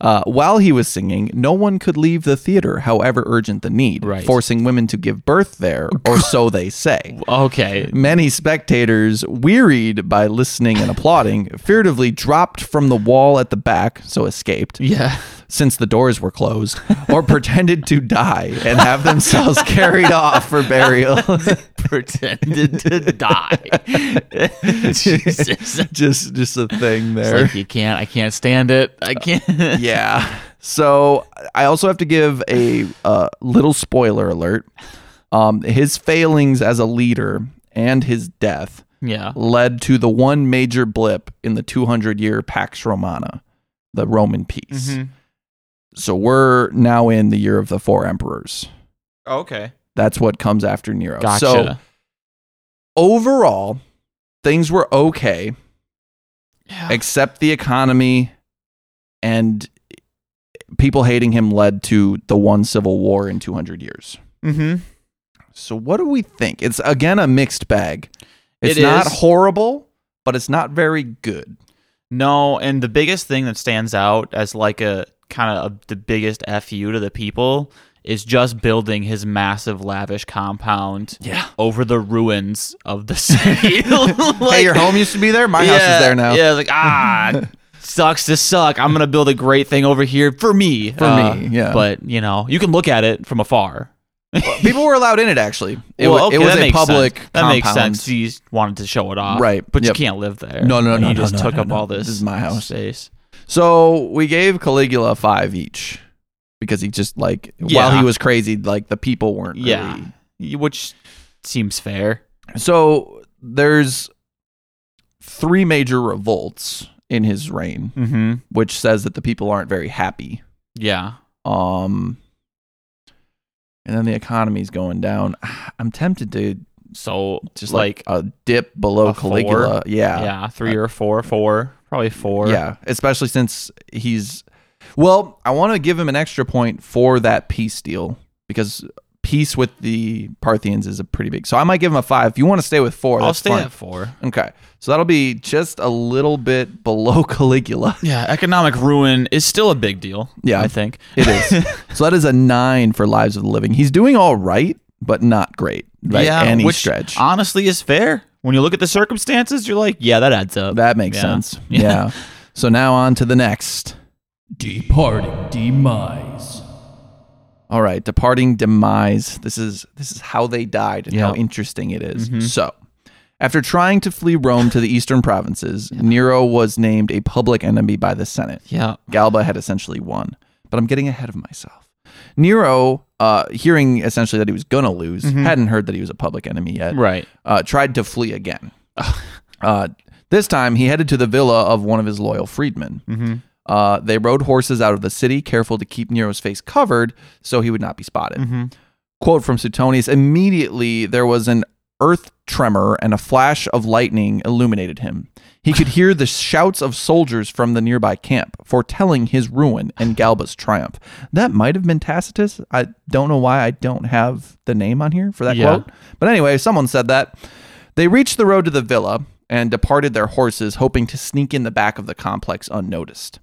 [SPEAKER 1] Uh, while he was singing, no one could leave the theater, however urgent the need,
[SPEAKER 2] Right.
[SPEAKER 1] forcing women to give birth there, or so they say.
[SPEAKER 2] Okay.
[SPEAKER 1] Many spectators, wearied by listening and applauding, furtively dropped from the wall at the back, so escaped,
[SPEAKER 2] Yeah.
[SPEAKER 1] since the doors were closed, or pretended to die and have themselves carried off for burial.
[SPEAKER 2] Pretended to die. Jesus.
[SPEAKER 1] just, just a thing
[SPEAKER 2] It's
[SPEAKER 1] there.
[SPEAKER 2] like you can't. I can't stand it. I can't.
[SPEAKER 1] yeah. So I also have to give a uh, little spoiler alert. Um, his failings as a leader and his death
[SPEAKER 2] yeah.
[SPEAKER 1] led to the one major blip in the 200 year Pax Romana, the Roman peace.
[SPEAKER 2] Mm-hmm.
[SPEAKER 1] So we're now in the year of the four emperors.
[SPEAKER 2] okay.
[SPEAKER 1] That's what comes after Nero.
[SPEAKER 2] Gotcha.
[SPEAKER 1] So overall, things were okay,
[SPEAKER 2] Yeah.
[SPEAKER 1] except the economy and people hating him led to the one civil war in 200 years.
[SPEAKER 2] mm-hmm.
[SPEAKER 1] So what do we think? It's again a mixed bag. It's
[SPEAKER 2] It
[SPEAKER 1] not
[SPEAKER 2] is.
[SPEAKER 1] horrible, but it's not very good.
[SPEAKER 2] No, and the biggest thing that stands out as like a kind of the biggest fu to the people is just building his massive lavish compound
[SPEAKER 1] Yeah.
[SPEAKER 2] over the ruins of the city.
[SPEAKER 1] hey,
[SPEAKER 2] Like,
[SPEAKER 1] your home used to be there. My house
[SPEAKER 2] yeah,
[SPEAKER 1] is there now.
[SPEAKER 2] Yeah, it's like ah, sucks to suck. I'm gonna build a great thing over here for me. For
[SPEAKER 1] me, yeah.
[SPEAKER 2] But you know, you can look at it from afar.
[SPEAKER 1] People were allowed in it actually. It,
[SPEAKER 2] Well,
[SPEAKER 1] wa-
[SPEAKER 2] okay,
[SPEAKER 1] it was
[SPEAKER 2] that
[SPEAKER 1] a
[SPEAKER 2] makes
[SPEAKER 1] public
[SPEAKER 2] sense. That
[SPEAKER 1] compound.
[SPEAKER 2] makes sense. He wanted to show it off,
[SPEAKER 1] Right,
[SPEAKER 2] But
[SPEAKER 1] yep.
[SPEAKER 2] you can't live there.
[SPEAKER 1] No, no,
[SPEAKER 2] And
[SPEAKER 1] no,
[SPEAKER 2] You
[SPEAKER 1] no,
[SPEAKER 2] just
[SPEAKER 1] no,
[SPEAKER 2] took
[SPEAKER 1] no,
[SPEAKER 2] up
[SPEAKER 1] no.
[SPEAKER 2] all this.
[SPEAKER 1] This is my house.
[SPEAKER 2] space.
[SPEAKER 1] So we gave Caligula five each because he just like while
[SPEAKER 2] Yeah.
[SPEAKER 1] he was crazy, like the people weren't.
[SPEAKER 2] Yeah.
[SPEAKER 1] really-
[SPEAKER 2] which seems fair.
[SPEAKER 1] So there's three major revolts in his reign,
[SPEAKER 2] Mm-hmm.
[SPEAKER 1] which says that the people aren't very happy.
[SPEAKER 2] Yeah.
[SPEAKER 1] Um, and then the economy's going down. I'm tempted to
[SPEAKER 2] So
[SPEAKER 1] just
[SPEAKER 2] just uh, like,
[SPEAKER 1] like, a dip below
[SPEAKER 2] a four?
[SPEAKER 1] Caligula.
[SPEAKER 2] yeah. three or four, four, probably four.
[SPEAKER 1] Yeah, especially since he's. Well, I want to give him an extra point for that peace deal because peace with the Parthians is a pretty big. So I might give him a five. If you want to stay with four,
[SPEAKER 2] I'll
[SPEAKER 1] that's
[SPEAKER 2] stay
[SPEAKER 1] fine.
[SPEAKER 2] at four.
[SPEAKER 1] Okay, so that'll be just a little bit below Caligula.
[SPEAKER 2] Yeah, economic ruin is still a big deal.
[SPEAKER 1] Yeah.
[SPEAKER 2] I think
[SPEAKER 1] It is. so that is a nine for Lives of the Living. He's doing all right, but not great by
[SPEAKER 2] yeah,
[SPEAKER 1] any
[SPEAKER 2] which
[SPEAKER 1] stretch.
[SPEAKER 2] honestly is fair. When you look at the circumstances, you're like, yeah, that adds up.
[SPEAKER 1] that makes
[SPEAKER 2] Yeah.
[SPEAKER 1] sense.
[SPEAKER 2] Yeah.
[SPEAKER 1] yeah. So now on to the next.
[SPEAKER 3] Departing Demise.
[SPEAKER 1] All right, departing demise. This is this is how they died and how
[SPEAKER 2] Yeah. Mm-hmm.
[SPEAKER 1] interesting it is. So, after trying to flee Rome to the eastern provinces, Nero was named a public enemy by the Senate.
[SPEAKER 2] Yeah.
[SPEAKER 1] Galba had essentially won, but I'm getting ahead of myself. Nero, uh, hearing essentially that he was gonna lose, hadn't heard that he was a public enemy yet.
[SPEAKER 2] Mm-hmm. Right.
[SPEAKER 1] Uh, tried to flee again. uh, this time, he headed to the villa of one of his loyal freedmen. Uh, they rode horses out of the city, careful to keep Nero's face covered so he would not be spotted. Quote from Suetonius Immediately there was an earth tremor and a flash of lightning illuminated him. He could hear the shouts of soldiers from the nearby camp, foretelling his ruin and Galba's triumph. That might have been Tacitus. I don't know why I don't have the name on here for that
[SPEAKER 2] Yeah.
[SPEAKER 1] quote. But anyway, someone said that. They reached the road to the villa and departed their horses, hoping to sneak in the back of the complex unnoticed.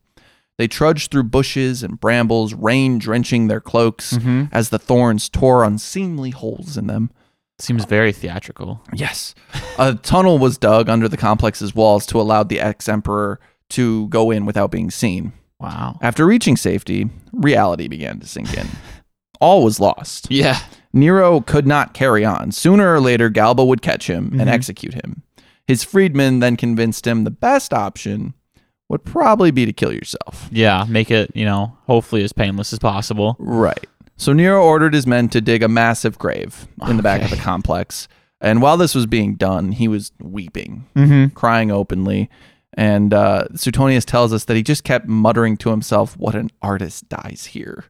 [SPEAKER 1] They trudged through bushes and brambles, rain drenching their cloaks as the thorns tore unseemly holes in them.
[SPEAKER 2] Seems very theatrical.
[SPEAKER 1] Yes. A tunnel was dug under the complex's walls to allow the ex emperor to go in without being seen.
[SPEAKER 2] Wow.
[SPEAKER 1] After reaching safety, reality began to sink in. All was lost.
[SPEAKER 2] Yeah.
[SPEAKER 1] Nero could not carry on. Sooner or later, Galba would catch him and execute him. His freedmen then convinced him the best option would probably be to kill yourself.
[SPEAKER 2] Yeah. Make it, you know, hopefully as painless as possible.
[SPEAKER 1] Right. So Nero ordered his men to dig a massive grave in the back of the complex. And while this was being done, he was weeping, crying openly. And uh, Suetonius tells us that he just kept muttering to himself, What an artist dies here.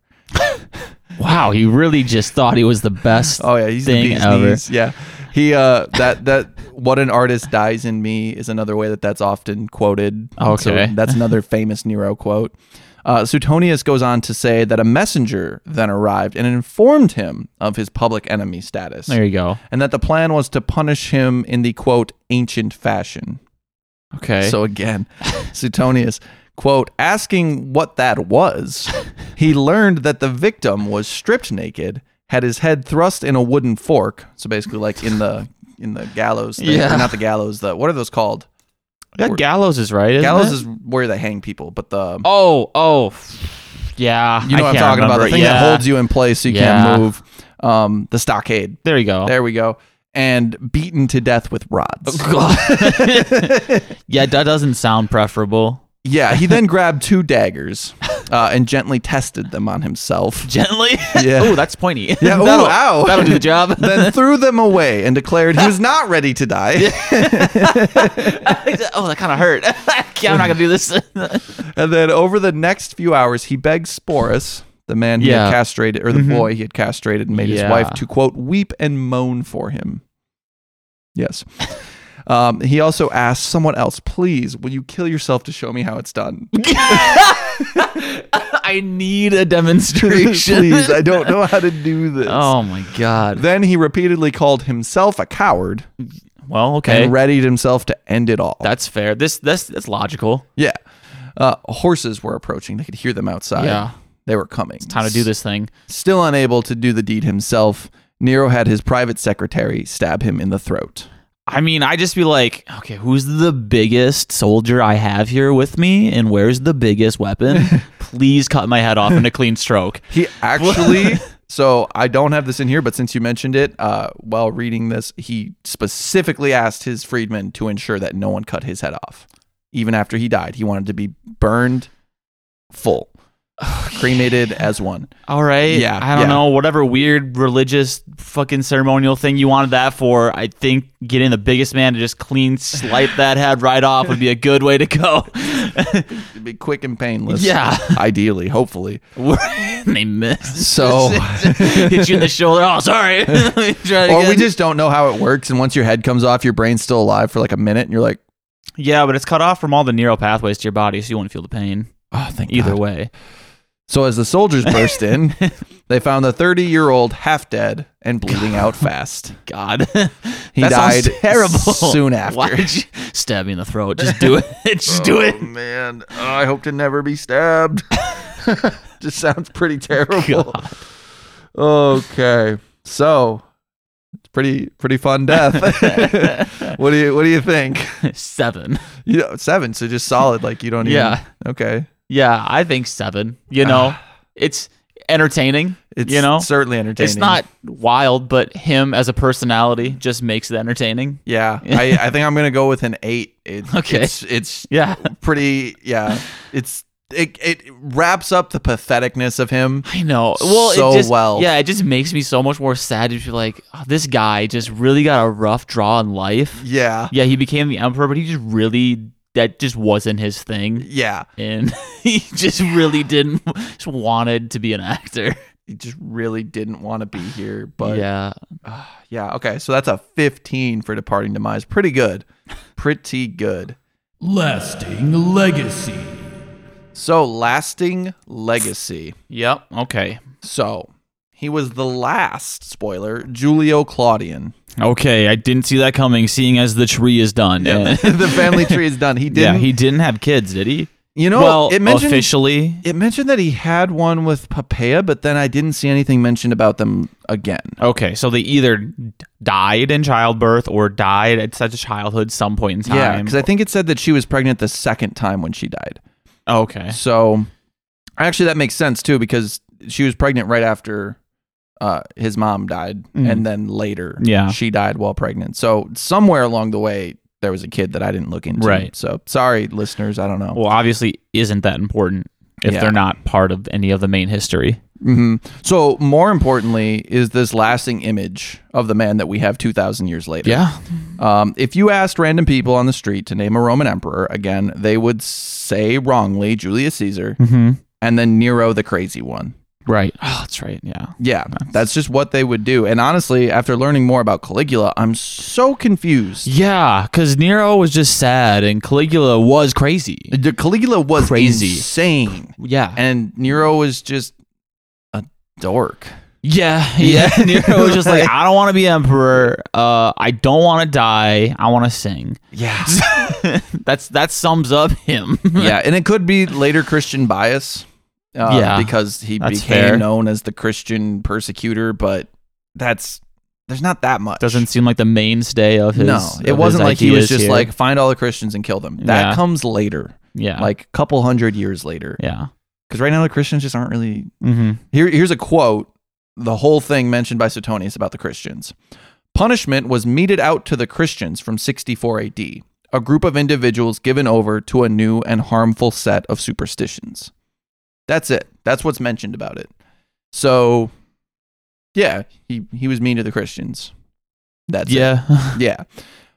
[SPEAKER 2] Wow. He really just thought he was the best.
[SPEAKER 1] Oh yeah, he's
[SPEAKER 2] thing
[SPEAKER 1] the bee's
[SPEAKER 2] ever.
[SPEAKER 1] knees. Yeah, he uh, that that what an artist dies in me is another way that that's often quoted. So
[SPEAKER 2] Okay.
[SPEAKER 1] that's another famous Nero quote. Uh, Suetonius goes on to say that a messenger then arrived and informed him of his public enemy status,
[SPEAKER 2] There you go.
[SPEAKER 1] and that the plan was to punish him in the quote ancient fashion.
[SPEAKER 2] Okay.
[SPEAKER 1] So again, Suetonius, quote, asking what that was, he learned that the victim was stripped naked, had his head thrust in a wooden fork. So basically, like in the in the gallows, thing,
[SPEAKER 2] Yeah.
[SPEAKER 1] or not the gallows. The what are those called?
[SPEAKER 2] that gallows is right. Isn't
[SPEAKER 1] gallows
[SPEAKER 2] it?
[SPEAKER 1] is where they hang people, but the
[SPEAKER 2] Oh, oh, yeah.
[SPEAKER 1] you know
[SPEAKER 2] I
[SPEAKER 1] what I'm
[SPEAKER 2] can't
[SPEAKER 1] talking about,
[SPEAKER 2] remember
[SPEAKER 1] the
[SPEAKER 2] it.
[SPEAKER 1] thing that
[SPEAKER 2] Yeah.
[SPEAKER 1] holds you in place so you
[SPEAKER 2] Yeah.
[SPEAKER 1] can't move. Um, the stockade.
[SPEAKER 2] There you go.
[SPEAKER 1] There we go. And beaten to death with rods.
[SPEAKER 2] yeah, that doesn't sound preferable.
[SPEAKER 1] Yeah, he then grabbed two daggers uh, and gently tested them on himself.
[SPEAKER 2] Gently.
[SPEAKER 1] Yeah.
[SPEAKER 2] oh, that's pointy.
[SPEAKER 1] Yeah, ooh,
[SPEAKER 2] that'll,
[SPEAKER 1] ow.
[SPEAKER 2] that'll do the job.
[SPEAKER 1] then threw them away and declared he was not ready to die.
[SPEAKER 2] oh, that kind of hurt. yeah, I'm not gonna do this.
[SPEAKER 1] and then over the next few hours, he begged Sporus, the man he
[SPEAKER 2] Yeah. Mm-hmm.
[SPEAKER 1] had castrated, or the boy he had castrated and made his
[SPEAKER 2] Yeah.
[SPEAKER 1] wife, to quote, weep and moan for him. Yes. Um, he also asked someone else, please, will you kill yourself to show me how it's done?
[SPEAKER 2] I need a demonstration.
[SPEAKER 1] please, I don't know how to do this.
[SPEAKER 2] Oh my god.
[SPEAKER 1] Then he repeatedly called himself a coward
[SPEAKER 2] Well, okay.
[SPEAKER 1] and readied himself to end it all.
[SPEAKER 2] that's fair. This that's that's logical.
[SPEAKER 1] Yeah. Uh, horses were approaching. They could hear them outside.
[SPEAKER 2] Yeah.
[SPEAKER 1] They were coming. It's
[SPEAKER 2] Time to do this thing.
[SPEAKER 1] Still unable to do the deed himself, Nero had his private secretary stab him in the throat.
[SPEAKER 2] I mean, I just be like, okay, who's the biggest soldier I have here with me, and where's the biggest weapon? Please cut my head off in a clean stroke.
[SPEAKER 1] He actually. so I don't have this in here, but since you mentioned it, uh, while reading this, he specifically asked his freedmen to ensure that no one cut his head off. Even after he died, he wanted to be burned full,
[SPEAKER 2] Oh,
[SPEAKER 1] cremated as one.
[SPEAKER 2] All right.
[SPEAKER 1] Yeah,
[SPEAKER 2] I don't
[SPEAKER 1] yeah.
[SPEAKER 2] know. Whatever weird religious fucking ceremonial thing you wanted that for, I think getting the biggest man to just clean slice that head right off would be a good way to go.
[SPEAKER 1] It'd be quick and painless.
[SPEAKER 2] Yeah.
[SPEAKER 1] Ideally, hopefully.
[SPEAKER 2] they miss.
[SPEAKER 1] So.
[SPEAKER 2] Hit you in the shoulder. Oh, sorry. Let me try it
[SPEAKER 1] Or we
[SPEAKER 2] again.
[SPEAKER 1] just don't know how it works. And once your head comes off, your brain's still alive for like a minute, and you're like,
[SPEAKER 2] yeah, but it's cut off from all the neural pathways to your body, so you won't feel the pain
[SPEAKER 1] oh, thank
[SPEAKER 2] either
[SPEAKER 1] God.
[SPEAKER 2] way.
[SPEAKER 1] So as the soldiers burst in, they found the 30 year old half dead and bleeding out fast.
[SPEAKER 2] God,
[SPEAKER 1] He
[SPEAKER 2] That sounds
[SPEAKER 1] died
[SPEAKER 2] terrible.
[SPEAKER 1] soon after.
[SPEAKER 2] Why did you stab me in the throat? Just do it. just do it.
[SPEAKER 1] Oh, man, I hope to never be stabbed. Just sounds pretty terrible. Okay, so it's pretty pretty fun death. what do you what do you think?
[SPEAKER 2] Seven.
[SPEAKER 1] You know, seven, so just solid. Like you don't.
[SPEAKER 2] Yeah.
[SPEAKER 1] Even, okay.
[SPEAKER 2] Yeah, I think seven. You know, it's entertaining.
[SPEAKER 1] It's
[SPEAKER 2] you know,
[SPEAKER 1] certainly entertaining.
[SPEAKER 2] it's not wild, but him as a personality just makes it entertaining.
[SPEAKER 1] Yeah, I, I think I'm gonna go with an eight. It,
[SPEAKER 2] Okay.
[SPEAKER 1] it's, it's
[SPEAKER 2] Yeah,
[SPEAKER 1] pretty. Yeah, it's it it wraps up the patheticness of him.
[SPEAKER 2] I know. Well,
[SPEAKER 1] So
[SPEAKER 2] it just,
[SPEAKER 1] well.
[SPEAKER 2] Yeah, it just makes me so much more sad to be like, oh, this guy just really got a rough draw in life.
[SPEAKER 1] Yeah,
[SPEAKER 2] Yeah, he became the emperor, but he just really that just wasn't his thing.
[SPEAKER 1] yeah.
[SPEAKER 2] and he just really didn't just wanted to be an actor.
[SPEAKER 1] He just really didn't want to be here, but yeah.
[SPEAKER 2] yeah,
[SPEAKER 1] Okay, so that's a 15 for departing demise. Pretty good, pretty good.
[SPEAKER 3] Lasting legacy.
[SPEAKER 1] So lasting legacy.
[SPEAKER 2] yep, okay,
[SPEAKER 1] So he was the last spoiler, Julio Claudian.
[SPEAKER 2] okay. I didn't see that coming. Seeing as the tree is done,
[SPEAKER 1] the family tree is done. He didn't.
[SPEAKER 2] didn't have kids, did he?
[SPEAKER 1] You know,
[SPEAKER 2] well,
[SPEAKER 1] it mentioned
[SPEAKER 2] officially.
[SPEAKER 1] it mentioned that he had one with Papaya, but then I didn't see anything mentioned about them again.
[SPEAKER 2] Okay, so they either d- died in childbirth or died at such a childhood some point in time.
[SPEAKER 1] Yeah, because I think it said that she was pregnant the second time when she died. Eh.
[SPEAKER 2] okay.
[SPEAKER 1] So actually, that makes sense too because she was pregnant right after uh, his mom died,
[SPEAKER 2] Mhm.
[SPEAKER 1] and then later,
[SPEAKER 2] Yeah.
[SPEAKER 1] she died while pregnant. So somewhere along the way, there was a kid that I didn't look into.
[SPEAKER 2] Right.
[SPEAKER 1] So sorry, listeners. I don't know.
[SPEAKER 2] Well, obviously, isn't that important if
[SPEAKER 1] Yeah.
[SPEAKER 2] they're not part of any of the main history?
[SPEAKER 1] hmm So more importantly, is this lasting image of the man that we have two thousand years later?
[SPEAKER 2] Yeah.
[SPEAKER 1] Um, if you asked random people on the street to name a Roman emperor, again, they would say wrongly Julius Caesar
[SPEAKER 2] Mm-hmm.
[SPEAKER 1] and then Nero the crazy one.
[SPEAKER 2] Right. Oh, that's right. Yeah.
[SPEAKER 1] Yeah, that's just what they would do. And honestly, after learning more about Caligula, I'm so confused.
[SPEAKER 2] Yeah, because Nero was just sad and Caligula was crazy.
[SPEAKER 1] The Caligula was
[SPEAKER 2] Crazy.
[SPEAKER 1] insane,
[SPEAKER 2] Yeah.
[SPEAKER 1] and Nero was just a dork.
[SPEAKER 2] yeah. Yeah. Nero was just like, I don't want to be emperor. Uh, I don't want to die. I want to sing.
[SPEAKER 1] Yeah,
[SPEAKER 2] that's that sums up him.
[SPEAKER 1] yeah, and it could be later Christian bias. Uh,
[SPEAKER 2] Yeah,
[SPEAKER 1] because he
[SPEAKER 2] that's
[SPEAKER 1] became
[SPEAKER 2] fair.
[SPEAKER 1] known as the Christian persecutor, but that's there's not that much.
[SPEAKER 2] Doesn't seem like the mainstay of his.
[SPEAKER 1] no,
[SPEAKER 2] of
[SPEAKER 1] it
[SPEAKER 2] his
[SPEAKER 1] wasn't like he was
[SPEAKER 2] ideas
[SPEAKER 1] just
[SPEAKER 2] here.
[SPEAKER 1] like find all the Christians and kill them. That
[SPEAKER 2] Yeah.
[SPEAKER 1] comes later,
[SPEAKER 2] yeah,
[SPEAKER 1] like a couple hundred years later.
[SPEAKER 2] yeah.
[SPEAKER 1] Because right now the Christians just aren't really
[SPEAKER 2] Mm-hmm.
[SPEAKER 1] Here, here's a quote the whole thing mentioned by Suetonius about the Christians. Punishment was meted out to the Christians from 64 AD, a group of individuals given over to a new and harmful set of superstitions. That's it. That's what's mentioned about it. So, yeah, he, he was mean to the Christians. That's it.
[SPEAKER 2] yeah,
[SPEAKER 1] Yeah.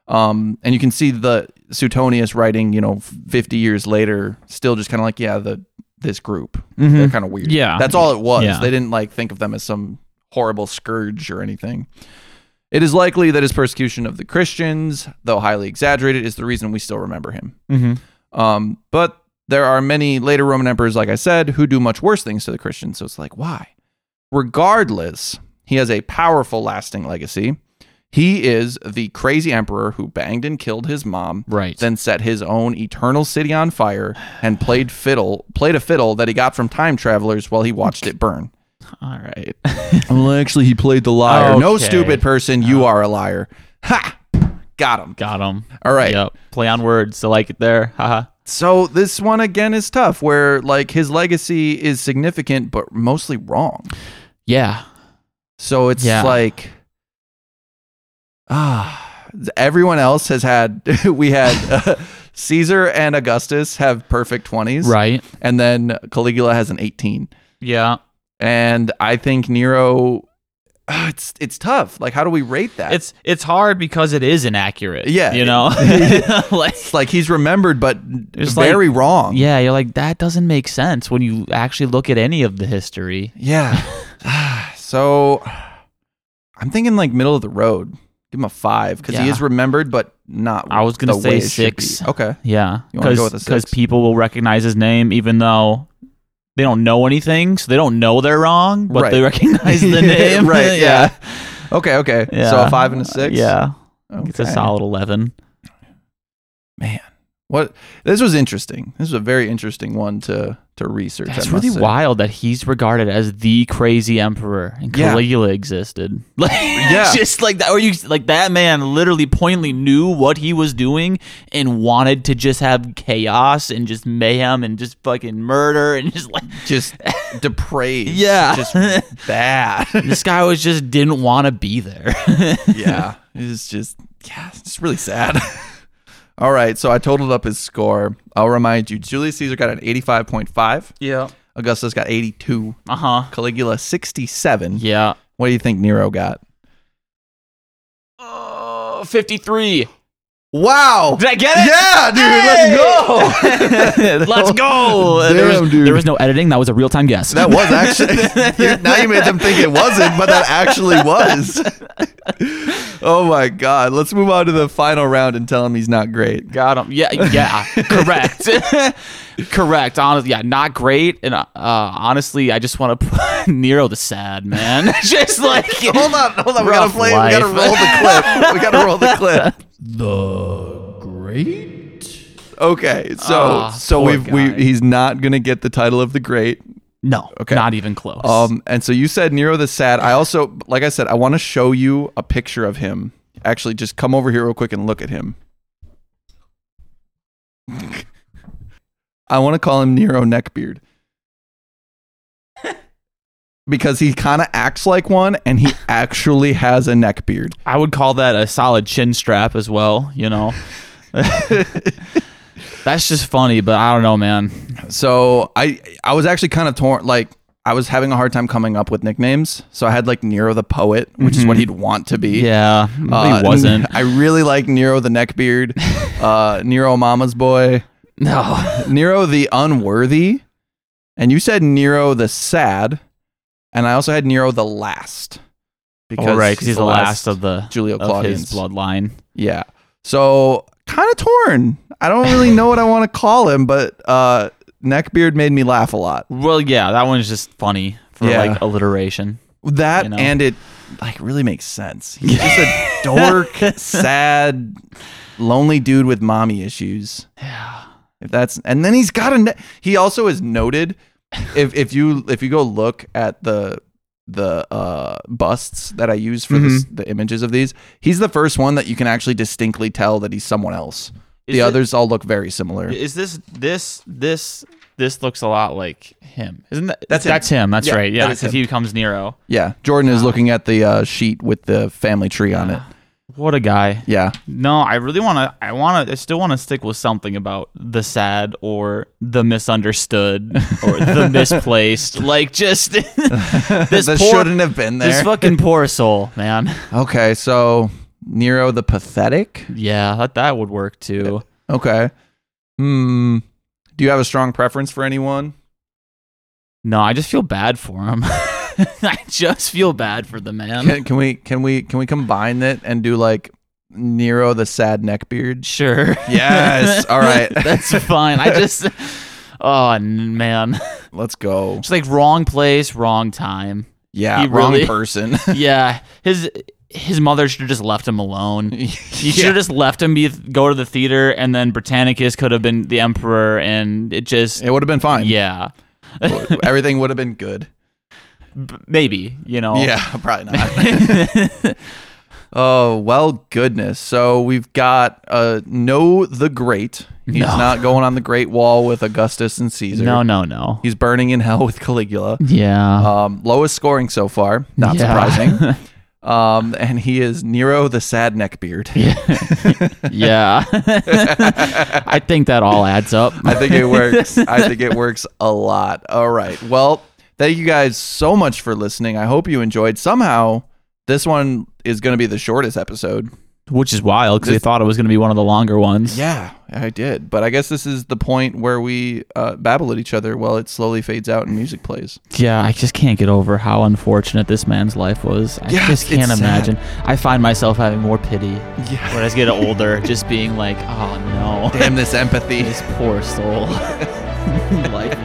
[SPEAKER 1] Um, and you can see the Suetonius writing, you know, 50 years later, still just kind of like, yeah, the this group,
[SPEAKER 2] Mhm.
[SPEAKER 1] they're kind of weird.
[SPEAKER 2] Yeah.
[SPEAKER 1] That's all it was.
[SPEAKER 2] Yeah.
[SPEAKER 1] They didn't like think of them as some horrible scourge or anything. It is likely that his persecution of the Christians, though highly exaggerated, is the reason we still remember him.
[SPEAKER 2] mm-hmm.
[SPEAKER 1] Um, but there are many later Roman emperors, like I said, who do much worse things to the Christians. So it's like, why? Regardless, he has a powerful, lasting legacy. He is the crazy emperor who banged and killed his mom,
[SPEAKER 2] right.
[SPEAKER 1] then set his own eternal city on fire and played fiddle played a fiddle that he got from time travelers while he watched it burn.
[SPEAKER 2] all right.
[SPEAKER 1] Well, actually, he played the liar. Oh. No
[SPEAKER 2] Okay.
[SPEAKER 1] stupid person, you are a liar. Ha! Got him.
[SPEAKER 2] Got him.
[SPEAKER 1] All right.
[SPEAKER 2] Yep. Play on words. I like it there. Haha.
[SPEAKER 1] So this one again is tough, where like his legacy is significant but mostly wrong.
[SPEAKER 2] Yeah.
[SPEAKER 1] So it's
[SPEAKER 2] Yeah.
[SPEAKER 1] like ah, everyone else has had. we had uh, Caesar and Augustus have perfect twenties,
[SPEAKER 2] Right.
[SPEAKER 1] and then Caligula has an 18.
[SPEAKER 2] Yeah.
[SPEAKER 1] And I think Nero ah, it's it's tough. Like how do we rate that?
[SPEAKER 2] It's it's hard because it is inaccurate.
[SPEAKER 1] Yeah.
[SPEAKER 2] You know. like.
[SPEAKER 1] It's like he's remembered but
[SPEAKER 2] It's
[SPEAKER 1] very wrong.
[SPEAKER 2] Yeah. You're like that doesn't make sense when you actually look at any of the history.
[SPEAKER 1] Yeah. Ah, so I'm thinking like middle of the road. Give him a 5 cuz he
[SPEAKER 2] Yeah.
[SPEAKER 1] is remembered but not
[SPEAKER 2] I was gonna
[SPEAKER 1] the
[SPEAKER 2] say
[SPEAKER 1] way it should be.
[SPEAKER 2] 6.
[SPEAKER 1] Okay.
[SPEAKER 2] Yeah.
[SPEAKER 1] You wanna go with a
[SPEAKER 2] Because
[SPEAKER 1] six?
[SPEAKER 2] people will recognize his name even though they don't know anything, so they don't know they're wrong, but
[SPEAKER 1] Right.
[SPEAKER 2] they recognize the name.
[SPEAKER 1] right, yeah. Okay, okay. So a 5 and a 6.
[SPEAKER 2] Yeah.
[SPEAKER 1] Okay.
[SPEAKER 2] It's a solid 11.
[SPEAKER 1] Man. What this was interesting. This was a very interesting one to to research. I
[SPEAKER 2] That's
[SPEAKER 1] must
[SPEAKER 2] really
[SPEAKER 1] say.
[SPEAKER 2] wild that he's regarded as the crazy emperor and
[SPEAKER 1] Yeah.
[SPEAKER 2] Caligula existed. Like,
[SPEAKER 1] Yeah.
[SPEAKER 2] yeah. just like that, or you like that man literally pointedly knew what he was doing and wanted to just have chaos and just mayhem and just fucking murder and just like
[SPEAKER 1] just depraved.
[SPEAKER 2] Yeah.
[SPEAKER 1] Just bad.
[SPEAKER 2] this guy was just didn't want to be there.
[SPEAKER 1] yeah. It's just, yeah, it's just really sad. All right. So I totaled up his score. I'll remind you Julius Caesar got an 85.5.
[SPEAKER 2] yeah.
[SPEAKER 1] Augustus got 82.
[SPEAKER 2] Uh huh.
[SPEAKER 1] Caligula, 67.
[SPEAKER 2] Yeah.
[SPEAKER 1] What do you think Nero got?
[SPEAKER 2] Oh, 53.
[SPEAKER 1] Wow.
[SPEAKER 2] Did I get it?
[SPEAKER 1] Yeah, dude. Let's go.
[SPEAKER 2] Let's go. there,
[SPEAKER 1] Damn,
[SPEAKER 2] was,
[SPEAKER 1] dude.
[SPEAKER 2] there was no editing. That was a real time guess.
[SPEAKER 1] That was actually. you- now you made them think it wasn't, but that actually was. oh my God. Let's move on to the final round and tell him he's not great.
[SPEAKER 2] Got him. Yeah, yeah. correct. correct. Honestly, yeah, not great. And uh, honestly, I just want to put Nero the sad man. just like
[SPEAKER 1] Hold on, hold on. We gotta
[SPEAKER 2] Rough
[SPEAKER 1] play. We gotta
[SPEAKER 2] life.
[SPEAKER 1] roll the clip. We gotta roll the clip.
[SPEAKER 3] The Great
[SPEAKER 1] Okay, so
[SPEAKER 2] Ah,
[SPEAKER 1] so
[SPEAKER 2] poor
[SPEAKER 1] we've
[SPEAKER 2] guy.
[SPEAKER 1] we he's not gonna get the title of the great.
[SPEAKER 2] No,
[SPEAKER 1] Okay.
[SPEAKER 2] not even close.
[SPEAKER 1] Um, and so you said Nero the Sad. I also, like I said, I want to show you a picture of him. Actually, just come over here real quick and look at him. I want to call him Nero Neckbeard because he kind of acts like one, and he actually has a neck beard.
[SPEAKER 2] I would call that a solid chin strap as well. You know, that's just funny, but I don't know, man.
[SPEAKER 1] So I I was actually kind of torn. Like I was having a hard time coming up with nicknames. So I had like Nero the poet, which is what he'd want to be.
[SPEAKER 2] Yeah, but
[SPEAKER 1] Uh,
[SPEAKER 2] he wasn't.
[SPEAKER 1] I really like Nero the neckbeard, uh, Nero Mama's boy,
[SPEAKER 2] No,
[SPEAKER 1] Nero the unworthy, and you said Nero the sad, and I also had Nero the last
[SPEAKER 2] because Oh, right, because he's the last, of the
[SPEAKER 1] Julio
[SPEAKER 2] of his
[SPEAKER 1] Claudians.
[SPEAKER 2] bloodline.
[SPEAKER 1] Yeah. So kind of torn. I don't really know what I want to call him, but uh, neckbeard made me laugh a lot.
[SPEAKER 2] Well, yeah, that one's just funny for
[SPEAKER 1] Yeah.
[SPEAKER 2] like alliteration.
[SPEAKER 1] That
[SPEAKER 2] You know?
[SPEAKER 1] and it like really makes sense. He's just a dork, sad, lonely dude with mommy issues.
[SPEAKER 2] Yeah.
[SPEAKER 1] If that's and then he's got a ne- he also is noted if if you if you go look at the the uh busts that I use for this,
[SPEAKER 2] Mm-hmm.
[SPEAKER 1] the images of these, he's the first one that you can actually distinctly tell that he's someone else.
[SPEAKER 2] Is
[SPEAKER 1] the
[SPEAKER 2] it-
[SPEAKER 1] others all look very similar.
[SPEAKER 2] Is this this this this looks a lot like him? Isn't that
[SPEAKER 1] That's him.
[SPEAKER 2] that's him? That's
[SPEAKER 1] Yeah,
[SPEAKER 2] right. Yeah,
[SPEAKER 1] that is
[SPEAKER 2] because
[SPEAKER 1] him.
[SPEAKER 2] he becomes Nero.
[SPEAKER 1] Yeah, Jordan is looking at the uh, sheet with the family tree on it.
[SPEAKER 2] What a guy.
[SPEAKER 1] Yeah,
[SPEAKER 2] No, I really want to. I want to. I still want to stick with something about the sad or the misunderstood or the misplaced. Like just this
[SPEAKER 1] that
[SPEAKER 2] poor,
[SPEAKER 1] shouldn't have been
[SPEAKER 2] this
[SPEAKER 1] there.
[SPEAKER 2] fucking poor soul, man.
[SPEAKER 1] okay, so Nero the pathetic.
[SPEAKER 2] Yeah, that that would work too.
[SPEAKER 1] Okay, hmm. Do you have a strong preference for anyone?
[SPEAKER 2] No, I just feel bad for him. I just feel bad for the man.
[SPEAKER 1] Can, can we can we can we combine it and do like Nero the sad neckbeard?
[SPEAKER 2] Sure.
[SPEAKER 1] Yes. All right.
[SPEAKER 2] That's fine. I just. Oh n- man,
[SPEAKER 1] Let's go.
[SPEAKER 2] it's like wrong place, wrong time.
[SPEAKER 1] Yeah,
[SPEAKER 2] He
[SPEAKER 1] wrong
[SPEAKER 2] really-
[SPEAKER 1] person.
[SPEAKER 2] Yeah, his his mother should have just left him alone. You should
[SPEAKER 1] Yeah.
[SPEAKER 2] have just left him be go to the theater, and then Britannicus could have been the emperor, and it just
[SPEAKER 1] It would have been fine.
[SPEAKER 2] yeah,
[SPEAKER 1] everything would have been good.
[SPEAKER 2] maybe you know
[SPEAKER 1] Yeah, probably not. oh well, goodness. So we've got uh, No the Great. He's
[SPEAKER 2] No.
[SPEAKER 1] not going on the Great Wall with Augustus and Caesar.
[SPEAKER 2] no no no
[SPEAKER 1] he's burning in hell with Caligula.
[SPEAKER 2] yeah
[SPEAKER 1] Um, lowest scoring so far, not
[SPEAKER 2] Yeah.
[SPEAKER 1] surprising. Um, and he is Nero the Sad Neckbeard.
[SPEAKER 2] yeah. I think that all adds up.
[SPEAKER 1] I think it works. I think it works a lot. All right. Well, thank you guys so much for listening. I hope you enjoyed. Somehow, this one is going to be the shortest episode.
[SPEAKER 2] Which is wild because we thought it was going to be one of the longer ones.
[SPEAKER 1] Yeah, I did. But I guess this is the point where we uh, babble at each other while it slowly fades out and music plays.
[SPEAKER 2] Yeah, I just can't get over how unfortunate this man's life was. I
[SPEAKER 1] Yeah,
[SPEAKER 2] just
[SPEAKER 1] it's
[SPEAKER 2] can't
[SPEAKER 1] sad.
[SPEAKER 2] imagine. I find myself having more pity
[SPEAKER 1] Yeah.
[SPEAKER 2] when I get older, just being like, oh no,
[SPEAKER 1] Damn this empathy.
[SPEAKER 2] this poor soul. life